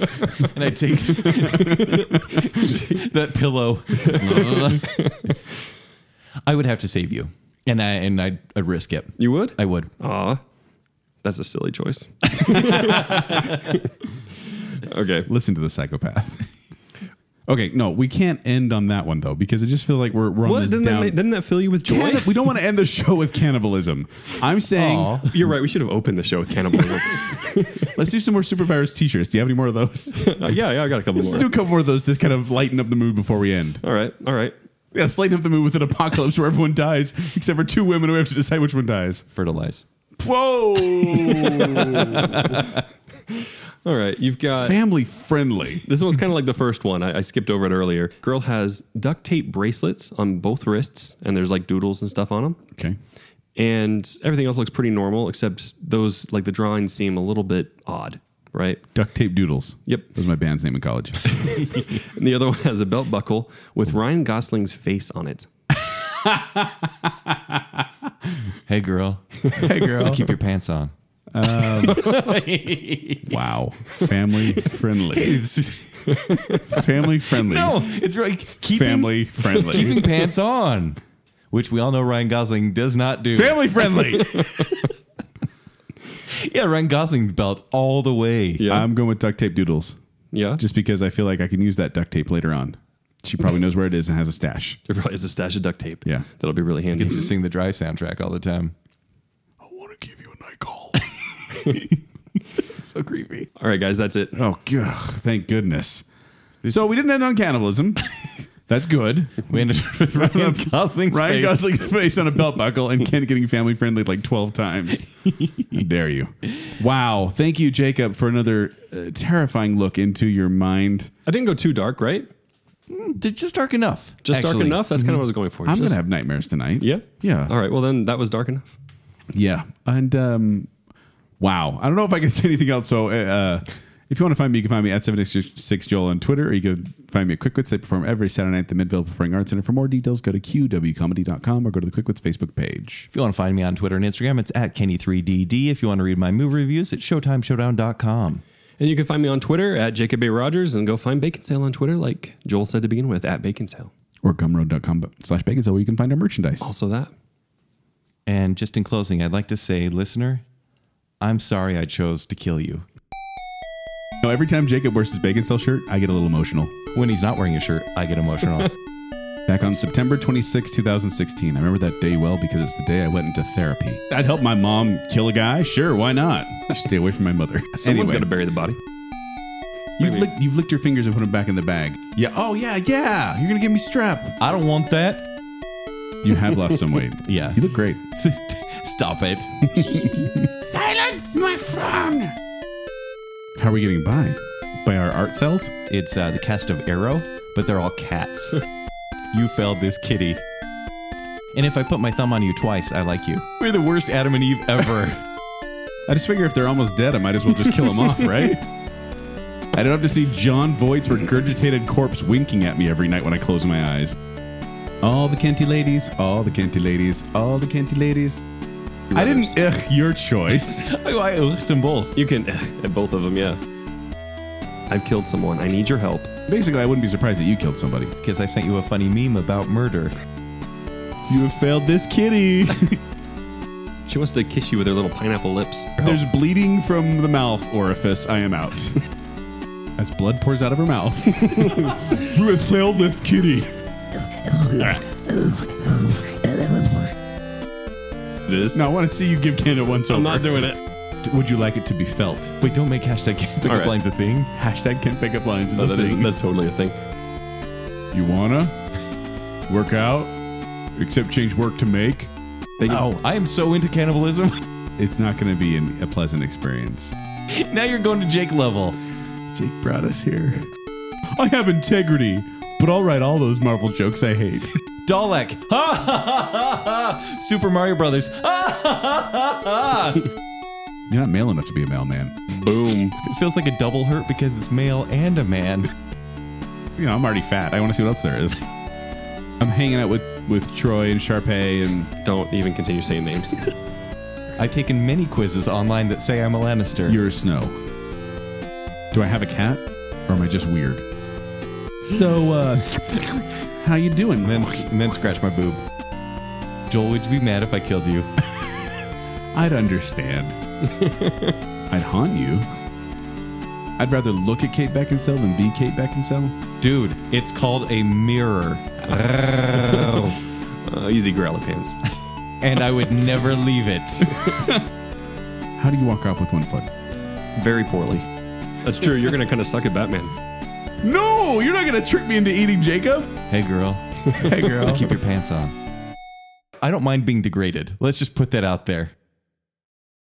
B: and I take that pillow. I would have to save you, and I and I'd, I'd risk it.
D: You would?
B: I would.
D: Aw, that's a silly choice. okay.
C: Listen to the psychopath. Okay, no, we can't end on that one though because it just feels like we're, we're on
D: What
C: this
D: didn't that,
C: down.
D: ma- didn't that fill you with joy?
C: Canni- we don't want to end the show with cannibalism. I'm saying
B: Aw.
D: You're right. We should have opened the show with cannibalism.
C: let's do some more supervirus t-shirts. Do you have any more of those?
D: Uh, yeah, yeah, I got a couple
C: Let's do a
D: more.
C: couple more of those to kind of lighten up the mood before we end.
D: All right, all right.
C: Yeah, let's lighten up the mood with an apocalypse where everyone dies except for two women. We have to decide which one dies.
B: Fertilize.
C: Whoa,
D: All right, you've got
C: family friendly.
D: this one's kind of like the first one. I, I skipped over it earlier. Girl has duct tape bracelets on both wrists, and there's like doodles and stuff on them.
C: Okay,
D: And everything else looks pretty normal, except those like the drawings seem a little bit odd, right?
C: duct tape doodles.
D: Yep.
C: that was my band's name in college.
D: And the other one has a belt buckle with Ryan Gosling's face on it.
B: Hey girl.
C: hey, girl.
B: Keep your pants on.
C: Wow, family friendly. family friendly.
B: no, it's right. Keeping
C: Family friendly.
B: keeping pants on, which we all know Ryan Gosling does not do.
C: family friendly.
B: Yeah, Ryan Gosling belts all the way.
C: I'm going with duct tape doodles
D: yeah.
C: just because I feel like I can use that duct tape later on. She probably knows where it is and has a stash.
D: There probably is a stash of duct tape.
C: Yeah.
D: That'll be really handy.
B: Gets to sing the Drive soundtrack all the time.
C: want to give you a night call.
B: so creepy.
D: All right, guys, that's it.
C: oh, God. Thank goodness. So we didn't end on cannibalism. That's good.
B: We ended up with Ryan Gosling's
C: Ryan
B: face.
C: Gosling's face on a belt buckle and Ken getting family friendly like 12 times. How dare you. Wow. Thank you, Jacob, for another uh, terrifying look into your mind.
D: I didn't go too dark, right?
B: They're just dark enough.
D: Just dark
B: actually.
D: enough. That's kind of what I was going for.
C: I'm going
D: Just-
C: to have nightmares tonight.
D: Yeah.
C: Yeah.
D: All right. Well, then that was dark enough.
C: Yeah. And um, wow. I don't know if I can say anything else. So uh, if you want to find me, you can find me at 766 Joel on Twitter, or you can find me at QuickWits. They perform every Saturday night at the Midville Performing Arts Center. For more details, go to qwcomedy.com or go to the QuickWits Facebook page.
B: If you want to find me on Twitter and Instagram, it's at Kenny3DD. If you want to read my movie reviews, it's ShowtimeShowdown.com.
D: And you can find me on Twitter at Jacob A. Rogers and go find Bacon Sale on Twitter, like Joel said to begin with, at Bacon Sale.
C: Or gumroad.com slash bacon sale where you can find our merchandise.
D: Also that.
B: And just in closing, I'd like to say, listener, I'm sorry I chose to kill you.
C: No, every time Jacob wears his bacon cell shirt, I get a little emotional.
B: When he's not wearing a shirt, I get emotional.
C: Back on September 26, 2016, I remember that day well because it's the day I went into therapy. I'd help my mom kill a guy? Sure, why not? Just stay away from my mother.
D: Someone's
C: Anyway.
D: got to bury the body.
C: You've licked, you've licked your fingers and put them back in the bag. Yeah. Oh, yeah, yeah. You're going to give me strep.
B: I don't want that.
C: You have lost some weight.
B: Yeah.
C: You look great.
B: Stop it.
C: Silence my phone. How are we getting by? By our art cells?
B: It's uh, the cast of Arrow, but they're all cats. you failed this kitty. And if I put my thumb on you twice, I like you. We're the worst Adam and Eve ever.
C: I just figure if they're almost dead, I might as well just kill them off, right? I don't have to see John Voight's regurgitated corpse winking at me every night when I close my eyes. All the Kenty ladies, all the Kenty ladies, all the Kenty ladies. I didn't. Ugh, your choice.
B: I licked them both.
D: You can, at both of them, yeah. I've killed someone. I need your help.
C: Basically, I wouldn't be surprised that you killed somebody.
B: Because I sent you a funny meme about murder. You have failed this kitty.
D: She wants to kiss you with her little pineapple lips.
C: There's bleeding from the mouth orifice. I am out. As blood pours out of her mouth. you have failed this kitty.
D: This.
C: Now I want to see you give Ken a once over.
D: I'm not doing it.
C: Would you like it to be felt?
B: Wait, don't make hashtag pickup
D: All right.
B: lines a thing.
C: Hashtag Ken pickup lines is
D: No,
C: a
D: that is,
C: thing.
D: that's totally a thing.
C: You wanna work out? Except change work to make?
D: Bacon,
B: Oh, I am so into cannibalism.
C: It's not gonna be an, a pleasant experience.
B: now you're going to Jake level.
C: Jake brought us here. I have integrity, but I'll write all those Marvel jokes I hate.
B: Dalek. Ha ha ha ha ha. Super Mario Brothers. Ha ha ha ha ha.
C: You're not male enough to be a mailman.
D: Boom.
B: It feels like a double hurt because it's male and a man.
C: You know, I'm already fat. I wanna see what else there is. I'm hanging out with, with Troy and Sharpay and
D: Don't even continue saying names.
B: I've taken many quizzes online that say I'm a Lannister.
C: You're Snow. Do I have a cat, or am I just weird? So, uh, how you doing?
B: and, then, and then scratch my boob. Joel, would you be mad if I killed you?
C: I'd understand. I'd haunt you. I'd rather look at Kate Beckinsale than be Kate Beckinsale.
B: Dude, it's called a mirror.
D: Uh, easy growler pants.
B: and I would never leave it.
C: How do you walk off with one foot?
D: Very poorly. That's true. You're going to kind of suck at Batman.
C: No, you're not gonna trick me into eating Jacob.
B: Hey, girl. Hey, girl. Keep your pants on. I don't mind being degraded. Let's just put that out there.